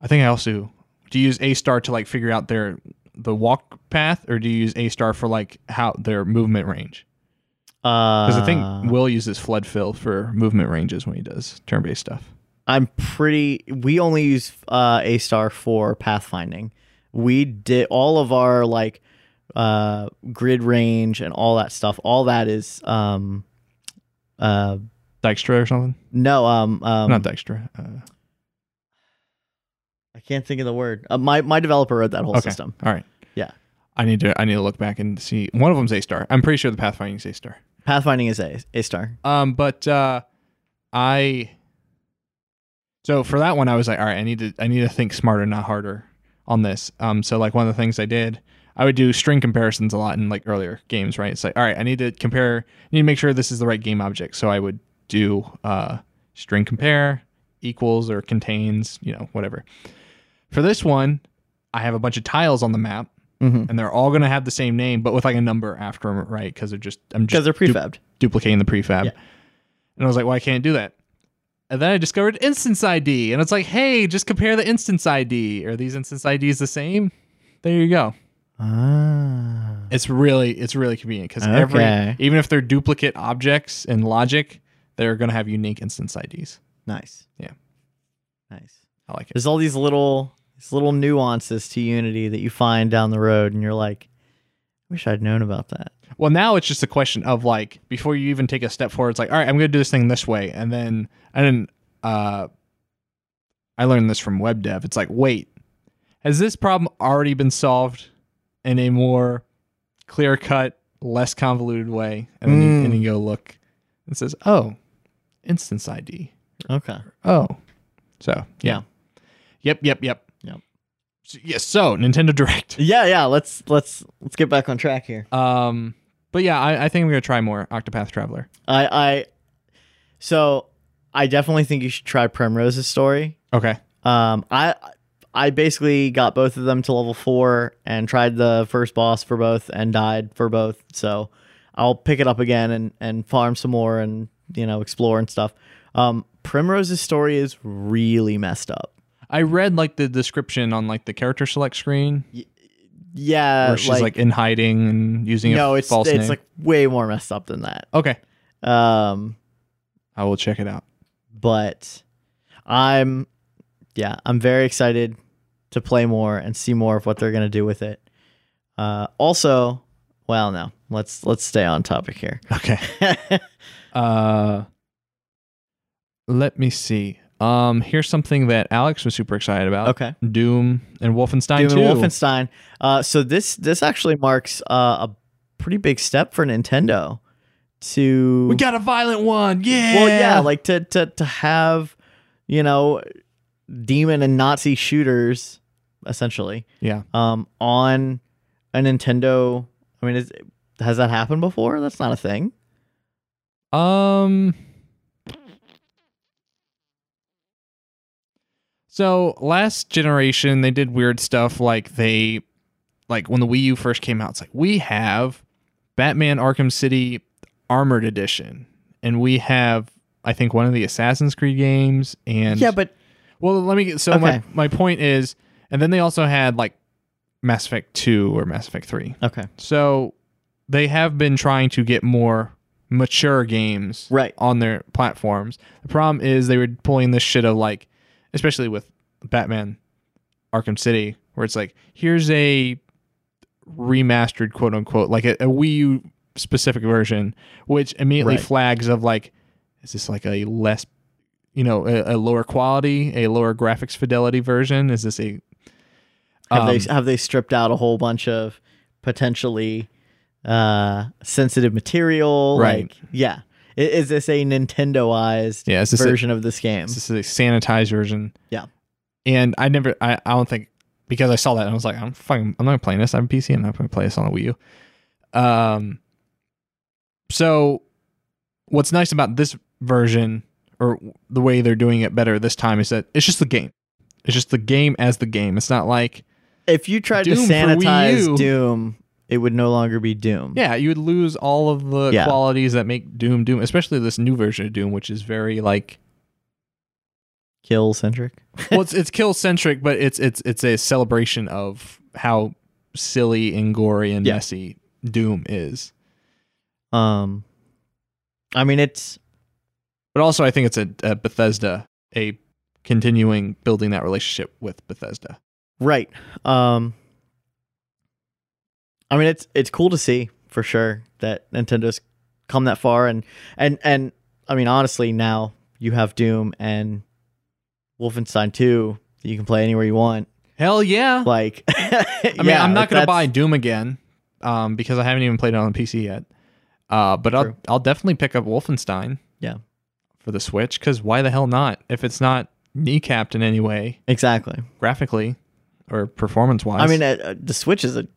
S1: I think I also do you use A star to like figure out their the walk path, or do you use A star for like how their movement range?
S3: Uh
S1: Because I think Will uses flood fill for movement ranges when he does turn based stuff.
S3: I'm pretty. We only use uh, A star for pathfinding. We did all of our like uh, grid range and all that stuff. All that is um, uh,
S1: Dijkstra or something?
S3: no um, um
S1: Not Dijkstra. Uh,
S3: I can't think of the word. Uh, my my developer wrote that whole
S1: Okay.
S3: system.
S1: All right.
S3: Yeah.
S1: I need to I need to look back and see. One of them's A star. I'm pretty sure the Pathfinding's A star.
S3: Pathfinding is A A star.
S1: Um, but uh, I so for that one I was like, all right, I need to I need to think smarter, not harder on this. Um, so like one of the things I did, I would do string comparisons a lot in like earlier games, right? It's like, all right, I need to compare, I need to make sure this is the right game object. So I would do uh, string compare equals or contains, you know, whatever. For this one, I have a bunch of tiles on the map,
S3: Mhm.
S1: and they're all going to have the same name, but with like a number after them, right? Because they're just I'm
S3: because
S1: just
S3: they're prefabbed.
S1: duplicating the prefab.
S3: Yeah.
S1: And I was like, well, I can't do that. And then I discovered instance ID, and it's like, hey, just compare the instance ID. Are these instance IDs the same? There you go.
S3: ah.
S1: It's really it's really convenient because every
S3: Okay.
S1: even if they're duplicate objects in logic, they're going to have unique instance IDs.
S3: Nice.
S1: Yeah.
S3: Nice.
S1: I like it.
S3: There's all these little these little nuances to Unity that you find down the road and you're like, I wish I'd known about that.
S1: Well, now it's just a question of like before you even take a step forward, it's like, all right, I'm going to do this thing this way, and then I didn't. Uh, I learned this from web dev. It's like, wait, has this problem already been solved in a more clear cut, less convoluted way? And then you,
S3: Mm.
S1: and you go look and it says, oh, instance ID.
S3: Okay.
S1: Oh, so yeah.
S3: Yeah.
S1: Yep. Yep. Yep.
S3: Yep.
S1: So, yes. So Nintendo Direct.
S3: Yeah, yeah, let's let's let's get back on track here.
S1: Um, but yeah, I, I think I'm gonna try more Octopath Traveler.
S3: I I so I definitely think you should try Primrose's story.
S1: Okay.
S3: Um I I basically got both of them to level 4 and tried the first boss for both and died for both. So I'll pick it up again and and farm some more and you know explore and stuff. Um Primrose's story is really messed up.
S1: I read like the description on like the character select screen
S3: Yeah,
S1: where she's like, in hiding and using
S3: no,
S1: a
S3: it's
S1: false
S3: it's
S1: name.
S3: like way more messed up than that.
S1: okay,
S3: Um,
S1: I will check it out.
S3: but I'm yeah, I'm very excited to play more and see more of what they're gonna do with it. Uh, also, well, no, let's let's stay on topic here.
S1: Okay. Uh, let me see. Um, here's something that Alex was super excited about.
S3: okay,
S1: Doom and Wolfenstein
S3: Doom
S1: too.
S3: and Wolfenstein. Uh, so this this actually marks uh, a pretty big step for Nintendo to
S1: we got a violent one. Yeah.
S3: Well, yeah, like to to to have, you know, demon and Nazi shooters essentially
S1: yeah.
S3: um on a Nintendo. I mean, is, has that happened before? That's not a thing.
S1: Um. So last generation, they did weird stuff like they, like when the Wii U first came out, it's like we have Batman Arkham City Armored Edition, and we have I think one of the Assassin's Creed games, and
S3: yeah, but
S1: well, let me get so my
S3: Okay.
S1: my point is, and then they also had like Mass Effect two or Mass Effect three,
S3: okay,
S1: so they have been trying to get more mature games
S3: right.
S1: on their platforms. The problem is they were pulling this shit of like, especially with Batman Arkham City, where it's like, here's a remastered quote unquote, like a, a Wii U specific version, which immediately
S3: Right.
S1: flags of like, is this like a less, you know, a, a lower quality, a lower graphics fidelity version? Is this a.
S3: Have
S1: um,
S3: they have they stripped out a whole bunch of potentially uh sensitive material?
S1: Right.
S3: Like, yeah. I- Is this a Nintendoized
S1: yeah, is this a,
S3: version of this game?
S1: This is a sanitized version.
S3: Yeah.
S1: And I never, I, I don't think, because I saw that and I was like, I'm fucking, I'm not playing this. I'm PC. I'm not going to play this on the Wii U. Um, so what's nice about this version or the way they're doing it better this time is that it's just the game. It's just the game as the game. It's not like,
S3: If you tried
S1: Doom
S3: to
S1: for Wii U.
S3: sanitize Doom, it would no longer be Doom.
S1: yeah, you would lose all of the
S3: Yeah.
S1: qualities that make Doom Doom, especially this new version of Doom, which is very like,
S3: Kill centric.
S1: well, it's it's kill centric, but it's it's it's a celebration of how silly and gory and
S3: Yeah.
S1: messy Doom is.
S3: Um, I mean, it's
S1: But also, I think it's a, a Bethesda, a continuing building that relationship with Bethesda.
S3: right. Um, I mean, it's it's cool to see for sure that Nintendo's come that far, and and and I mean, honestly, now you have Doom and Wolfenstein 2 that you can play anywhere you want.
S1: Hell yeah!
S3: Like,
S1: I mean, I'm not gonna buy Doom again, um, because I haven't even played it on PC yet. Uh, but I'll
S3: True.
S1: I'll definitely pick up Wolfenstein.
S3: Yeah.
S1: For the Switch, because why the hell not? If it's not kneecapped in any way,
S3: exactly.
S1: graphically or performance wise.
S3: I mean, uh, uh, the Switch is a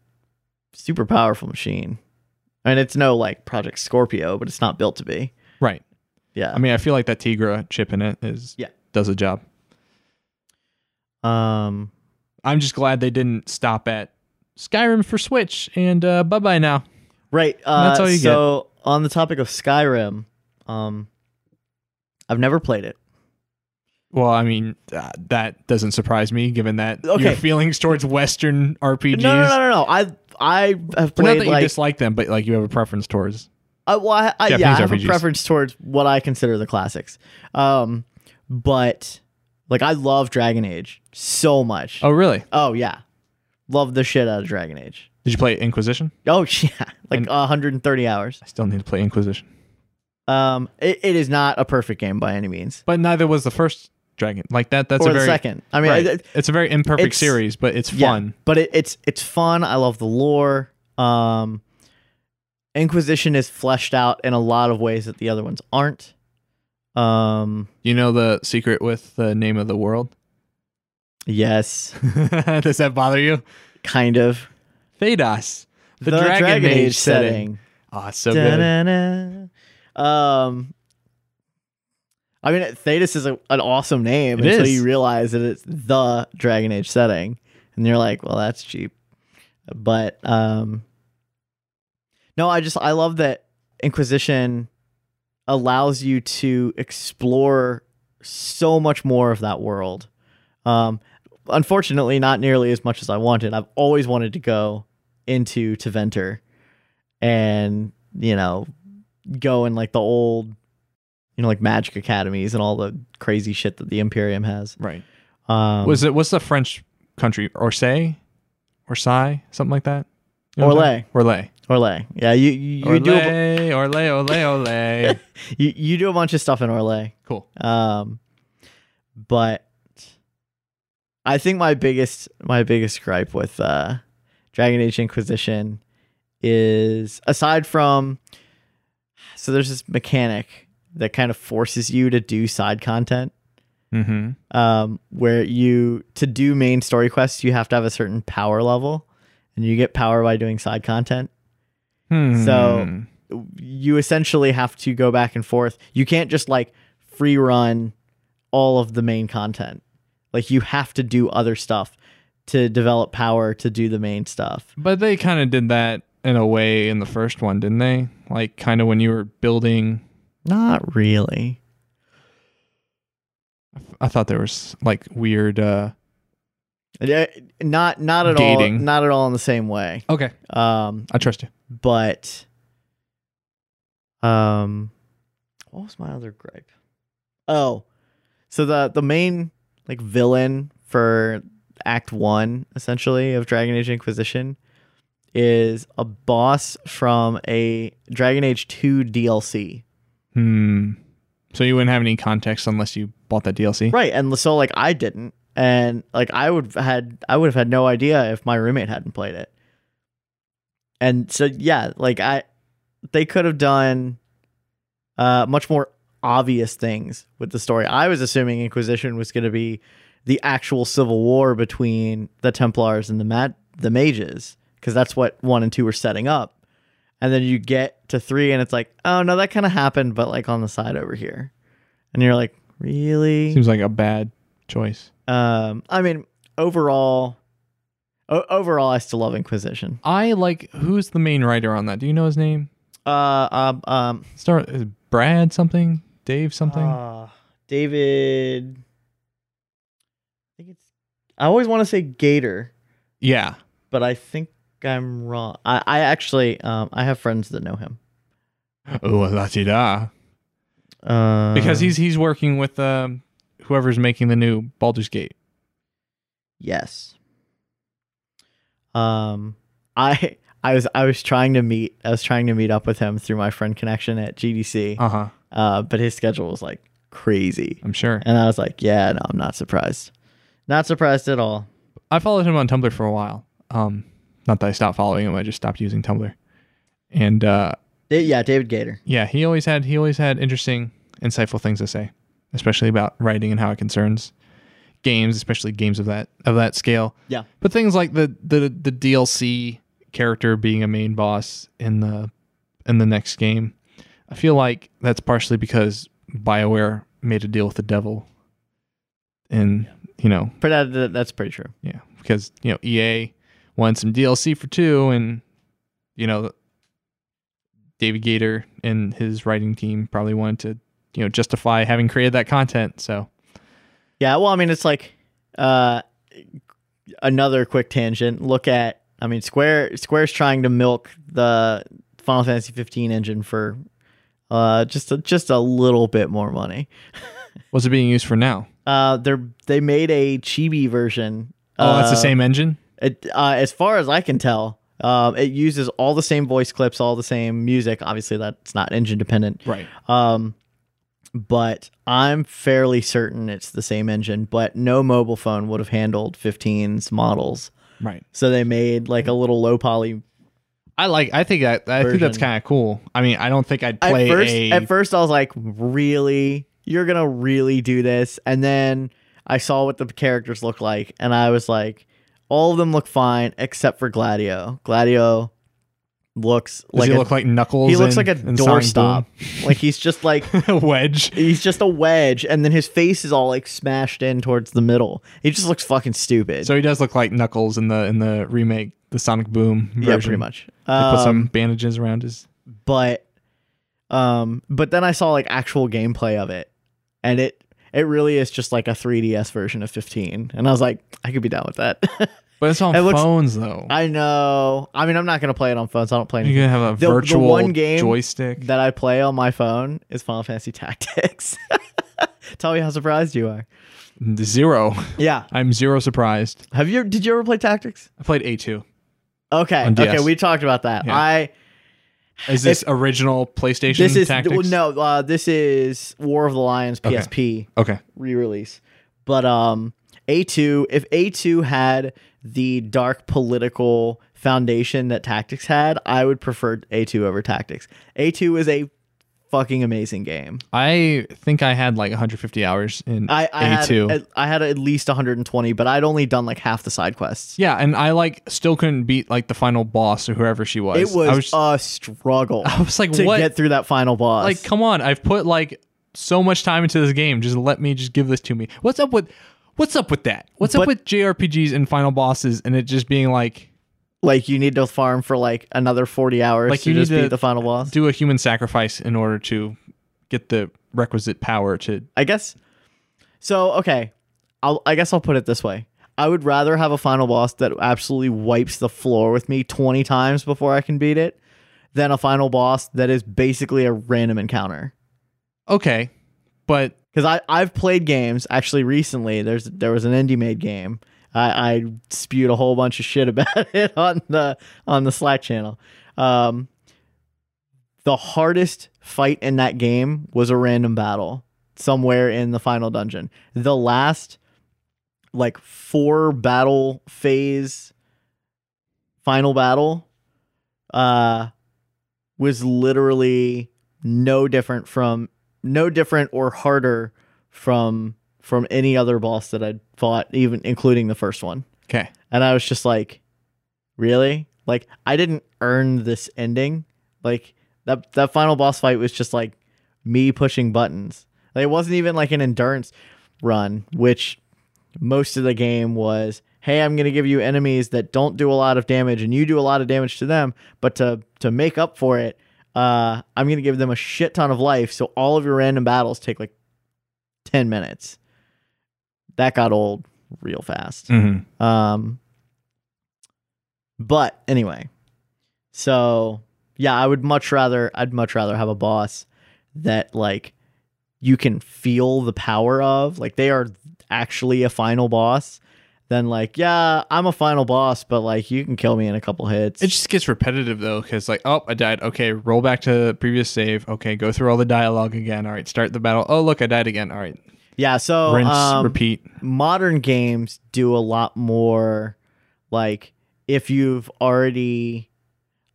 S3: super powerful machine, and it's no like Project Scorpio, but it's not built to be.
S1: Right.
S3: Yeah.
S1: I mean, I feel like that Tigra chip in it is
S3: Yeah.
S1: does a job.
S3: um,
S1: I'm just glad they didn't stop at Skyrim for Switch and uh, bye bye now.
S3: right. Uh,
S1: That's all you get.
S3: so on the topic of Skyrim, um, I've never played it.
S1: Well, I mean, uh, that doesn't surprise me given that your
S3: Okay.
S1: feelings towards Western RPGs.
S3: No, no, no, no, no. I I have
S1: Well, not
S3: played
S1: that you
S3: like
S1: dislike them, but like you have a preference towards.
S3: I, well, I, I, yeah,
S1: Japanese
S3: I have
S1: RPGs.
S3: a preference towards what I consider the classics. Um, but like I love Dragon Age so much.
S1: Oh, really?
S3: Oh yeah, love the shit out of Dragon Age.
S1: Did you play Inquisition?
S3: Oh yeah, like
S1: And-
S3: 130 hours.
S1: I still need to play Inquisition,
S3: Um, it, it is not a perfect game by any means,
S1: but neither was the first Dragon. Like that. That's
S3: or
S1: a very
S3: the second. I mean,
S1: Right.
S3: it-
S1: it's a very imperfect
S3: it's-
S1: series, but it's
S3: yeah,
S1: fun.
S3: but it, it's it's fun. I love the lore. Um, Inquisition is fleshed out in a lot of ways that the other ones aren't. Um,
S1: You know the secret with the name of the world.
S3: yes,
S1: Does that bother you?
S3: kind of
S1: Thedas, the, Dragon, Age, setting. Ah, it's so good.
S3: Da-na-na. Um, I mean, Thetis is a, an awesome name
S1: It
S3: until
S1: is.
S3: you realize that it's the Dragon Age setting, and you're like, well, that's cheap. But um, no, I just I love that Inquisition allows you to explore so much more of that world. Um, unfortunately, not nearly as much as I wanted. I've always wanted to go into Teventer and you know go in like the old you know like magic academies and all the crazy shit that the imperium has
S1: Right.
S3: um
S1: Was it? What's the French country? Orsay, Orsay, something like that. what I'm
S3: Orlais.
S1: talking- Orlais.
S3: orlay yeah you you, you do a,
S1: Orlais. Orlais. Orlais. Orlais.
S3: bu- you, you do a bunch of stuff in orlay
S1: cool.
S3: um but i think my biggest my biggest gripe with uh dragon age inquisition is aside from so there's this mechanic that kind of forces you to do side content
S1: Mm-hmm.
S3: um, where you to do main story quests you have to have a certain power level and you get power by doing side content
S1: Hmm.
S3: So- you essentially have to go back and forth you can't just like free run all of the main content like you have to do other stuff to develop power to do the main stuff
S1: But they kind of did that in a way in the first one, didn't they? Like kind of when you were building.
S3: not really
S1: I thought there was like weird. uh
S3: Yeah, not not at all
S1: Gating.
S3: not at all in the same way
S1: Okay,
S3: um
S1: I trust you.
S3: but um what was my other gripe oh so the the main like villain for act one essentially of dragon age inquisition is a boss from a dragon age 2 dlc
S1: Hmm. So you wouldn't have any context unless you bought that DLC.
S3: right and so like i didn't and like i would have had i would have had no idea if my roommate hadn't played it and so yeah like i they could have done uh much more obvious things with the story i was assuming inquisition was going to be the actual civil war between the templars and the mat the mages because that's what one and two were setting up and then you get to three and it's like oh no that kind of happened but like on the side over here and you're like really
S1: Seems like a bad choice.
S3: um, I mean, overall, o- overall, I still love Inquisition.
S1: I like who's the main writer on that? Do you know his name?
S3: Uh, um, um,
S1: Start is it Brad something, Dave something.
S3: uh, David. I think it's. I always want to say Gator,
S1: yeah,
S3: but I think I'm wrong. I, I actually, um, I have friends that know him.
S1: oh Latida,
S3: Uh,
S1: because he's he's working with um, whoever's making the new Baldur's Gate.
S3: yes. Um, I. I was I was trying to meet I was trying to meet up with him through my friend connection at GDC,
S1: Uh huh.
S3: uh, but his schedule was like crazy.
S1: I'm sure.
S3: And I was like, yeah, no, I'm not surprised. Not surprised at all.
S1: I followed him on Tumblr for a while. Um, not that I stopped following him. I just stopped using Tumblr. And uh,
S3: Da- yeah, David Gator.
S1: yeah, he always had he always had interesting, insightful things to say, especially about writing and how it concerns games, especially games of that of that scale.
S3: Yeah.
S1: But things like the the the DLC character being a main boss in the in the next game, I feel like that's partially because Bioware made a deal with the devil, and you know,
S3: But that, that- that's pretty true.
S1: yeah, because you know EA won some DLC for two, and you know, David Gator and his writing team probably wanted to you know justify having created that content. So
S3: Yeah, well, I mean, it's like uh, another quick tangent. Look at, I mean, Square Square's trying to milk the Final Fantasy 15 engine for uh, just a, just a little bit more money.
S1: what's it being used for now?
S3: Uh, they're they made a chibi version.
S1: Oh, that's the
S3: Uh,
S1: same engine.
S3: It, uh, as far as I can tell, um, it uses all the same voice clips, all the same music. Obviously, that's not engine dependent.
S1: Right.
S3: Um, but I'm fairly certain it's the same engine, but no mobile phone would have handled 15's models.
S1: Right.
S3: So they made like a little low poly.
S1: I like. I think that. I think that's
S3: Version.
S1: kind of cool. I mean, I don't think I'd
S3: At
S1: play
S3: first,
S1: a.
S3: at first I was like, really? You're going to really do this? And then I saw what the characters look like and I was like, all of them look fine except for Gladio. Gladio looks
S1: does
S3: like
S1: he
S3: a,
S1: look like Knuckles?
S3: he looks
S1: and-
S3: like a
S1: and Sonic
S3: doorstop. like he's just like
S1: Boom? Wedge.
S3: He's just a wedge, and then his face is all like smashed in towards the middle. He just looks fucking stupid.
S1: So he does look like Knuckles in the in the remake, the Sonic Boom version.
S3: yeah, pretty much.
S1: They put some
S3: Um,
S1: bandages around his.
S3: but, um, but then I saw like actual gameplay of it, and it it really is just like a 3ds version of 15, and I was like, I could be down with that.
S1: But it's on
S3: it looks-
S1: phones though.
S3: I know. I mean, I'm not gonna play it on phones. I don't play
S1: You're
S3: anything.
S1: gonna have a
S3: The- the
S1: virtual
S3: one game
S1: joystick.
S3: That I play on my phone is Final Fantasy Tactics. Tell me how surprised you are.
S1: zero.
S3: Yeah.
S1: I'm zero surprised.
S3: Have you? Did you ever play Tactics?
S1: I played A2.
S3: Okay.
S1: On DS.
S3: Okay. We talked about that.
S1: Yeah.
S3: I.
S1: Is this original PlayStation
S3: this is
S1: tactics?
S3: well, no uh, this is war of the lions psp
S1: Okay.
S3: re-release but um a2 if a2 had the dark political foundation that tactics had i would prefer a2 over tactics a2 is a fucking amazing game
S1: I think I had like 150 hours in
S3: i i
S1: A2.
S3: had i had at least 120 but i'd only done like half the side quests
S1: yeah, and I like still couldn't beat like the final boss or whoever she was.
S3: it
S1: I
S3: was, a struggle
S1: I was like,
S3: to
S1: what?
S3: get through that final boss
S1: like come on i've put like so much time into this game just let me just give this to me what's up with what's up with that what's up
S3: But-
S1: with jrpgs and final bosses and it just being like
S3: like you need to farm for like another 40 hours
S1: Like,
S3: to
S1: you need
S3: just
S1: to
S3: beat the final boss
S1: do a human sacrifice in order to get the requisite power to
S3: I guess. So okay, I'll I guess I'll put it this way. I would rather have a final boss that absolutely wipes the floor with me twenty times before I can beat it, than a final boss that is basically a random encounter.
S1: okay but
S3: Because I I've played games actually recently. There's there was an indie made game. I, I spewed a whole bunch of shit about it on the on the Slack channel. Um, the hardest fight in that game was a random battle somewhere in the final dungeon. The last like four battle phase final battle uh was literally no different from no different or harder from from any other boss that I'd fought even including the first one.
S1: okay
S3: And I was just like, really? Like I didn't earn this ending. Like that that final boss fight was just like me pushing buttons. Like, it wasn't even like an endurance run, which most of the game was, hey, I'm gonna give you enemies that don't do a lot of damage and you do a lot of damage to them, but to to make up for it, uh, I'm gonna give them a shit ton of life. So all of your random battles take like ten minutes. That got old real fast.
S1: mm-hmm.
S3: Um, but anyway, so yeah, I would much rather I'd much rather have a boss that like you can feel the power of, like they are actually a final boss, than like yeah, I'm a final boss, but like you can kill me in a couple hits.
S1: it just gets repetitive though because like oh i died okay roll back to the previous save okay go through all the dialogue again all right start the battle oh look i died again all right
S3: yeah, so
S1: rinse
S3: um,
S1: repeat
S3: modern games do a lot more like if you've already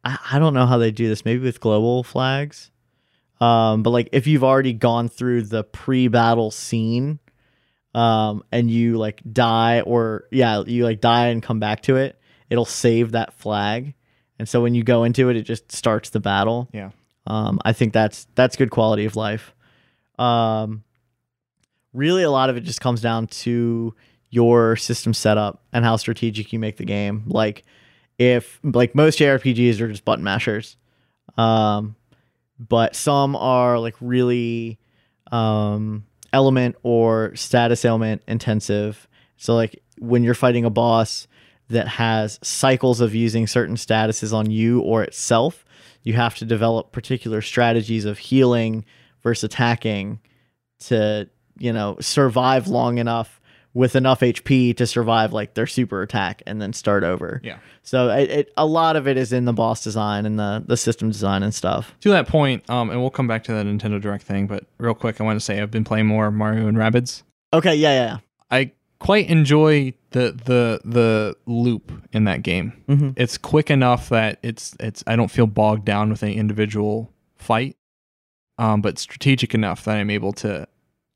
S3: I, I don't know how they do this maybe with global flags um but like if you've already gone through the pre-battle scene um and you like die or yeah you like die and come back to it it'll save that flag and so when you go into it it just starts the battle
S1: Yeah.
S3: um i think that's that's good quality of life Um, really, a lot of it just comes down to your system setup and how strategic you make the game. Like, if like most JRPGs are just button mashers, um, but some are like really um, element or status ailment intensive. So like when you're fighting a boss that has cycles of using certain statuses on you or itself, you have to develop particular strategies of healing versus attacking to you know survive long enough with enough HP to survive like their super attack and then start over.
S1: Yeah.
S3: So it, it a lot of it is in the boss design and the the system design and stuff.
S1: to that point, um, and we'll come back to that Nintendo Direct thing, but real quick, I want to say I've been playing more Mario and Rabbids.
S3: Okay, yeah, yeah, yeah.
S1: I quite enjoy the the the loop in that game.
S3: Mhm.
S1: It's quick enough that it's it's I don't feel bogged down with an individual fight, um, but strategic enough that I'm able to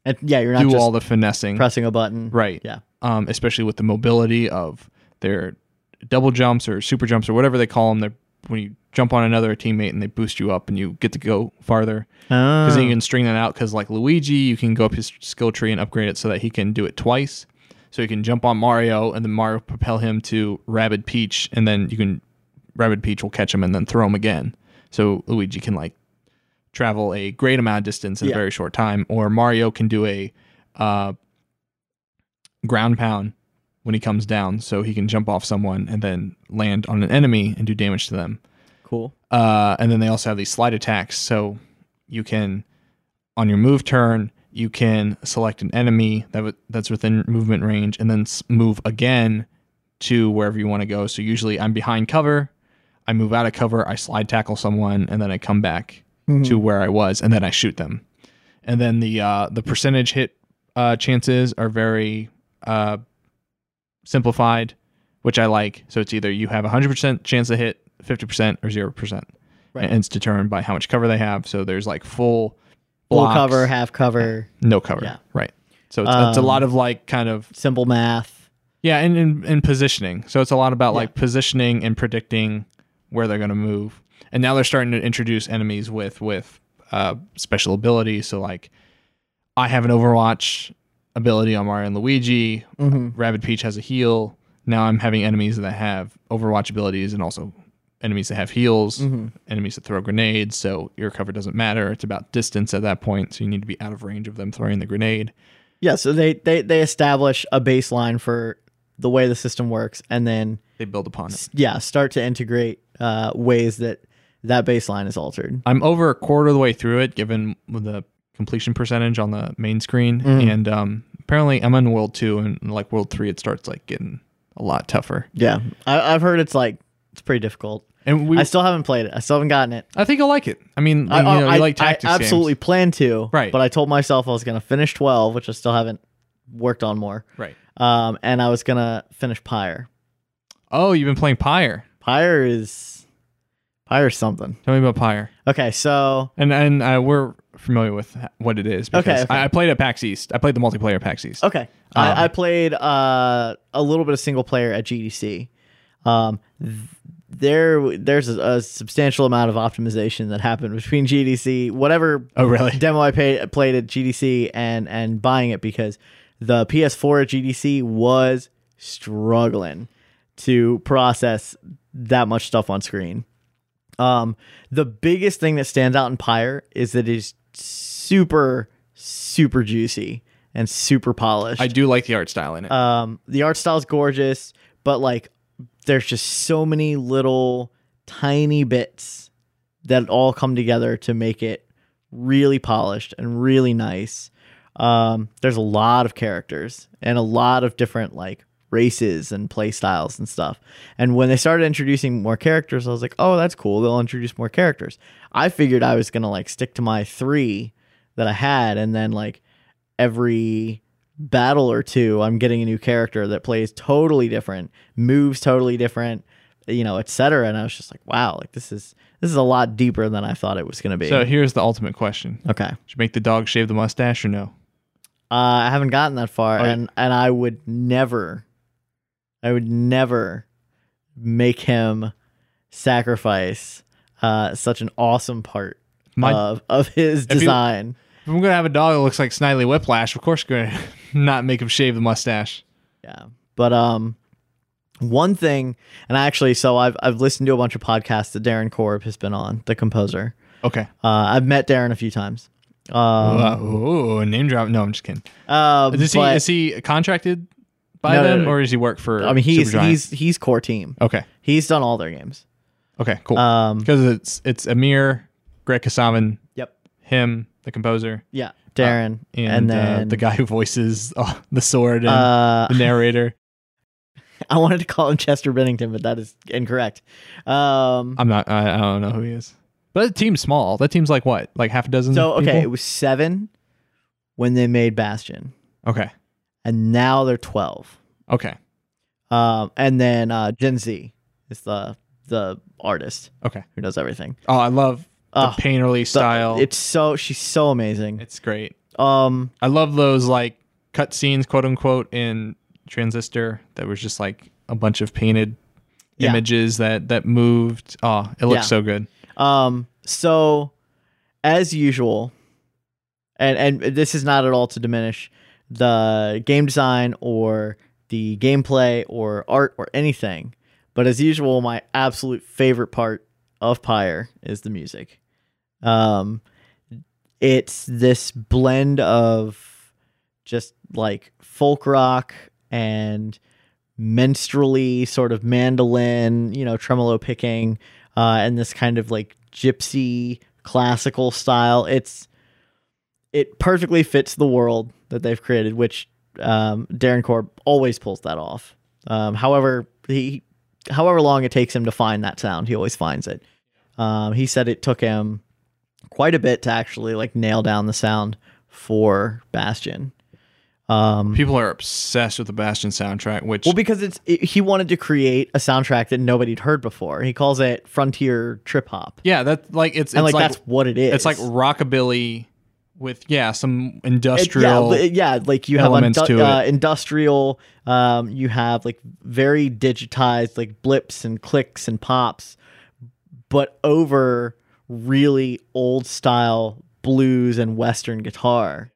S3: And yeah, you're not
S1: do
S3: just
S1: all the finessing,
S3: pressing a button.
S1: right?
S3: Yeah.
S1: Um, especially with the mobility of their double jumps or super jumps or whatever they call them. They're when you jump on another teammate and they boost you up and you get to go farther
S3: Oh.
S1: because
S3: Ah.
S1: then you can string that out. Because like Luigi, you can go up his skill tree and upgrade it so that he can do it twice. So you can jump on Mario, and then Mario propel him to Rabid Peach, and then you can Rabid Peach will catch him and then throw him again. So Luigi can like travel a great amount of distance in
S3: Yeah.
S1: a very short time, or Mario can do a uh, ground pound when he comes down, so he can jump off someone and then land on an enemy and do damage to them.
S3: Cool.
S1: Uh, and then they also have these slide attacks. So you can, on your move turn, you can select an enemy that w- that's within movement range, and then s- move again to wherever you want to go. So usually I'm behind cover, I move out of cover, I slide tackle someone, and then I come back
S3: Mm-hmm.
S1: to where I was, and then I shoot them. And then the uh, the percentage hit uh, chances are very uh, simplified, which I like. So it's either you have a hundred percent chance to hit, fifty percent, or zero percent,
S3: Right.
S1: and it's determined by how much cover they have. So there's like full
S3: Full
S1: blocks,
S3: cover, half cover,
S1: no cover,
S3: Yeah.
S1: right? So it's, it's a
S3: Um,
S1: lot of like kind of
S3: simple math.
S1: yeah, and, and and positioning. So it's a lot about
S3: Yeah.
S1: like positioning and predicting where they're going to move. And now they're starting to introduce enemies with with uh, special abilities. So like, I have an Overwatch ability on Mario and Luigi.
S3: Mm-hmm.
S1: Rabbit Peach has a heal. Now I'm having enemies that have Overwatch abilities and also enemies that have heals,
S3: Mm-hmm.
S1: enemies that throw grenades. So your cover doesn't matter. It's about distance at that point. So you need to be out of range of them throwing the grenade.
S3: Yeah, so they, they they establish a baseline for the way the system works, and then
S1: They build upon it.
S3: yeah, start to integrate uh, ways that that baseline is altered.
S1: I'm over a quarter of the way through it, given the completion percentage on the main screen.
S3: Mm-hmm.
S1: And um, apparently, I'm in World Two, and like World Three, it starts like getting a lot tougher.
S3: Yeah, I, I've heard it's like it's pretty difficult.
S1: And we,
S3: I
S1: I,
S3: still haven't played it. I still haven't gotten it.
S1: think you'll like it. I mean,
S3: I,
S1: you, know,
S3: I-
S1: you like
S3: I
S1: tactics. games.
S3: absolutely plan to.
S1: Right.
S3: But I told myself I was going to finish 12, which I still haven't worked on more.
S1: right.
S3: Um, and I was going to finish Pyre.
S1: Oh, you've been playing Pyre.
S3: Pyre is Pyre is something.
S1: Tell me about Pyre.
S3: Okay, so
S1: And and uh, we're familiar with what it is because
S3: Okay, okay.
S1: I, I played at PAX East. I played the multiplayer at PAX East.
S3: okay,
S1: Um,
S3: I, I played uh, a little bit of single player at GDC. Um, th- there, there's a, a substantial amount of optimization that happened between GDC, whatever
S1: Oh, really?
S3: demo I paid, played at GDC and and buying it because the PS4 at GDC was struggling to process that much stuff on screen. Um, the biggest thing that stands out in Pyre is that it is super super juicy and super polished.
S1: I do like the art style in it.
S3: Um, the art style's gorgeous, but like there's just so many little tiny bits that all come together to make it really polished and really nice. Um, there's a lot of characters and a lot of different like races and play styles and stuff. And when they started introducing more characters, I was like, oh, that's cool. They'll introduce more characters. I figured I was gonna like stick to my three that I had, and then like every battle or two, I'm getting a new character that plays totally different, moves totally different, you know, etc. And I was just like, wow, like this is this is a lot deeper than I thought it was gonna be.
S1: so here's the ultimate question:
S3: okay.
S1: Should you make the dog shave the mustache or no?
S3: Uh, I haven't gotten that far,
S1: Oh, yeah.
S3: and and I would never, I would never make him sacrifice uh, such an awesome part
S1: My-
S3: of of his
S1: you-
S3: design.
S1: If I'm going to have a dog that looks like Snidely Whiplash, of course, going to not make him shave the mustache.
S3: Yeah. But um one thing and I actually so I've I've listened to a bunch of podcasts that Darren Korb has been on, the composer.
S1: Okay.
S3: Uh I've met Darren a few times. Um
S1: Uh, oh, name drop. No, I'm just kidding.
S3: uh,
S1: Is he
S3: but-
S1: is he contracted by
S3: No, no,
S1: them
S3: no.
S1: or does he work for?
S3: I mean he's
S1: Supergiant?
S3: he's he's core team.
S1: okay.
S3: He's done all their games.
S1: Okay, cool.
S3: Um
S1: Because it's it's Amir, Greg Kasavin,
S3: yep.
S1: him, the composer,
S3: Yeah. Darren
S1: and,
S3: and, then
S1: uh, the guy who voices uh, the sword and
S3: uh,
S1: the narrator.
S3: I wanted to call him Chester Bennington, but that is incorrect. Um,
S1: I'm not. I, I don't know who he is. But that team's small. That team's like what? Like half a dozen.
S3: so okay, it
S1: people?
S3: was seven when they made Bastion,
S1: Okay.
S3: and now they're twelve.
S1: Okay.
S3: Um, and then uh, Gen Z is the the artist
S1: Okay.
S3: who does everything.
S1: Oh, I love the
S3: Oh,
S1: painterly
S3: So
S1: style.
S3: It's so she's so amazing.
S1: it's great.
S3: Um,
S1: I love those like cut scenes, quote unquote, in Transistor that was just like a bunch of painted
S3: Yeah.
S1: images that that moved. Oh, it looks
S3: Yeah.
S1: so good.
S3: um, so as usual, and and this is not at all to diminish the game design or the gameplay or art or anything, but as usual, my absolute favorite part of Pyre is the music. Um, it's this blend of just like folk rock and minstrelly sort of mandolin, you know, tremolo picking, uh, and this kind of like gypsy classical style. It's it perfectly fits the world that they've created, which um, Darren Korb always pulls that off. Um, however, he however long it takes him to find that sound, he always finds it. Um, he said it took him quite a bit to actually like nail down the sound for Bastion. Um,
S1: People are obsessed with the Bastion soundtrack, which
S3: well, because it's it, he wanted to create a soundtrack that nobody'd heard before. He calls it frontier trip hop,
S1: yeah, that like it's
S3: and
S1: it's
S3: like, that's what it is.
S1: it's like rockabilly with yeah some
S3: It- yeah,
S1: industrial.
S3: li- yeah, like you have
S1: elements
S3: undu-
S1: to it.
S3: uh, industrial. Um, you have like very digitized like blips and clicks and pops, but over really old style blues and western guitar.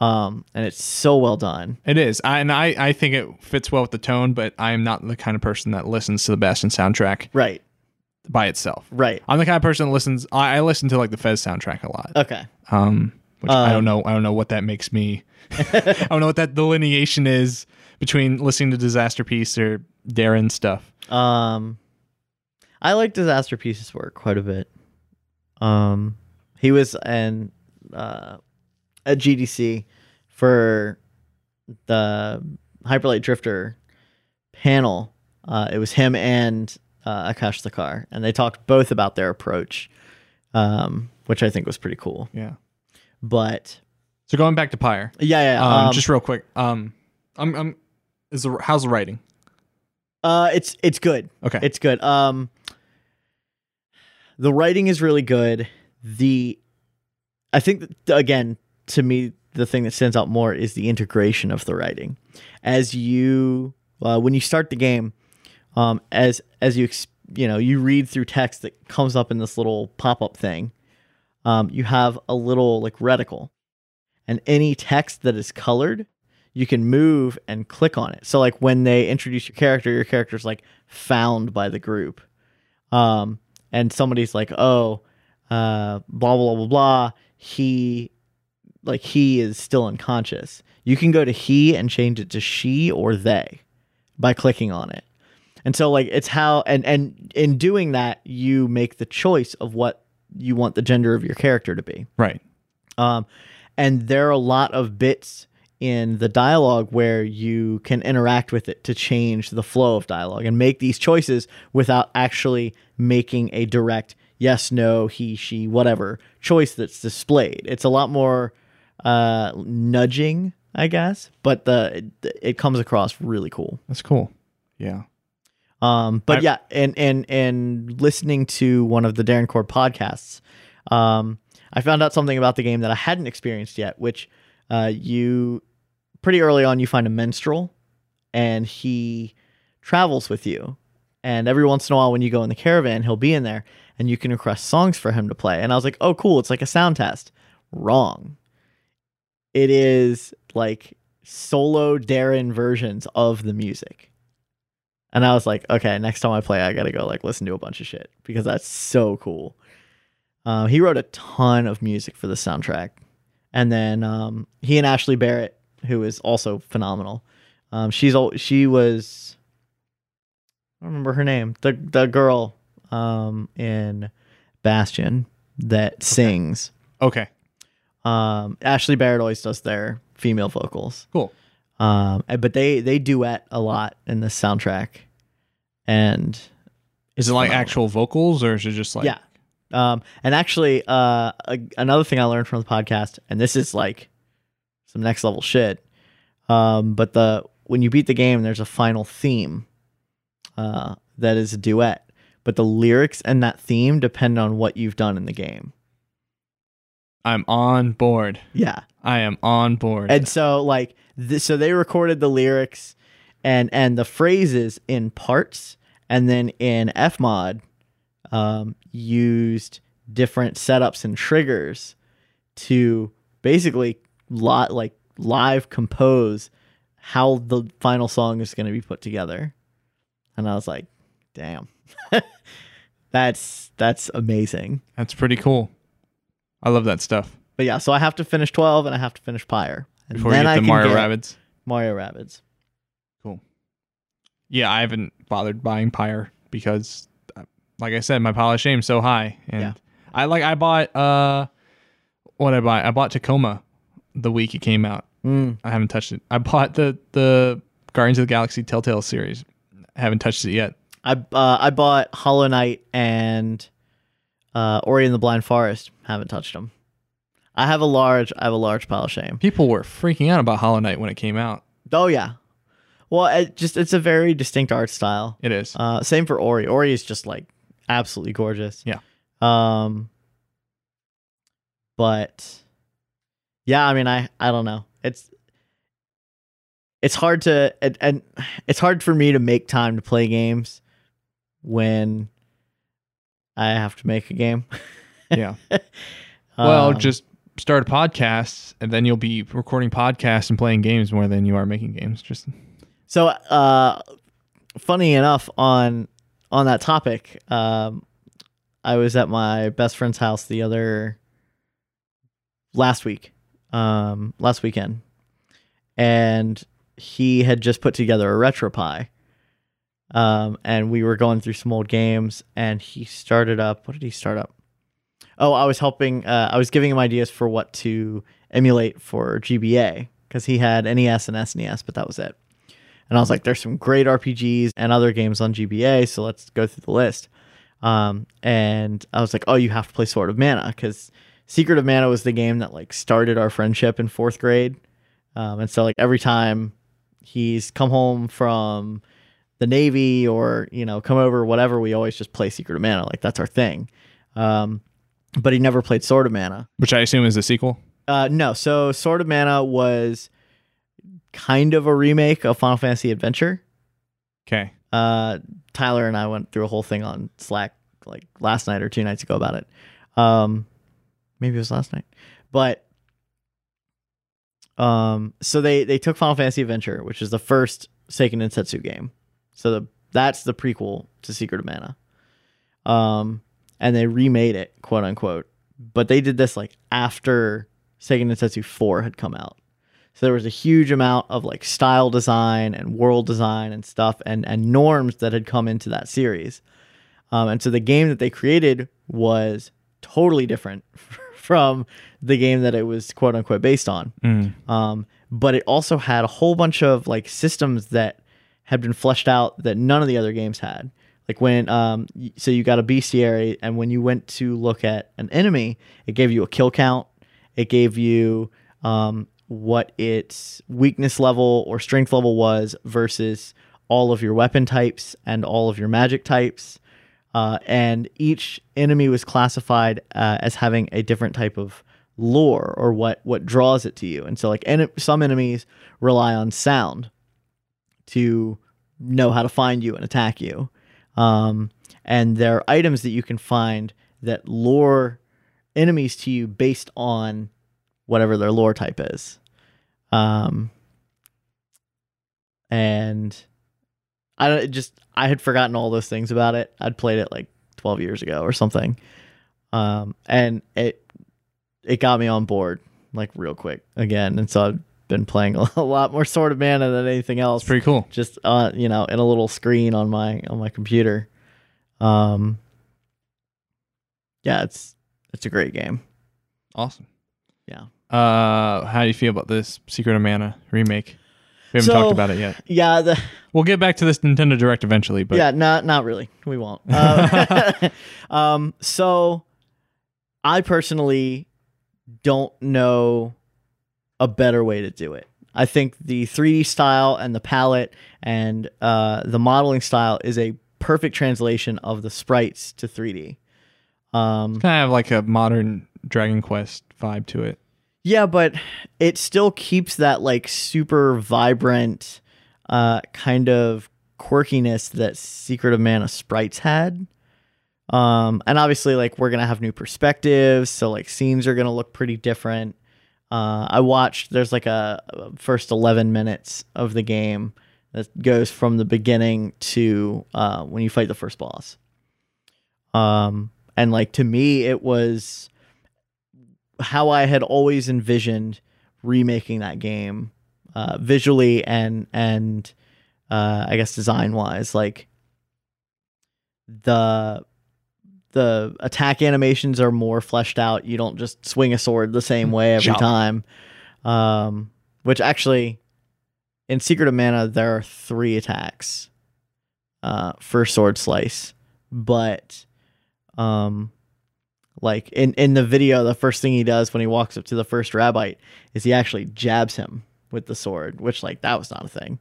S3: Um, and it's so well done.
S1: It is, I, and I I think it fits well with the tone. But I am not the kind of person that listens to the Bastion soundtrack
S3: Right,
S1: by itself.
S3: right.
S1: I'm the kind of person that listens. I, I listen to like the Fez soundtrack a lot.
S3: Okay.
S1: Um, which I
S3: Um,
S1: don't know. I don't know what that makes me. I don't know what that delineation is between listening to Disaster Piece or Darren stuff.
S3: Um, I like Disaster Piece's work quite a bit. Um, he was an uh, at GDC for the Hyperlight Drifter panel. Uh, it was him and uh, Akash Thakkar, and they talked both about their approach, um, which I think was pretty cool.
S1: Yeah.
S3: But
S1: So going back to Pyre,
S3: yeah, yeah, yeah,
S1: um,
S3: um,
S1: just real quick. Um, I'm, I'm is the how's the writing?
S3: uh, it's it's good.
S1: Okay.
S3: It's good. Um the writing is really good. The I think that, again, to me the thing that stands out more is the integration of the writing. As you uh, when you start the game, um as as you ex- you know, you read through text that comes up in this little pop-up thing. Um you have a little like reticle. And any text that is colored you can move and click on it. So like when they introduce your character, your character's like found by the group. Um, and somebody's like, oh, uh, blah blah blah blah. He, like he is still unconscious. You can go to he and change it to she or they by clicking on it. And so like it's how and and in doing that you make the choice of what you want the gender of your character to be.
S1: Right.
S3: Um, and there are a lot of bits in the dialogue where you can interact with it to change the flow of dialogue and make these choices without actually making a direct yes, no, he, she, whatever choice that's displayed. It's a lot more uh, nudging, I guess, but the it, it comes across really cool.
S1: That's cool. Yeah.
S3: Um, but
S1: I-
S3: yeah, and and and listening to one of the Darren Core podcasts, um, I found out something about the game that I hadn't experienced yet. Which uh, you pretty early on you find a minstrel, and he travels with you. And every once in a while, when you go in the caravan, he'll be in there, and you can request songs for him to play. And I was like, oh, cool! It's like a sound test. Wrong. it is like solo Darren versions of the music. And I was like, okay, next time I play, I gotta go like listen to a bunch of shit because that's so cool. Uh, he wrote a ton of music for the soundtrack, and then um, he and Ashley Barrett, who is also phenomenal. Um, she's all she was. I don't remember her name. The the girl um, in Bastion that sings.
S1: Okay.
S3: Um, Ashley Barrett always does their female vocals.
S1: Cool.
S3: Um, and- but they they duet a lot in the soundtrack, and
S1: Is it like
S3: phenomenal.
S1: actual vocals or is it just like
S3: yeah. Um, and actually, uh, a, another thing I learned from the podcast, and this is like some next level shit. Um, but the when you beat the game, there's a final theme uh, that is a duet, but the lyrics and that theme depend on what you've done in the game.
S1: I'm on board.
S3: Yeah.
S1: I am on board.
S3: And so like th- so they recorded the lyrics and and the phrases in parts and then in Fmod um used different setups and triggers to basically lot like live compose how the final song is going to be put together. And I was like, damn. that's that's amazing.
S1: That's pretty cool. I love that stuff.
S3: But yeah, so I have to finish 12 and I have to finish Pyre. And
S1: Before you get
S3: I
S1: the
S3: can
S1: Mario
S3: get
S1: Rabbits.
S3: Mario Rabbids.
S1: Yeah, I haven't bothered buying Pyre because, uh, like I said, my pile of shame's so high, and
S3: Yeah.
S1: I like I bought uh, what I buy I bought Tacoma the week it came out.
S3: Mm.
S1: I haven't touched it. I bought the the Guardians of the Galaxy Telltale series. I haven't touched it yet.
S3: I uh, I bought Hollow Knight and uh, Ori and the Blind Forest. Haven't touched them. I have a large I have a large pile of shame.
S1: People were freaking out about Hollow Knight when it came out.
S3: Oh yeah. Well, it just it's a very distinct art style.
S1: It is.
S3: Uh, same for Ori. Ori is just like absolutely gorgeous.
S1: Yeah.
S3: Um. But yeah, I mean, I I don't know. It's it's hard to and, and it's hard for me to make time to play games when I have to make a game.
S1: yeah. Well,
S3: Um,
S1: just start podcasts, and then you'll be recording podcasts and playing games more than you are making games. Just
S3: So, uh, funny enough, on on that topic, um, I was at my best friend's house the other last week, um, last weekend, and he had just put together a RetroPie, um, and we were going through some old games, and he started up. What did he start up? Oh, I was helping. Uh, I was giving him ideas for what to emulate for GBA because he had NES and SNES, but that was it. And I was like, there's some great RPGs and other games on GBA, so let's go through the list. Um, and I was like, oh, you have to play Sword of Mana because Secret of Mana was the game that like started our friendship in fourth grade. Um, and so like every time he's come home from the Navy or you know come over whatever, we always just play Secret of Mana. Like that's our thing. Um, but he never played Sword of Mana.
S1: which I assume is the sequel.
S3: Uh, no, so Sword of Mana was kind of a remake of Final Fantasy Adventure
S1: Okay.
S3: uh, Tyler and I went through a whole thing on Slack like last night or two nights ago about it. Um, maybe it was last night, but um, so they they took Final Fantasy Adventure, which is the first Seiken Densetsu game. So the, that's the prequel to Secret of Mana. Um, and they remade it, quote unquote. But they did this like after Seiken Densetsu 4 had come out. So there was a huge amount of like style design and world design and stuff and and norms that had come into that series. Um, and so the game that they created was totally different from the game that it was quote unquote based on. Um, but it also had a whole bunch of like systems that had been fleshed out that none of the other games had. Like when, um, y- so you got a bestiary, and when you went to look at an enemy, it gave you a kill count. It gave you um, what its weakness level or strength level was versus all of your weapon types and all of your magic types. Uh, and each enemy was classified uh, as having a different type of lore or what what draws it to you. And so, like, en- some enemies rely on sound to know how to find you and attack you. Um, and there are items that you can find that lure enemies to you based on whatever their lore type is. Um, and I don't it just I had forgotten all those things about it. I'd played it like 12 years ago or something. Um, and it it got me on board like real quick again, and so I've been playing a lot more Sword of Mana than anything else
S1: It's pretty cool.
S3: just uh you know in a little screen on my on my computer um yeah it's it's a great game
S1: Awesome.
S3: Yeah.
S1: Uh, how do you feel about this Secret of Mana remake? We haven't
S3: So-
S1: talked about it yet.
S3: yeah the
S1: We'll get back to this Nintendo Direct eventually, but
S3: yeah not not really we won't Uh, um so i personally don't know a better way to do it i think the 3d style and the palette and uh the modeling style is a perfect translation of the sprites to 3d um
S1: kind of have like a modern Dragon Quest vibe to it.
S3: Yeah, but it still keeps that like super vibrant uh, kind of quirkiness that Secret of Mana sprites had. Um, and obviously, like we're gonna have new perspectives, so like scenes are gonna look pretty different. Uh, I watched there's like a a first 11 minutes of the game that goes from the beginning to uh, when you fight the first boss. Um, and like to me, it was how I had always envisioned remaking that game uh, visually and and uh, I guess design wise, like the the attack animations are more fleshed out. You don't just swing a sword the same way every
S1: Chop.
S3: time. Um, which actually, in Secret of Mana, there are three attacks uh, for sword slice, but um, like in in the video, the first thing he does when he walks up to the first rabbi is he actually jabs him with the sword, which like that was not a thing.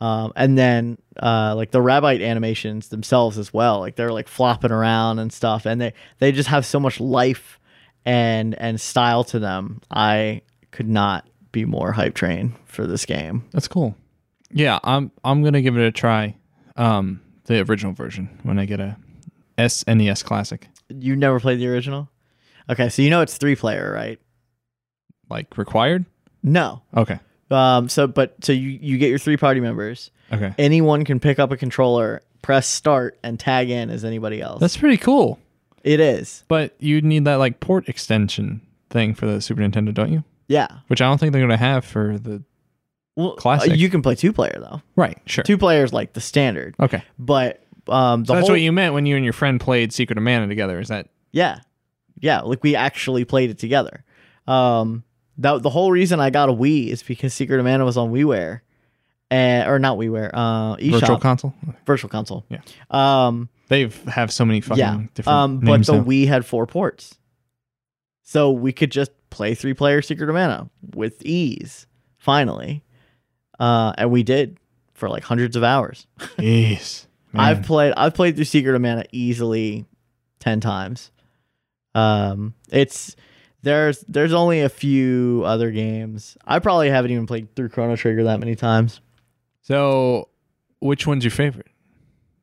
S3: Um, and then uh, like the rabbi animations themselves as well, like they're like flopping around and stuff, and they they just have so much life and and style to them. I could not be more hype train for this game.
S1: That's cool. Yeah, I'm I'm gonna give it a try. Um, the original version when I get a SNES Classic,
S3: You never played the original? Okay, so you know it's three player, right?
S1: like required.
S3: No.
S1: Okay.
S3: Um, so but so you you get your three party members.
S1: Okay.
S3: anyone can pick up a controller, press start, and tag in as anybody else.
S1: That's pretty cool.
S3: it is.
S1: But you need that like port extension thing for the Super Nintendo, don't you?
S3: Yeah.
S1: Which I don't think they're gonna have for the
S3: Well,
S1: Classic.
S3: uh, You can play two player though.
S1: right. Sure.
S3: Two players like the standard,
S1: Okay.
S3: but um, the
S1: So that's
S3: whole
S1: what you meant when you and your friend played Secret of Mana together. Is that
S3: yeah, yeah. Like we actually played it together. Um, that the whole reason I got a Wii is because Secret of Mana was on WiiWare, and, or not WiiWare, uh,
S1: virtual
S3: eShop virtual,
S1: console?
S3: console.
S1: Yeah.
S3: Um,
S1: They've have so many fucking
S3: yeah.
S1: different
S3: Um, but
S1: names
S3: the
S1: now.
S3: Wii had four ports, so we could just play three player Secret of Mana with ease. Finally, uh, and we did for like hundreds of hours.
S1: Jeez.
S3: I've
S1: Man.
S3: played I've played through Secret of Mana easily ten times. Um, it's there's there's only a few other games. I probably haven't even played through Chrono Trigger that many times.
S1: So, which one's your favorite?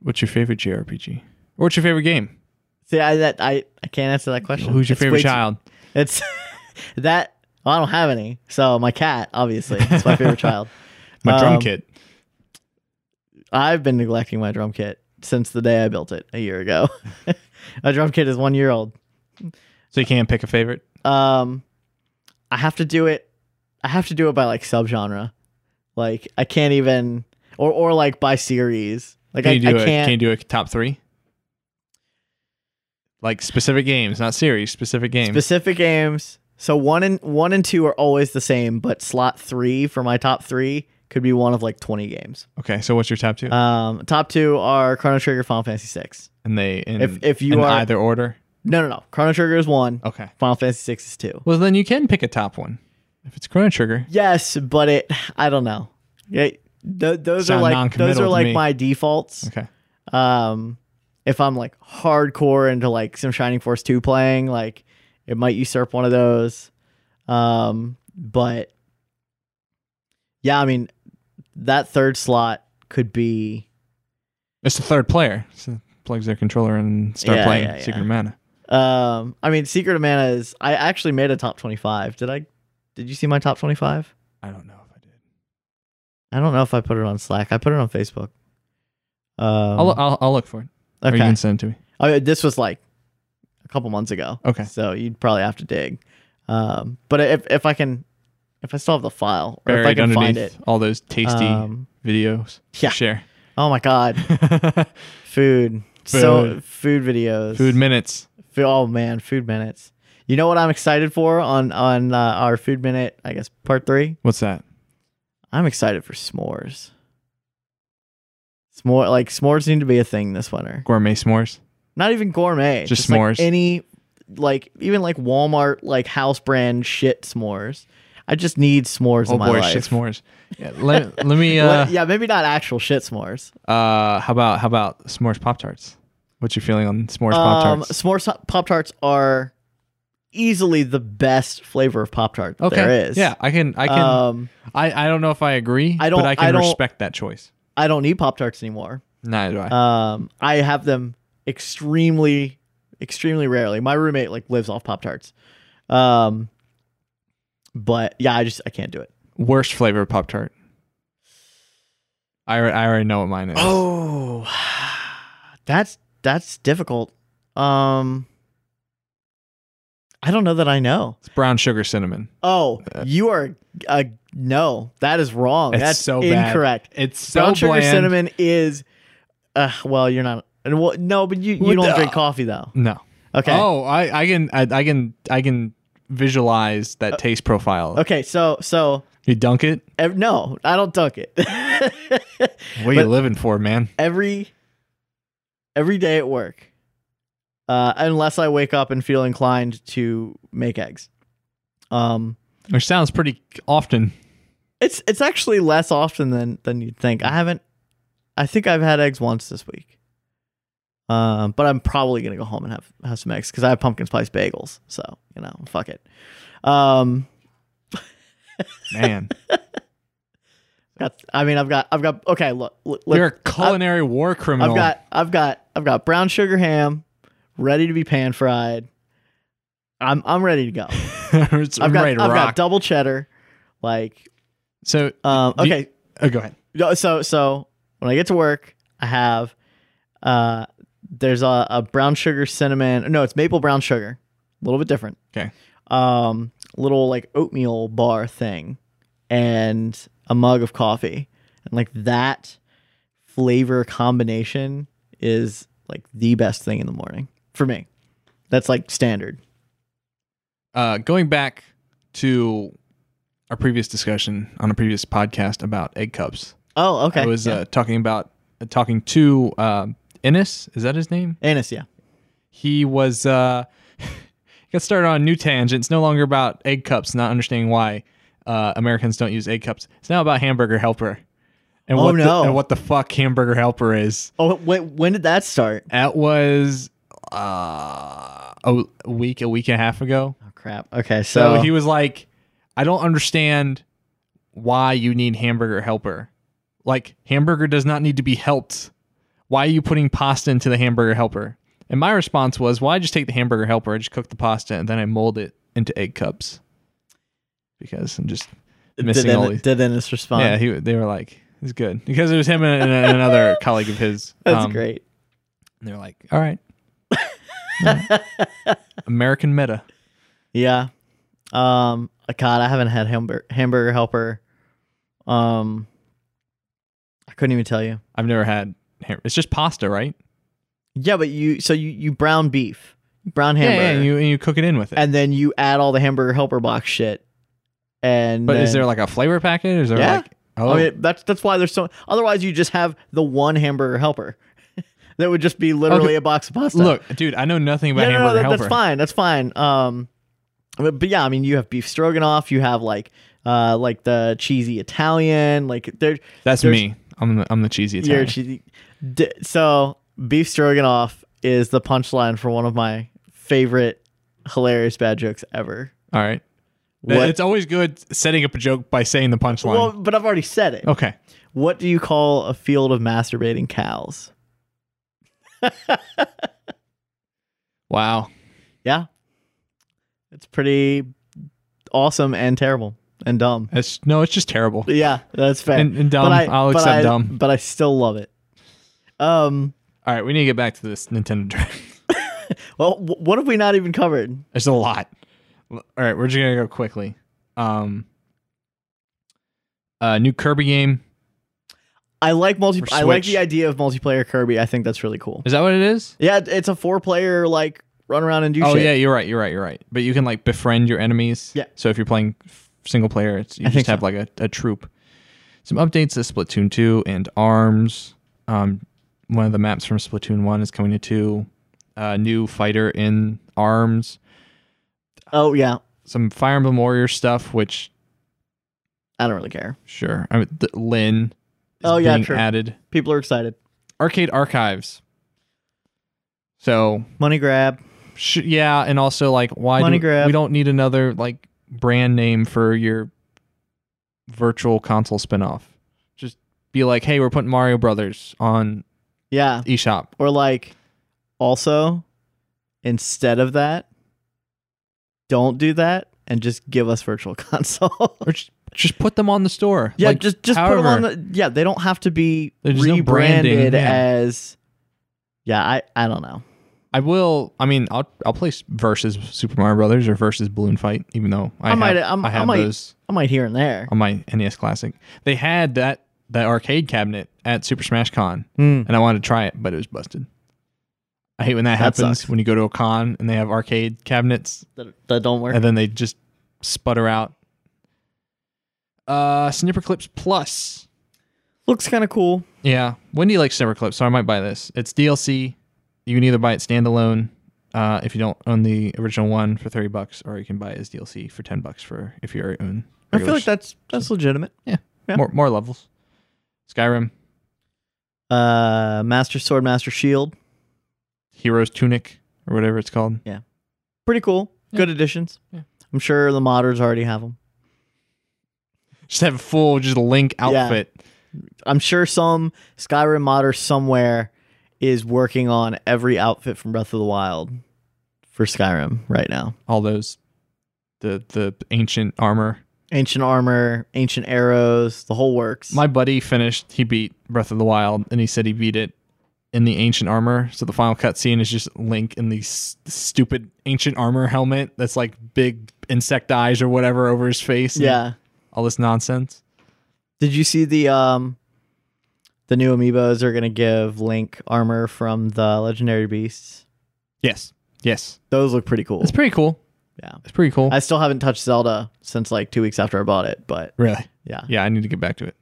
S1: What's your favorite JRPG? Or what's your favorite game?
S3: See, I that I, I can't answer that question.
S1: Who's your
S3: It's way
S1: favorite
S3: too-
S1: child?
S3: It's that well, I don't have any. So my cat, obviously, is my favorite child.
S1: My drum
S3: Um,
S1: kit.
S3: I've been neglecting my drum kit since the day I built it a year ago. my drum kit is one year old.
S1: So you can't pick a favorite.
S3: Um, I have to do it. I have to do it by like subgenre. Like I can't even, or or like by series. Like
S1: Can
S3: I,
S1: you do
S3: I
S1: a,
S3: can't.
S1: Can you do a top three? Like specific games, not series. Specific games.
S3: specific games. So one and one and two are always the same, but slot three for my top three could be one of like twenty games.
S1: okay, so what's your top two?
S3: Um, top two are Chrono Trigger, Final Fantasy Six.
S1: and they in,
S3: if- if you
S1: in
S3: are-
S1: either order.
S3: No, no, no. Chrono Trigger is one.
S1: Okay.
S3: Final Fantasy Six is two.
S1: Well, then you can pick a top one. If it's Chrono Trigger,
S3: Yes, but it. I don't know. Yeah, th- those
S1: Sound
S3: are like
S1: non-committal
S3: those are
S1: to
S3: like
S1: me.
S3: my defaults.
S1: okay.
S3: Um, if I'm like hardcore into like some Shining Force two playing, like it might usurp one of those. Um, but yeah, I mean, that third slot could be
S1: It's the third player. So plugs their controller and start
S3: Yeah,
S1: playing
S3: yeah, yeah.
S1: Secret of Mana.
S3: Um, I mean, Secret of Mana is. I actually made a top twenty-five. Did I? Did you see my top twenty-five?
S1: I don't know if I did.
S3: I don't know if I put it on Slack. I put it on Facebook. Um,
S1: I'll, I'll I'll look for it. Or you
S3: okay.
S1: can send it to me.
S3: Oh, this was like a couple months ago.
S1: Okay.
S3: So you'd probably have to dig. Um, but if if I can, if I still have the file, or if I
S1: Buried
S3: can
S1: underneath
S3: find it.
S1: all those tasty
S3: Um,
S1: videos. to
S3: yeah.
S1: Share.
S3: oh my god, food. So food videos.
S1: Food minutes.
S3: Food- Oh man, food minutes. You know what I'm excited for on on uh, our food minute? I guess part three.
S1: What's that?
S3: I'm excited for s'mores. S'more like s'mores need to be a thing this winter.
S1: Gourmet s'mores.
S3: Not even gourmet.
S1: Just
S3: like,
S1: s'mores.
S3: any like even like Walmart like house brand shit s'mores. I just need s'mores
S1: Oh
S3: in my
S1: boy,
S3: life.
S1: shit s'mores. Yeah, let, let me. Uh,
S3: Well, yeah, maybe not actual shit s'mores.
S1: uh, how about how about s'mores pop tarts? What's your feeling on s'mores pop
S3: Um,
S1: tarts?
S3: s'mores pop tarts are easily the best flavor of pop tart
S1: Okay.
S3: there is.
S1: Yeah, I can. I can.
S3: Um,
S1: I, I don't know if I agree.
S3: I don't-
S1: But I can
S3: I don't-
S1: respect that choice.
S3: I don't need pop tarts anymore.
S1: Neither do I.
S3: Um, I have them extremely, extremely rarely. My roommate like lives off Pop Tarts. Um, but yeah, I just I can't do it.
S1: Worst flavor of pop tart. I, alre- I already know what mine is.
S3: Oh, that's that's difficult. Um, I don't know that I know.
S1: It's brown sugar cinnamon.
S3: Oh, you are uh, no, that is wrong.
S1: It's
S3: Oh, that's
S1: so bad.
S3: incorrect.
S1: It's so
S3: Brown sugar
S1: bland.
S3: cinnamon is, uh, well, you're not. and Well, no, but you, you
S1: What
S3: don't
S1: the-
S3: drink coffee though.
S1: No.
S3: Okay.
S1: Oh, I, I can I, I can I can visualize that taste profile.
S3: Uh, Okay, so so
S1: You dunk it.
S3: ev- no, I don't dunk it.
S1: What are you
S3: But-
S1: living for, man?
S3: every every day at work, uh, unless I wake up and feel inclined to make eggs. Um,
S1: Which sounds pretty often.
S3: it's it's actually less often than than you'd think. I haven't. I think I've had eggs once this week. Um, but I'm probably gonna go home and have have some eggs because I have pumpkin spice bagels. So you know, fuck it. Um,
S1: Man,
S3: got, I mean, I've got, I've got. Okay, look, look
S1: you're a culinary war criminal.
S3: I've got I've got I've got brown sugar ham ready to be pan fried. I'm I'm ready to go.
S1: It's-
S3: I've
S1: I'm
S3: got
S1: ready to
S3: I've
S1: rock.
S3: got double cheddar. Like
S1: so
S3: um
S1: Do you-
S3: okay.
S1: oh, go ahead.
S3: No, So so when I get to work, I have uh there's a, a brown sugar cinnamon no, it's maple brown sugar. A little bit different.
S1: Okay.
S3: Um little like oatmeal bar thing and a mug of coffee. And like that flavor combination is like the best thing in the morning for me. That's like standard.
S1: Uh, going back to our previous discussion on a previous podcast about egg cups,
S3: Oh, okay.
S1: I was
S3: yeah.
S1: uh, talking about uh, talking to uh, Ennis. Is that his name?
S3: anise, yeah.
S1: he was uh got started on a new tangent it's no longer about egg cups not understanding why uh americans don't use egg cups it's now about hamburger helper and
S3: Oh,
S1: what
S3: no.
S1: the, and what the fuck hamburger helper is
S3: Oh, wait, when did that start?
S1: that was uh a week a week and a half ago
S3: Oh crap. Okay,
S1: so
S3: so,
S1: he was like i don't understand why you need hamburger helper like hamburger does not need to be helped why are you putting pasta into the hamburger helper and my response was why well, I just take the hamburger helper i just cook the pasta and then i mold it into egg cups because i'm just missing
S3: did,
S1: all
S3: En-
S1: these
S3: did Ennis respond?
S1: yeah he, they were like it's good because it was him and, and another colleague of his
S3: That's
S1: Um,
S3: great.
S1: and they're like all right Yeah. american meta
S3: Yeah. Um God, I haven't had hamburger hamburger helper. Um I couldn't even tell you.
S1: i've never had ham- it's just pasta right
S3: Yeah, but you so you you brown beef, brown
S1: Yeah,
S3: hamburger,
S1: Yeah, and you and you cook it in with it.
S3: and then you add all the hamburger helper box shit. And
S1: but is
S3: then-
S1: there like a flavor packet? Is there
S3: Yeah.
S1: like oh
S3: I mean, that's that's why there's so. Otherwise, you just have the one hamburger helper. that would just be literally
S1: Okay.
S3: a box of pasta.
S1: look, dude, I know nothing about
S3: yeah, no, no,
S1: hamburger
S3: that-
S1: helper.
S3: that's fine. That's fine. Um, but, but yeah, I mean, you have beef stroganoff. You have like, uh, like the cheesy Italian. Like there,
S1: That's
S3: There's-
S1: me. I'm the I'm the cheesy
S3: You're
S1: Italian.
S3: cheesy. D- so beef stroganoff is the punchline for one of my favorite hilarious bad jokes ever.
S1: All right.
S3: What-
S1: It's always good setting up a joke by saying the punchline.
S3: Well, but I've already said it.
S1: okay.
S3: What do you call a field of masturbating cows?
S1: Wow.
S3: Yeah, it's pretty awesome and terrible. and dumb.
S1: It's, no, it's just terrible.
S3: Yeah, that's fair.
S1: And- and dumb.
S3: But I,
S1: I'll
S3: but
S1: accept
S3: I-
S1: dumb.
S3: But I still love it. Um.
S1: All right, we need to get back to this Nintendo Direct.
S3: Well, wh- what have we not even covered?
S1: There's a lot. All right, we're just gonna go quickly. Um, uh, new Kirby game.
S3: I like multi.
S1: For
S3: I like
S1: Switch.
S3: the idea of multiplayer Kirby. I think that's really cool.
S1: Is that what it is?
S3: Yeah, it- it's a four-player like run around and do
S1: Oh
S3: shit.
S1: yeah, you're right. You're right. You're right. But you can like befriend your enemies.
S3: Yeah.
S1: So if you're playing f- single player, it's, you
S3: I think
S1: just have
S3: so.
S1: like a, a troop. Some updates to Splatoon two and Arms. Um, one of the maps from Splatoon one is coming to two. Uh, new fighter in Arms.
S3: Oh yeah.
S1: Some Fire Emblem Warrior stuff, which
S3: I don't really care.
S1: sure. I mean, the, Lin. Is
S3: Oh, yeah,
S1: being
S3: true.
S1: Added
S3: People are excited.
S1: arcade archives. So
S3: Money grab.
S1: sh- yeah, and also like why
S3: Money
S1: do,
S3: grab.
S1: we don't need another like brand name for your virtual console spinoff. Just be like, hey, we're putting Mario Brothers on
S3: Yeah.
S1: eShop.
S3: Or like, also, instead of that, don't do that and just give us Virtual Console.
S1: Or just, just put them on the store.
S3: yeah,
S1: Like,
S3: just just put them
S1: however.
S3: on the. Yeah, they don't have to be
S1: There's no branding,
S3: rebranded
S1: yeah.
S3: as. Yeah, I I don't know.
S1: I will I mean I'll I'll play s- versus Super Mario Brothers or versus Balloon Fight, even though I,
S3: I
S1: have,
S3: might- I'm-
S1: I have
S3: I might-
S1: those
S3: I might here and there.
S1: on my NES Classic. They had that that arcade cabinet at Super Smash Con
S3: Hmm.
S1: and I wanted to try it, but it was busted. I hate when that,
S3: That
S1: happens
S3: sucks.
S1: when you go to a con and they have arcade cabinets
S3: that, that don't work.
S1: and then they just sputter out. Uh, Snipper Clips Plus.
S3: Looks kind of cool.
S1: Yeah, Wendy likes Snipper Clips, so I might buy this. It's DLC. You can either buy it standalone uh, if you don't own the original one for thirty bucks, or you can buy it as DLC for ten bucks for if you already own.
S3: I feel
S1: regular
S3: like that's that's legitimate. yeah.
S1: more more levels. Skyrim,
S3: Uh, Master Sword, Master Shield,
S1: Heroes Tunic, or whatever it's called.
S3: pretty cool. Good additions.
S1: Yeah.
S3: I'm sure the modders already have them.
S1: Just have a full just Link outfit.
S3: I'm sure some Skyrim modder somewhere is working on every outfit from Breath of the Wild for Skyrim right now.
S1: all those the the ancient armor.
S3: Ancient armor, ancient arrows, the whole works.
S1: My buddy finished he beat Breath of the Wild and he said he beat it in the ancient armor. So the final cutscene is just Link in the s- stupid ancient armor helmet that's like big insect eyes or whatever over his face. and
S3: yeah.
S1: All this nonsense.
S3: Did you see the um the new amiibos are gonna give Link armor from the Legendary Beasts?
S1: Yes. Yes.
S3: Those look pretty cool.
S1: It's pretty cool.
S3: Yeah.
S1: It's pretty cool.
S3: I still haven't touched Zelda since like two weeks after I bought it, but
S1: really?
S3: yeah.
S1: Yeah, I need to get back to it.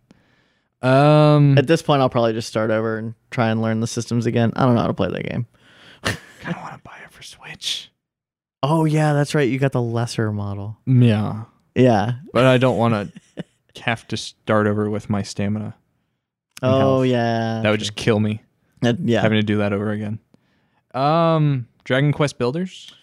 S1: Um
S3: At this point, I'll probably just start over and try and learn the systems again. I don't know how to play that game.
S1: kind of want to buy it for Switch.
S3: Oh yeah, that's right. You got the lesser model.
S1: Yeah.
S3: Yeah.
S1: But I don't want to have to start over with my stamina. and
S3: Oh
S1: health.
S3: yeah.
S1: That would just kill me.
S3: That- yeah.
S1: having to do that over again. Um, Dragon Quest Builders.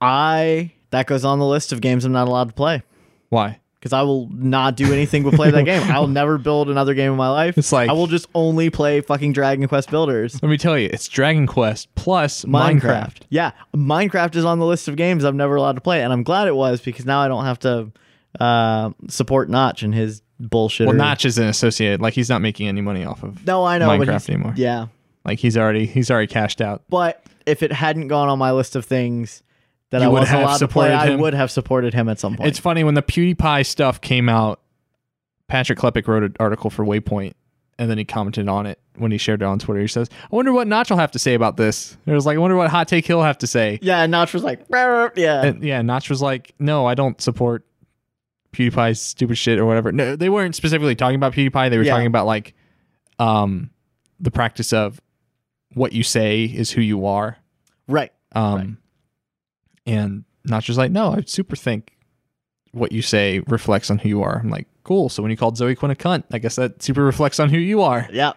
S3: I that goes on the list of games I'm not allowed to play
S1: Why?
S3: because I will not do anything but play that game. I will never build another game in my life.
S1: It's like-
S3: I will just only play fucking Dragon Quest Builders.
S1: Let me tell you, it's Dragon Quest plus Minecraft.
S3: Minecraft. Yeah, Minecraft is on the list of games I'm never allowed to play, and I'm glad it was because now I don't have to uh, support Notch and his bullshit.
S1: Well, Notch isn't associated. Like he's not making any money off of.
S3: No, I know. but
S1: Minecraft
S3: he's-
S1: anymore.
S3: Yeah,
S1: Like he's already he's already cashed out.
S3: but if it hadn't gone on my list of things that
S1: You
S3: I
S1: would
S3: wasn't
S1: have
S3: allowed to play,
S1: supported
S3: I
S1: him.
S3: would have supported him at some point.
S1: It's funny when the PewDiePie stuff came out. Patrick Klepek wrote an article for Waypoint, and then he commented on it when he shared it on Twitter. He says, "I wonder what Notch will have to say about this." It was like, "I wonder what Hot Take he'll have to say."
S3: yeah, and Notch was like, "Rah, rah," yeah,
S1: And yeah, Notch was like, "No, I don't support PewDiePie's stupid shit or whatever." No, they weren't specifically talking about PewDiePie. They were
S3: Yeah.
S1: talking about like, um, the practice of what you say is who you are.
S3: right,
S1: Um,
S3: Right.
S1: and Notch was like, "No, I super think what you say reflects on who you are." I'm like, "Cool." So when you called Zoe Quinn a cunt, I guess that super reflects on who you are.
S3: yeah."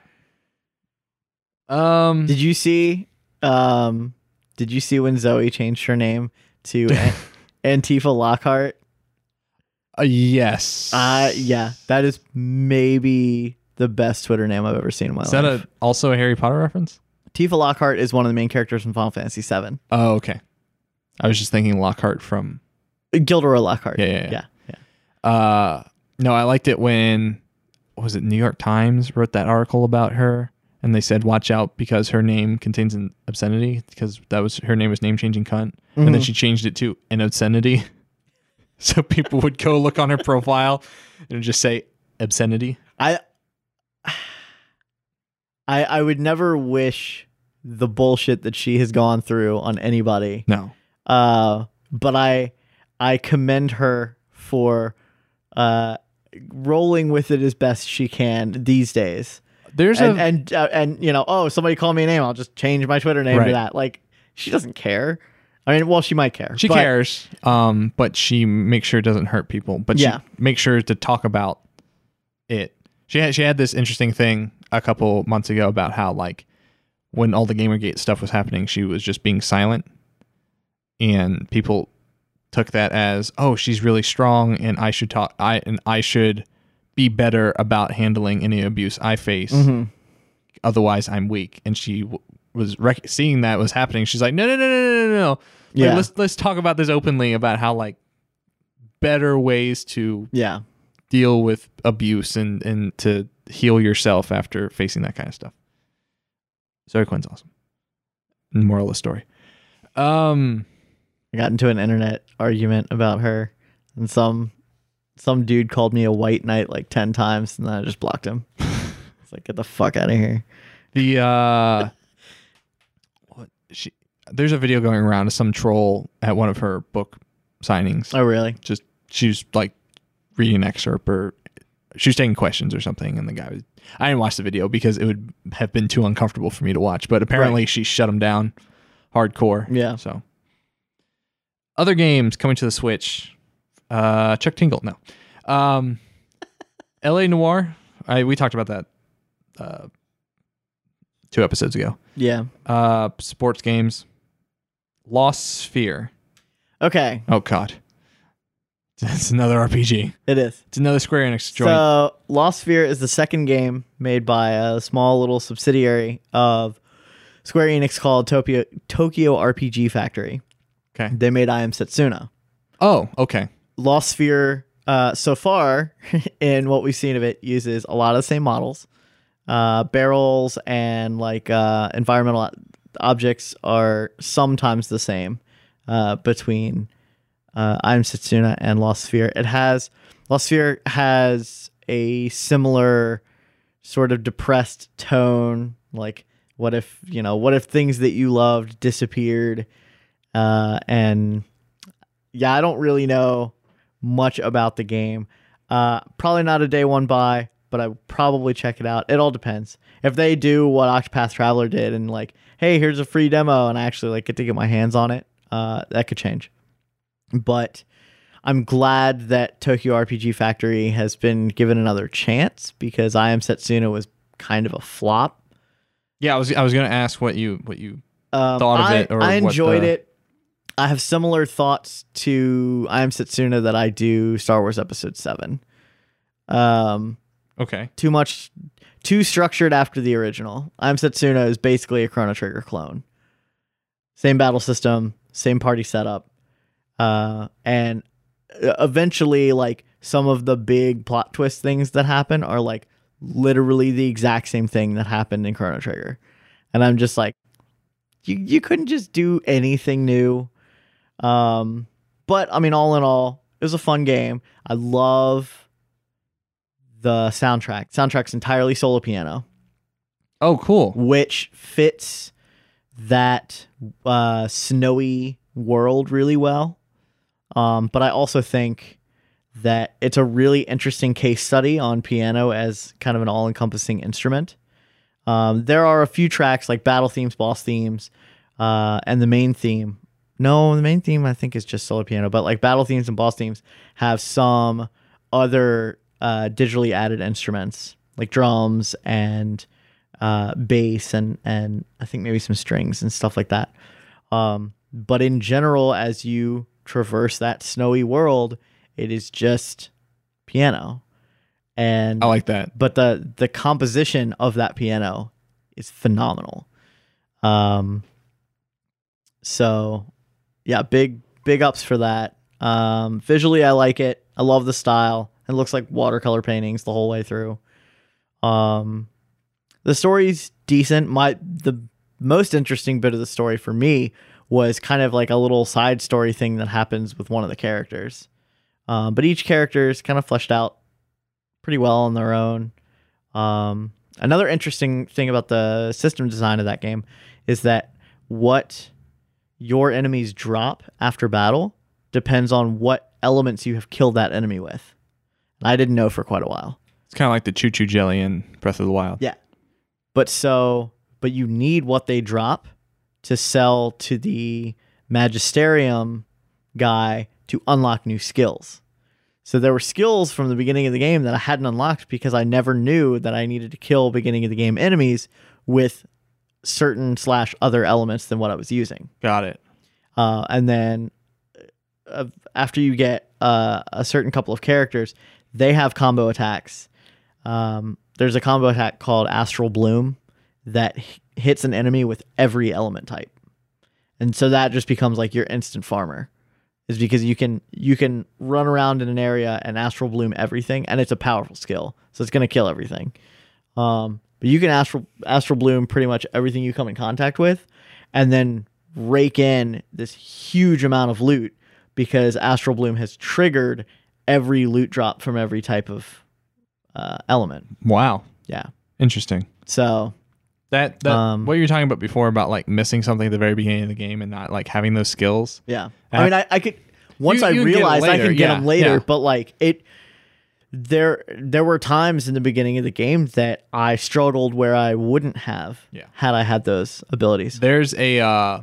S1: Um,
S3: Did you see? Um, did you see when Zoe changed her name to An- Antifa Lockhart?
S1: uh, yes.
S3: Uh yeah, that is maybe the best Twitter name I've ever seen in my
S1: Is
S3: life.
S1: that a, also a Harry Potter reference?
S3: Tifa Lockhart is one of the main characters from Final Fantasy VII.
S1: Oh, okay. I was just thinking Lockhart from
S3: Gilderoy Lockhart.
S1: Yeah, yeah, yeah.
S3: yeah. yeah.
S1: Uh, no, I liked it when what was it New York Times wrote that article about her, and they said watch out because her name contains an obscenity because that was her name was name changing cunt, and then she changed it to an obscenity, so people would go look on her profile and just say obscenity.
S3: I I I would never wish the bullshit that she has gone through on anybody.
S1: No,
S3: Uh, but I I commend her for uh rolling with it as best she can these days.
S1: there's
S3: and
S1: a
S3: and, uh, and you know, oh, somebody called me a name, I'll just change my Twitter name
S1: Right.
S3: to that. Like she doesn't care. I mean, well, she might care.
S1: she
S3: but-
S1: cares, um, but she makes sure it doesn't hurt people. But
S3: Yeah.
S1: she makes sure to talk about it. She had she had this interesting thing a couple months ago about how like when all the GamerGate stuff was happening, she was just being silent, and people took that as oh she's really strong and I should talk I and I should be better about handling any abuse I face. Otherwise, I'm weak. And she w- was rec- seeing that was happening. She's like, no, no, no, no, no, no, no. Like,
S3: Yeah.
S1: let's let's talk about this openly about how like better ways to
S3: Yeah.
S1: deal with abuse and and to heal yourself after facing that kind of stuff. Zoe Quinn's awesome. Moral of the story. Um,
S3: I got into an internet argument about her, and some some dude called me a white knight like ten times, and then I just blocked him. it's like get the fuck out of here.
S1: the uh, what she there's a video going around of some troll at one of her book signings.
S3: Oh really?
S1: just she was like reading an excerpt or she was taking questions or something and the guy was i didn't watch the video because it would have been too uncomfortable for me to watch but apparently she shut him down hardcore
S3: Yeah.
S1: so other games coming to the switch uh chuck tingle no um la noir i we talked about that uh two episodes ago
S3: Yeah.
S1: uh sports games lost sphere
S3: Okay,
S1: oh god that's another rpg
S3: it is.
S1: it's another Square Enix joint.
S3: So Lost Sphere is the second game made by a small little subsidiary of Square Enix called Tokyo Tokyo RPG Factory.
S1: Okay.
S3: They made I Am Setsuna.
S1: oh, okay.
S3: Lost Sphere, uh, so far in what we've seen of it, uses a lot of the same models. Uh, barrels and like uh, environmental o- objects are sometimes the same uh, between uh, I'm Setsuna and Lost Sphere. It has Lost Sphere has a similar sort of depressed tone. Like, what if you know? What if things that you loved disappeared? Uh, and yeah, I don't really know much about the game. Uh, probably not a day one buy, but I would probably check it out. It all depends. If they do what Octopath Traveler did and like, hey, here's a free demo, and I actually like get to get my hands on it, uh, that could change. But I'm glad that Tokyo RPG Factory has been given another chance because I Am Setsuna was kind of a flop.
S1: Yeah, I was I was gonna ask what you what you
S3: Um,
S1: Thought of
S3: I,
S1: it or
S3: I
S1: what
S3: enjoyed
S1: the-
S3: it. I have similar thoughts to I Am Setsuna that I do Star Wars Episode 7. Um,
S1: okay.
S3: too much too structured after the original. I'm Setsuna is basically a Chrono Trigger clone. Same battle system, same party setup. Uh and eventually like some of the big plot twist things that happen are like literally the exact same thing that happened in Chrono Trigger. And I'm just like you you couldn't just do anything new. Um but I mean all in all, it was a fun game. I love the soundtrack. Soundtrack's entirely solo piano,
S1: Oh, cool.
S3: which fits that uh, snowy world really well. Um, but I also think that it's a really interesting case study on piano as kind of an all encompassing instrument. Um, there are a few tracks like battle themes, boss themes, uh, and the main theme. No, the main theme I think is just solo piano, but like battle themes and boss themes have some other uh, digitally added instruments like drums and uh, bass and and I think maybe some strings and stuff like that. Um, but in general, as you traverse that snowy world, it is just piano. And
S1: I like that.
S3: but the the composition of that piano is phenomenal. Um so yeah, big big ups for that. Um, visually, I like it. I love the style. It looks like watercolor paintings the whole way through. Um, the story's decent. My the most interesting bit of the story for me was kind of like a little side story thing that happens with one of the characters. Um, but each character is kind of fleshed out pretty well on their own. Um, another interesting thing about the system design of that game is that what your enemies drop after battle depends on what elements you have killed that enemy with. And I didn't know for quite a while.
S1: It's kind of like the choo choo jelly in Breath of the Wild.
S3: Yeah. But so, but you need what they drop to sell to the magisterium guy to unlock new skills. So there were skills from the beginning of the game that I hadn't unlocked because I never knew that I needed to kill beginning of the game enemies with certain slash other elements than what I was using.
S1: Got it.
S3: Uh, and then uh, after you get uh, a certain couple of characters, they have combo attacks. Um, there's a combo attack called Astral Bloom that h- hits an enemy with every element type, and so that just becomes like your instant farmer, is because you can you can run around in an area and Astral Bloom everything, and it's a powerful skill, so it's gonna kill everything. Um, but you can astral astral bloom pretty much everything you come in contact with, and then rake in this huge amount of loot because astral bloom has triggered every loot drop from every type of uh, element.
S1: Wow.
S3: Yeah.
S1: Interesting.
S3: So
S1: That, that
S3: Um,
S1: what you were talking about before about like missing something at the very beginning of the game and not like having those skills.
S3: yeah, I mean, I, I could once
S1: Ah. You- you
S3: I
S1: can get it
S3: realized I
S1: later,
S3: could get
S1: yeah,
S3: them later,
S1: yeah.
S3: but like it. There, there were times in the beginning of the game that I struggled where I wouldn't have
S1: Yeah.
S3: had I had those abilities.
S1: There's a uh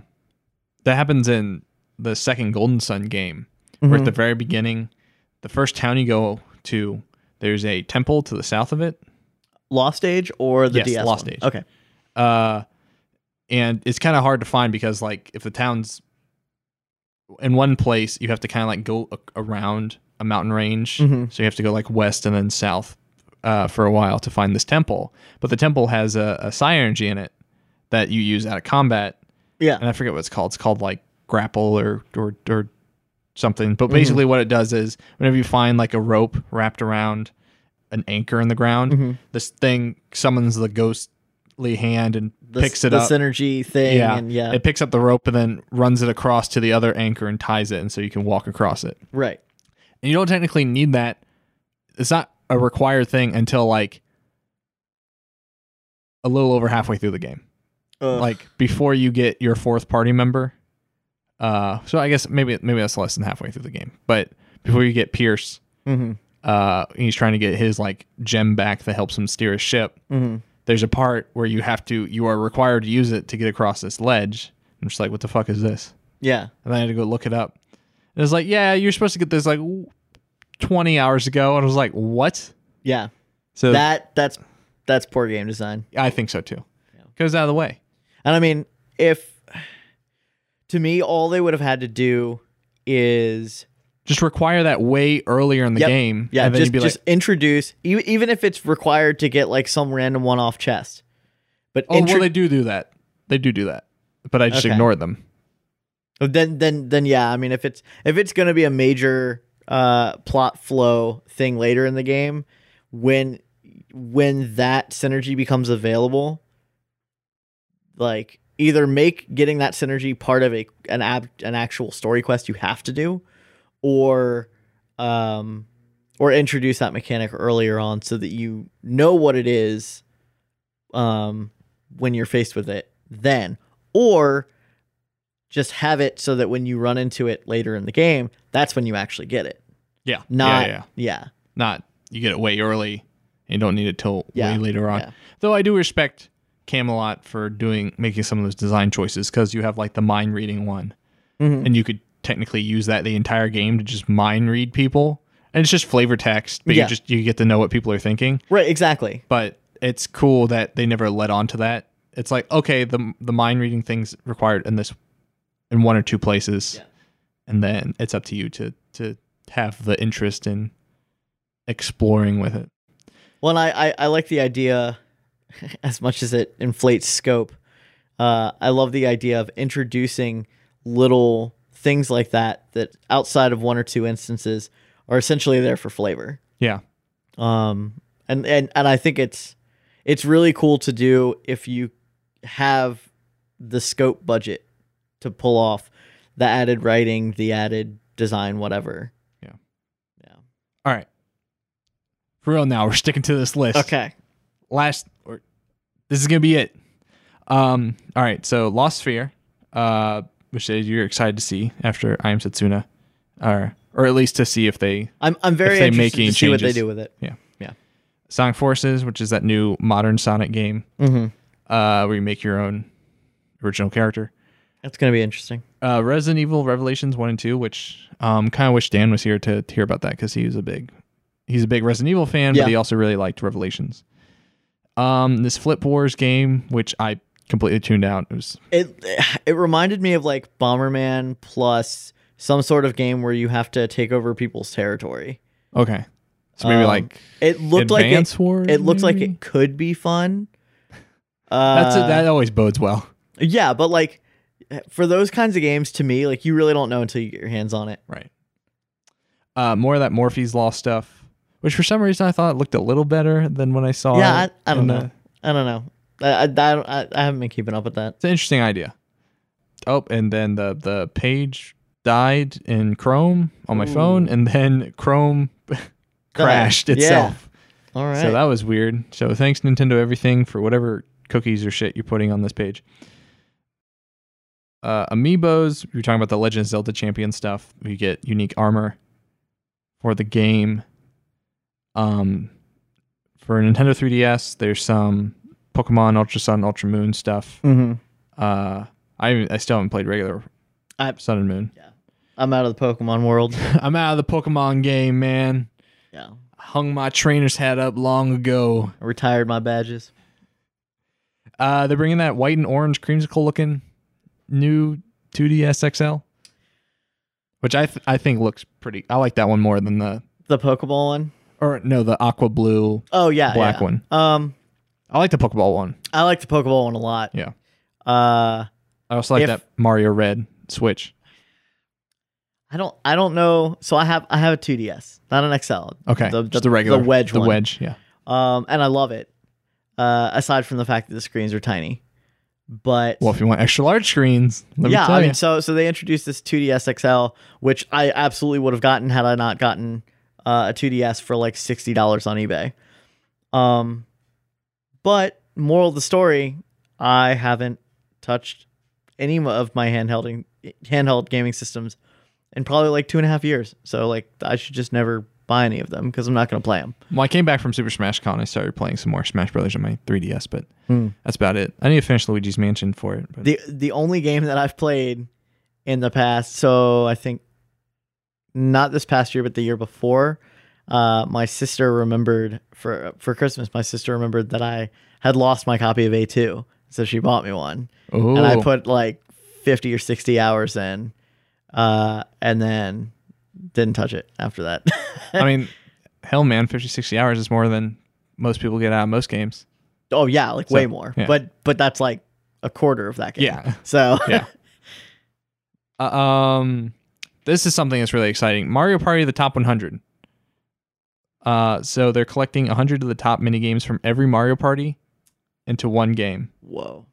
S1: that happens in the second Golden Sun game
S3: Mm-hmm.
S1: where at the very beginning, the first town you go to, there's a temple to the south of it.
S3: Lost Age or the
S1: Yes,
S3: DS
S1: Lost
S3: one?
S1: Age.
S3: Okay.
S1: uh, and it's kind of hard to find because like if the town's in one place, you have to kind of like go a- around a mountain range,
S3: Mhm.
S1: so you have to go like west and then south uh, for a while to find this temple. But the temple has a, a psi energy in it that you use out of combat,
S3: Yeah.
S1: and I forget what it's called. It's called like grapple or or or something. But basically, what it does is whenever you find like a rope wrapped around an anchor in the ground, this thing summons the ghostly hand and
S3: The,
S1: picks it
S3: the
S1: up.
S3: synergy thing.
S1: yeah,
S3: And yeah.
S1: it picks up the rope and then runs it across to the other anchor and ties it, and so you can walk across it.
S3: right.
S1: And you don't technically need that. It's not a required thing until like a little over halfway through the game
S3: Ugh.
S1: like before you get your fourth party member. Uh, so I guess maybe maybe that's less than halfway through the game, but before you get Pierce,
S3: Mhm.
S1: uh, and he's trying to get his like gem back that helps him steer his ship.
S3: Mhm.
S1: There's a part where you have to you are required to use it to get across this ledge. I'm just like, what the fuck is this?
S3: Yeah.
S1: And then I had to go look it up. And it's like, yeah, you're supposed to get this like 20 hours ago, and I was like, what?
S3: Yeah.
S1: So
S3: That that's that's poor game design.
S1: I think so too. Goes out of the way.
S3: And I mean, if to me all they would have had to do is
S1: Just require that way earlier in the
S3: Yep.
S1: game.
S3: Yeah,
S1: and then
S3: just,
S1: you'd be like,
S3: just introduce e- even if it's required to get like some random one off chest. But
S1: Oh
S3: intro-
S1: well, they do do that. They do do that, but I just
S3: Okay.
S1: ignored them.
S3: then then then yeah i mean if it's if it's going to be a major uh plot flow thing later in the game when when that synergy becomes available like either make getting that synergy part of a an ab, an actual story quest you have to do or um or introduce that mechanic earlier on so that you know what it is um when you're faced with it then or just have it so that when you run into it later in the game, that's when you actually get it.
S1: Yeah,
S3: Not
S1: yeah,
S3: yeah.
S1: yeah. Not you get it way early. You don't need it till
S3: Yeah,
S1: way later on.
S3: yeah.
S1: Though I do respect Camelot for doing making some of those design choices because you have like the mind reading one,
S3: Mm-hmm.
S1: and you could technically use that the entire game to just mind read people, and it's just flavor text, but
S3: Yeah.
S1: you just you get to know what people are thinking.
S3: Right, exactly.
S1: But it's cool that they never led on to that. It's like okay, the the mind reading things required in this in one or two places.
S3: Yeah.
S1: and then it's up to you to to have the interest in exploring with it.
S3: Well, and I, I, I like the idea as much as it inflates scope. Uh, I love the idea of introducing little things like that that outside of one or two instances are essentially there for flavor.
S1: Yeah.
S3: Um, and and and I think it's it's really cool to do if you have the scope budget to pull off the added writing, the added design, whatever.
S1: All right. For real now, we're sticking to this list.
S3: Okay.
S1: Last or this is gonna be it. Um, all right, so Lost Sphere, uh, which is you're excited to see after I am Setsuna. Or or at least to see if they
S3: I'm I'm very
S1: If they
S3: interested
S1: make
S3: to
S1: any
S3: see what they
S1: changes.
S3: do with it.
S1: Sonic Forces, which is that new modern Sonic game,
S3: Mm-hmm.
S1: uh, where you make your own original character.
S3: That's gonna be interesting.
S1: Uh, Resident Evil Revelations one and two, which um, kind of wish Dan was here to, to hear about that because he was a big, he's a big Resident Evil fan,
S3: Yeah.
S1: but he also really liked Revelations. Um, this Flip Wars game, which I completely tuned out. It was
S3: It it reminded me of like Bomberman plus some sort of game where you have to take over people's territory.
S1: okay. So maybe
S3: Um,
S1: like
S3: It looked
S1: Advance
S3: like
S1: Wars.
S3: it, it looks like
S1: maybe?
S3: it could be fun. Uh,
S1: That's that always bodes well,
S3: Yeah, but like for those kinds of games, to me, like you really don't know until you get your hands on it.
S1: right? Uh, more of that Morphe's Law stuff, which for some reason I thought it looked a little better than when I saw.
S3: yeah,
S1: it
S3: I, I don't
S1: in
S3: know.
S1: the-
S3: I don't know. I, I, I, don't- I, I haven't been keeping up with that.
S1: It's an interesting idea. Oh, and then the the page died in Chrome on my phone, and then Chrome crashed
S3: Yeah.
S1: itself.
S3: All right.
S1: So that was weird. So thanks Nintendo everything for whatever cookies or shit you're putting on this page. Uh, amiibos. We were talking about the Legend of Zelda champion stuff. We get unique armor for the game. Um, for Nintendo 3DS, there's some Pokemon Ultra Sun, Ultra Moon stuff.
S3: mm-hmm.
S1: Uh, I haven't- I still haven't played regular
S3: I-
S1: Sun and Moon.
S3: I'm out of the Pokemon world.
S1: I'm out of the Pokemon game, man.
S3: yeah.
S1: Hung my trainer's hat up long ago.
S3: I retired my badges.
S1: Uh, they're bringing that white and orange creamsicle looking new 2DS XL, which I th- I think looks pretty. I like that one more than the
S3: The Pokeball one.
S1: or no the aqua blue
S3: Oh yeah.
S1: black
S3: yeah.
S1: one.
S3: Um,
S1: I like the Pokeball one.
S3: I like the Pokeball one a lot.
S1: Yeah.
S3: Uh,
S1: I also like
S3: If-
S1: that Mario Red Switch.
S3: I don't. I don't know. So I have. I have a 2DS, not an XL.
S1: Okay,
S3: The,
S1: just the regular
S3: the wedge
S1: the
S3: one.
S1: wedge. Yeah,
S3: Um, and I love it. Uh, aside from the fact that the screens are tiny, but
S1: well if you want extra large screens, let me
S3: yeah,
S1: tell
S3: I
S1: you.
S3: mean, so so they introduced this 2DS XL, which I absolutely would have gotten had I not gotten uh, a 2DS for like sixty dollars on eBay. Um, but moral of the story, I haven't touched any of my handheld handheld gaming systems in probably like two and a half years. So like, I should just never buy any of them because I'm not gonna play them.
S1: Well, I came back from Super Smash Con. I started playing some more Smash Brothers on my 3DS, but
S3: Hmm.
S1: that's about it. I need to finish Luigi's Mansion for it. But
S3: the the only game that I've played in the past, so I think not this past year, but the year before, uh, my sister remembered for for Christmas. My sister remembered that I had lost my copy of A two, so she bought me one,
S1: Ooh.
S3: and I put like fifty or sixty hours in, uh, and then didn't touch it after that.
S1: I mean, hell, man, 50, 60 hours is more than most people get out of most games.
S3: oh yeah, like way more,
S1: yeah.
S3: but but that's like a quarter of that game.
S1: Yeah.
S3: So
S1: Yeah. Uh, um, this is something that's really exciting. Mario Party: The Top 100. Uh, so they're collecting 100 of the top mini games from every Mario Party into one game,
S3: whoa,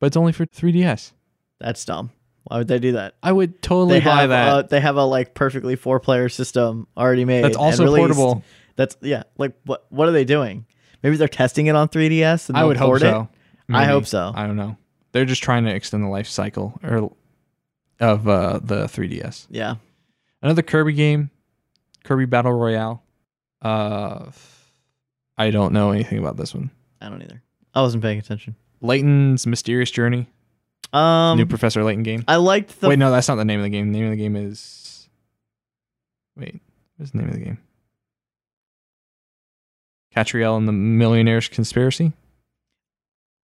S1: but it's only for 3DS.
S3: that's dumb. Why would they do that?
S1: I would totally
S3: they
S1: buy
S3: have
S1: that.
S3: A, they have a like perfectly four player system already made.
S1: that's
S3: and
S1: also
S3: released.
S1: portable.
S3: That's yeah. Like what what are they doing? Maybe they're testing it on 3ds. And
S1: I
S3: they'll
S1: would hope
S3: port it?
S1: so.
S3: I
S1: Maybe.
S3: hope so.
S1: I don't know. They're just trying to extend the life cycle or of uh, the 3DS.
S3: Yeah.
S1: Another Kirby game, Kirby Battle Royale. Uh, I don't know anything about this one.
S3: I don't either. I wasn't paying attention.
S1: Layton's Mysterious Journey,
S3: Um,
S1: new Professor Layton game.
S3: I liked the
S1: Wait, no, that's not the name of the game. The name of the game is. Wait, what's the name of the game? Catriel and the Millionaire's Conspiracy.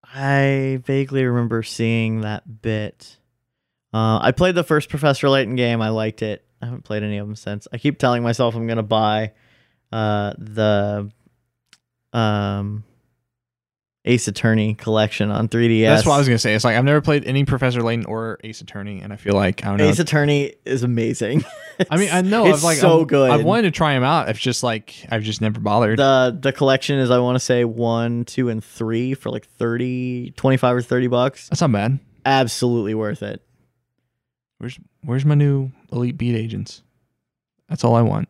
S3: I vaguely remember seeing that bit. Uh, I played the first Professor Layton game. I liked it. I haven't played any of them since. I keep telling myself I'm gonna buy uh, the um, Ace Attorney collection on 3DS.
S1: That's what I was gonna say. It's like I've never played any Professor Layton or Ace Attorney, and I feel like I don't know.
S3: Ace Attorney is amazing.
S1: I mean, I know
S3: it's
S1: I've like
S3: so
S1: I've,
S3: good.
S1: I've wanted to try them out. I've just like I've just never bothered.
S3: the the collection is I want to say 1, 2 and 3 for like 30 25 or 30 bucks.
S1: That's not bad.
S3: Absolutely worth it.
S1: Where's Where's my new Elite Beat Agents? That's all I want.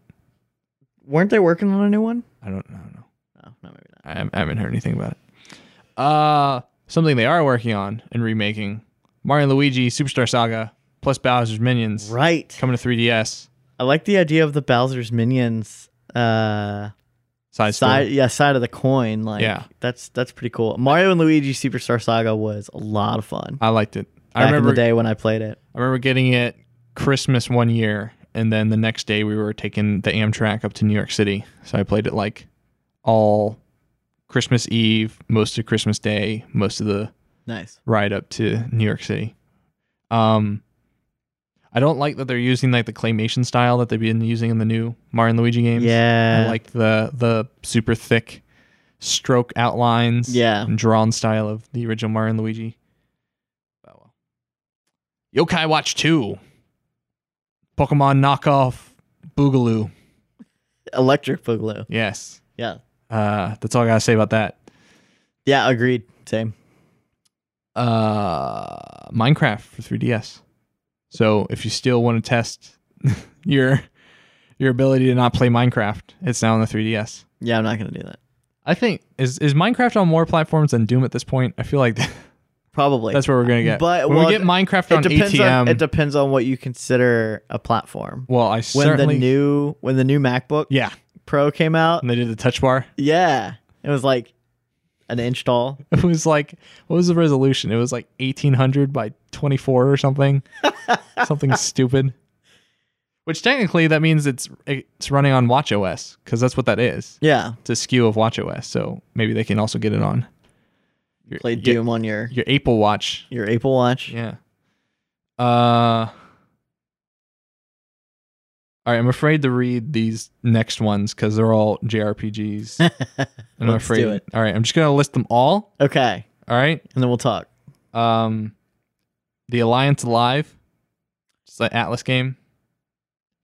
S3: Weren't they working on a new one?
S1: I don't, I don't know.
S3: No, no maybe not.
S1: I haven't- I haven't heard anything about it. Uh, something they are working on and remaking: Mario and Luigi Superstar Saga plus Bowser's Minions
S3: Right.
S1: coming to 3DS.
S3: I like the idea of the Bowser's Minions uh
S1: Side,
S3: side
S1: story.
S3: yeah, side of the coin like
S1: Yeah.
S3: that's that's pretty cool. Mario and Luigi Superstar Saga was a lot of fun.
S1: I liked it. I
S3: Back in
S1: remember
S3: the day when I played it.
S1: I remember getting it Christmas one year, and then the next day we were taking the Amtrak up to New York City. So I played it like all Christmas Eve, most of Christmas Day, most of the
S3: Nice.
S1: ride up to New York City. Um, I don't like that they're using like the claymation style that they've been using in the new Mario and Luigi games.
S3: Yeah.
S1: I liked the the super thick stroke outlines.
S3: Yeah.
S1: and drawn style of the original Mario and Luigi. Oh well. Yokai Watch Two. Pokemon knockoff Boogaloo.
S3: Electric Boogaloo.
S1: Yes.
S3: Yeah.
S1: Uh, that's all I gotta say about that.
S3: Yeah, agreed. Same.
S1: uh, Minecraft for 3DS. So if you still want to test your your ability to not play Minecraft, it's now on the 3DS.
S3: Yeah, I'm not going to do that.
S1: I think is is Minecraft on more platforms than Doom at this point. I feel like
S3: Probably.
S1: that's where we're gonna get.
S3: But,
S1: when
S3: well,
S1: we get Minecraft on
S3: it depends
S1: ATM,
S3: on it depends on what you consider a platform.
S1: well, I
S3: When
S1: certainly
S3: the new when the new MacBook
S1: yeah,
S3: Pro came out,
S1: and they did the touch bar.
S3: yeah, it was like an inch tall.
S1: It was like what was the resolution? It was like 1800 by 24 or something. something stupid. Which technically that means it's it's running on WatchOS cuz that's what that is.
S3: Yeah,
S1: It's a skew of WatchOS, so maybe they can also get it on your,
S3: play
S1: your-
S3: Doom on your
S1: Your, Apple Watch.
S3: your Apple Watch.
S1: Yeah. Uh all right, I'm afraid to read these next ones because they're all JRPGs. and I'm
S3: Let's
S1: afraid.
S3: do it.
S1: All right, I'm just gonna list them all.
S3: Okay,
S1: All right,
S3: and then we'll talk.
S1: um, the Alliance Alive, it's an Atlas game.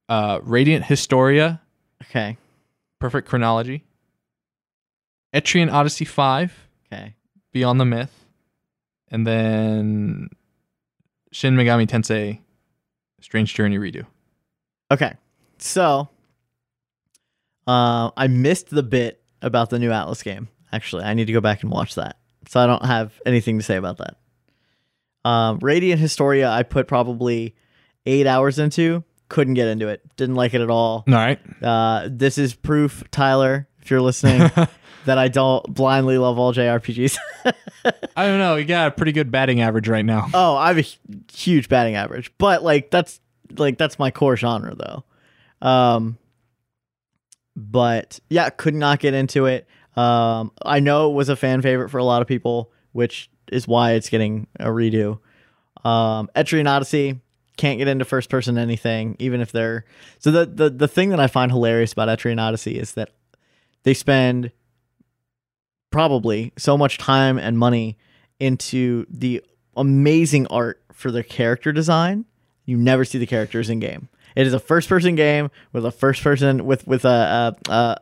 S1: Uh, Radiant Historia,
S3: Okay,
S1: Perfect Chronology. Etrian Odyssey Five,
S3: okay,
S1: Beyond the Myth, and then Shin Megami Tensei, Strange Journey Redo.
S3: okay. So, uh, I missed the bit about the new Atlas game. Actually, I need to go back and watch that. So I don't have anything to say about that. Um, Radiant Historia, I put probably eight hours into. Couldn't get into it. Didn't like it at all.
S1: All right,
S3: Uh, this is proof, Tyler, if you're listening, that I don't blindly love all JRPGs.
S1: I don't know. You got a pretty good batting average right now.
S3: oh, I have a hu- huge batting average, but like that's like that's my core genre though. Um, but yeah, could not get into it. Um, I know it was a fan favorite for a lot of people, which is why it's getting a redo. Um, Etrian Odyssey can't get into first person anything, even if they're so the the the thing that I find hilarious about Etrian Odyssey is that they spend probably so much time and money into the amazing art for their character design. You never see the characters in game. It is a first person game with a first person with with a, a, a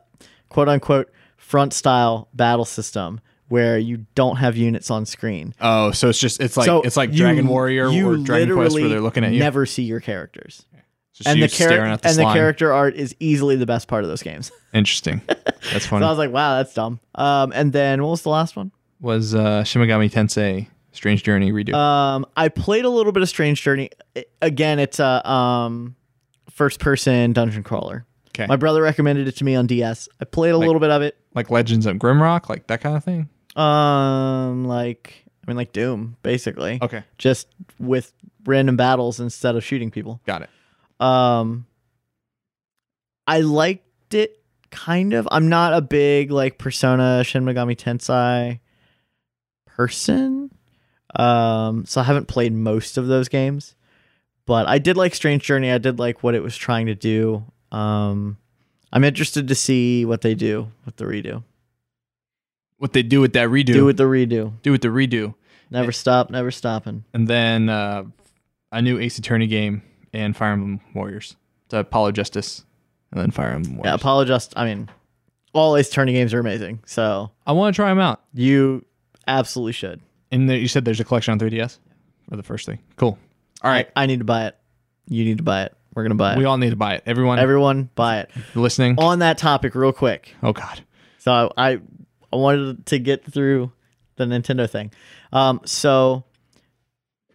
S3: quote unquote front style battle system where you don't have units on screen.
S1: Oh, so it's just it's like
S3: so
S1: it's like
S3: you-
S1: Dragon Warrior
S3: you
S1: or Dragon Quest where
S3: literally
S1: they're looking at you.
S3: Never see your characters.
S1: Just
S3: And
S1: you
S3: the, char-
S1: staring at the
S3: and the
S1: slime.
S3: character art is easily the best part of those games.
S1: Interesting. That's funny.
S3: So I was like, wow, that's dumb. Um, and then what was the last one?
S1: was uh, Shimigami Tensei Strange Journey redo.
S3: Um, I played a little bit of Strange Journey. I- Again, it's a um, first person dungeon crawler.
S1: okay,
S3: My brother recommended it to me on DS. I played a little bit of it.
S1: like Legends of Grimrock, like that kind of thing.
S3: Um, like I mean, like Doom, basically,
S1: Okay,
S3: just with random battles instead of shooting people.
S1: got it.
S3: Um, I liked it kind of. I'm not a big like Persona Shin Megami Tensei person, um, so I haven't played most of those games. But I did like Strange Journey. I did like what it was trying to do. Um, I'm interested to see what they do with the redo.
S1: what they do with that redo.
S3: Do with the redo.
S1: do with the redo.
S3: Never stop, never stopping.
S1: And then uh, a new Ace Attorney game and Fire Emblem Warriors. To Apollo Justice and then Fire Emblem
S3: Yeah,
S1: Warriors.
S3: Apollo just I mean, all Ace Attorney games are amazing. So
S1: I want to try them out.
S3: you absolutely should.
S1: And there, you said there's a collection on 3DS for the first thing. Cool. All right.
S3: I need to buy it. You need to buy it. We're gonna buy it.
S1: We all need to buy it. Everyone
S3: Everyone buy it.
S1: listening.
S3: On that topic, real quick.
S1: Oh, God.
S3: So I, I I wanted to get through the Nintendo thing. Um, so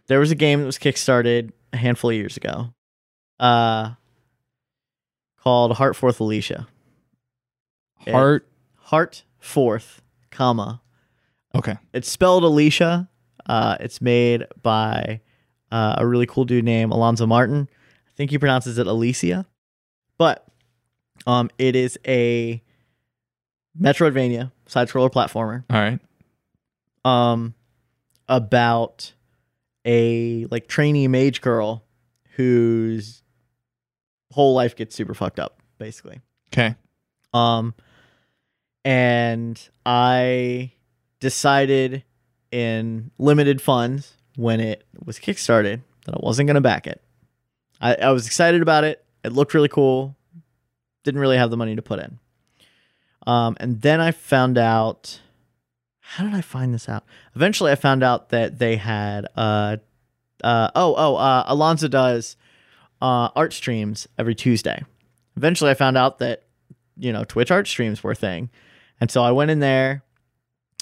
S3: there was a game that was kickstarted a handful of years ago, uh, called Heartforth Alicia. It-
S1: Heart.
S3: Heartforth, comma.
S1: Okay.
S3: It's spelled Alicia. Uh, it's made by uh, a really cool dude named Alonzo Martin. I think he pronounces it Alicia, but um, it is a Metroidvania side scroller platformer
S1: All right.
S3: um about a like trainee mage girl whose whole life gets super fucked up basically
S1: Okay.
S3: um and i decided in limited funds when it was kickstarted that i wasn't going to back it I, I was excited about it it looked really cool didn't really have the money to put in um, and then i found out how did i find this out eventually i found out that they had uh, uh, oh oh uh, alonzo does uh, art streams every tuesday eventually i found out that you know Twitch art streams were a thing, and so I went in there,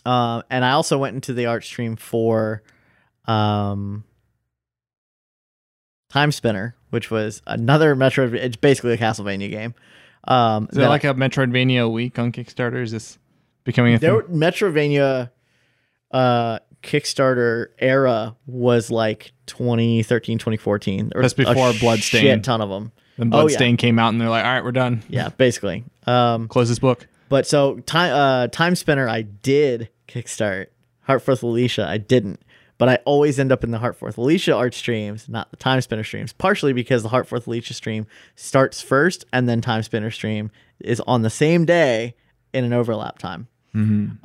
S3: um, and I also went into the art stream for, um, Time Spinner, which was another Metroid. It's basically a Castlevania game. Um,
S1: Is that like a Metroidvania a week on Kickstarter? Is this becoming a
S3: there were-
S1: thing?
S3: Metrovania uh Kickstarter era was like 2013 2014 There was
S1: That's before
S3: a
S1: Bloodstain.
S3: shit ton of them
S1: Then
S3: oh, yeah.
S1: Bloodstain came out and they're like, all right, we're done.
S3: yeah basically um
S1: Close this book.
S3: But so time uh time spinner I did kickstart. Heartforth Alicia I didn't. But I always end up in the Heartforth Alicia art streams, not the Time Spinner streams. Partially because the Heartforth Alicia stream starts first and then Time Spinner stream is on the same day in an overlap time.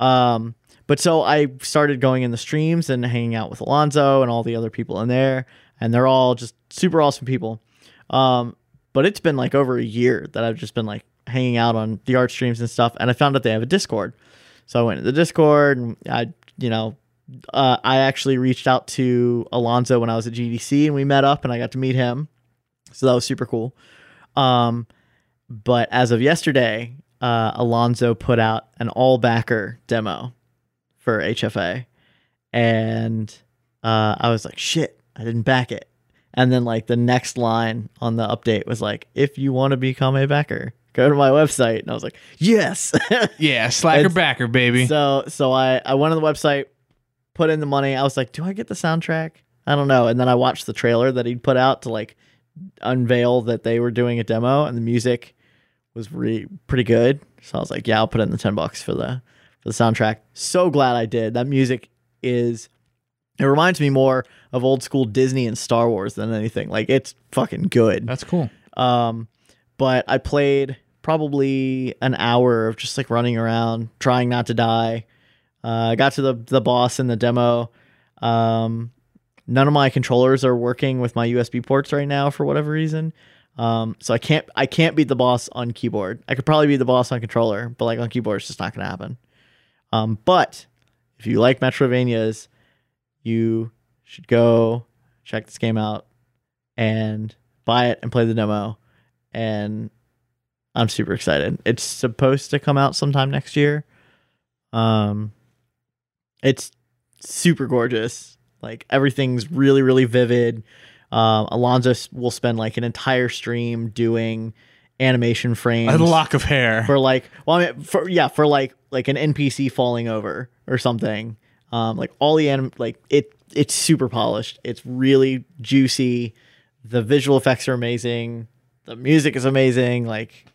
S3: Um, but so I started going in the streams and hanging out with Alonzo and all the other people in there, and they're all just super awesome people. Um, but it's been like over a year that I've just been like hanging out on the art streams and stuff, and I found out they have a Discord. So I went to the Discord and I, you know, uh, I actually reached out to Alonzo when I was at GDC and we met up and I got to meet him. So that was super cool. Um, but as of yesterday, uh, Alonzo put out an all backer demo for HFA, and uh, I was like, "Shit, I didn't back it." And then like the next line on the update was like, "If you want to become a backer, go to my website." And I was like, "Yes."
S1: Yeah, slacker
S3: It's-
S1: backer, baby.
S3: so so I I went on the website, put in the money. I was like, "Do I get the soundtrack?" I don't know. And then I watched the trailer that he'd put out to like unveil that they were doing a demo, and the music was re- pretty good. So I was like, "Yeah, I'll put in the ten bucks for the for the soundtrack." So glad I did. That music is. It reminds me more of old school Disney and Star Wars than anything. Like it's fucking good.
S1: That's cool.
S3: Um, but I played probably an hour of just like running around, trying not to die. Uh, I got to the the boss in the demo. Um, none of my controllers are working with my USB ports right now for whatever reason. Um, so I can't I can't beat the boss on keyboard. I could probably beat the boss on controller, but like on keyboard, it's just not gonna happen. Um, but if you like Metrovanias, you should go check this game out and buy it and play the demo. And I'm super excited. It's supposed to come out sometime next year. Um, it's super gorgeous. Like everything's really, really vivid. Um, Alonzo s- will spend like an entire stream doing animation frames
S1: A lock of hair.
S3: for like well I mean, for yeah for like like an npc falling over or something um like all the anim like it it's super polished it's really juicy the visual effects are amazing the music is amazing like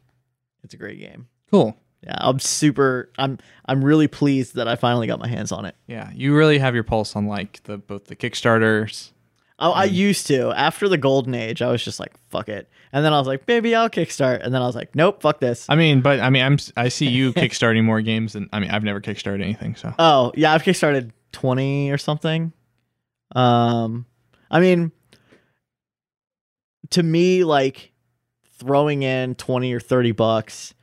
S3: it's a great game
S1: Cool.
S3: yeah i'm super i'm i'm really pleased that i finally got my hands on it
S1: Yeah, you really have your pulse on like the both the Kickstarters
S3: I, I used to. After the golden age, I was just like, fuck it. And then I was like, maybe I'll kickstart. And then I was like, nope, fuck this.
S1: I mean, but I mean, I'm s- I see you kickstarting more games than I mean, I've never kickstarted anything, so
S3: Oh, yeah, I've kickstarted 20 or something. Um I mean to me like throwing in 20 or 30 bucks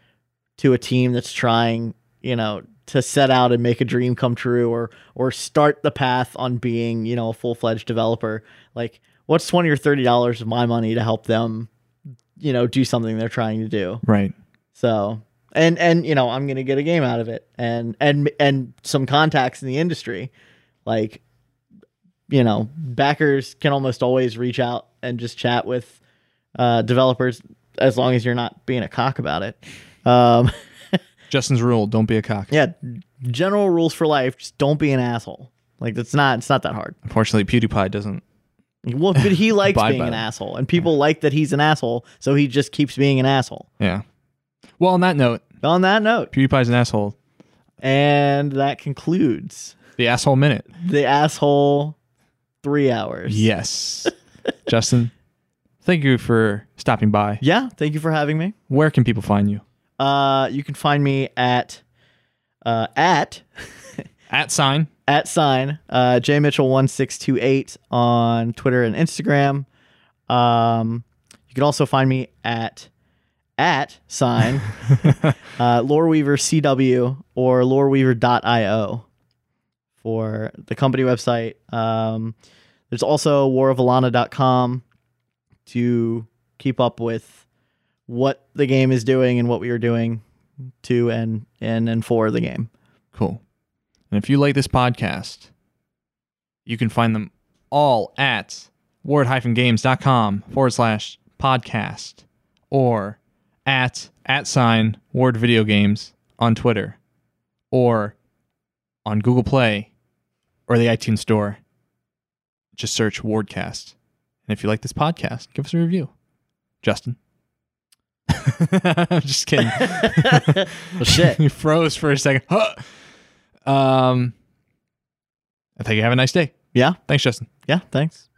S3: to a team that's trying, you know, to set out and make a dream come true or or start the path on being, you know, a full-fledged developer. Like what's 20 or 30 dollars of my money to help them, you know, do something they're trying to do.
S1: right.
S3: So and and you know I'm gonna get a game out of it and and and some contacts in the industry, like you know backers can almost always reach out and just chat with uh, developers as long as you're not being a cock about it. Um,
S1: Justin's rule: don't be a cock.
S3: yeah, general rules for life: just don't be an asshole. Like that's not it's not that hard.
S1: Unfortunately, PewDiePie doesn't.
S3: Well, but he likes
S1: Abide
S3: being
S1: by
S3: an
S1: that.
S3: asshole, and people like that he's an asshole, so he just keeps being an asshole.
S1: Yeah. Well, on that note,
S3: On that note,
S1: PewDiePie's an asshole.
S3: and that concludes.
S1: The asshole minute.
S3: the asshole three hours.
S1: Yes. Justin, thank you for stopping by.
S3: Yeah. Thank you for having me.
S1: Where can people find you?
S3: Uh, you can find me at uh, at
S1: At sign.
S3: at sign uh, J Mitchell one six two eight on Twitter and Instagram. Um, you can also find me at at sign uh, Loreweaver CW or loreweaver.io for the company website. Um, there's also warofalana.com to keep up with what the game is doing and what we are doing to and and and for the game.
S1: Cool. And if you like this podcast, you can find them all at ward-games.com forward slash podcast or at at sign ward video games on Twitter or on Google Play or the iTunes Store. Just search Wardcast. And if you like this podcast, give us a review. Justin. I'm just kidding.
S3: Well, shit.
S1: you froze for a second. Huh. Um, I think you have a nice day.
S3: Yeah.
S1: Thanks, Justin.
S3: Yeah. Thanks.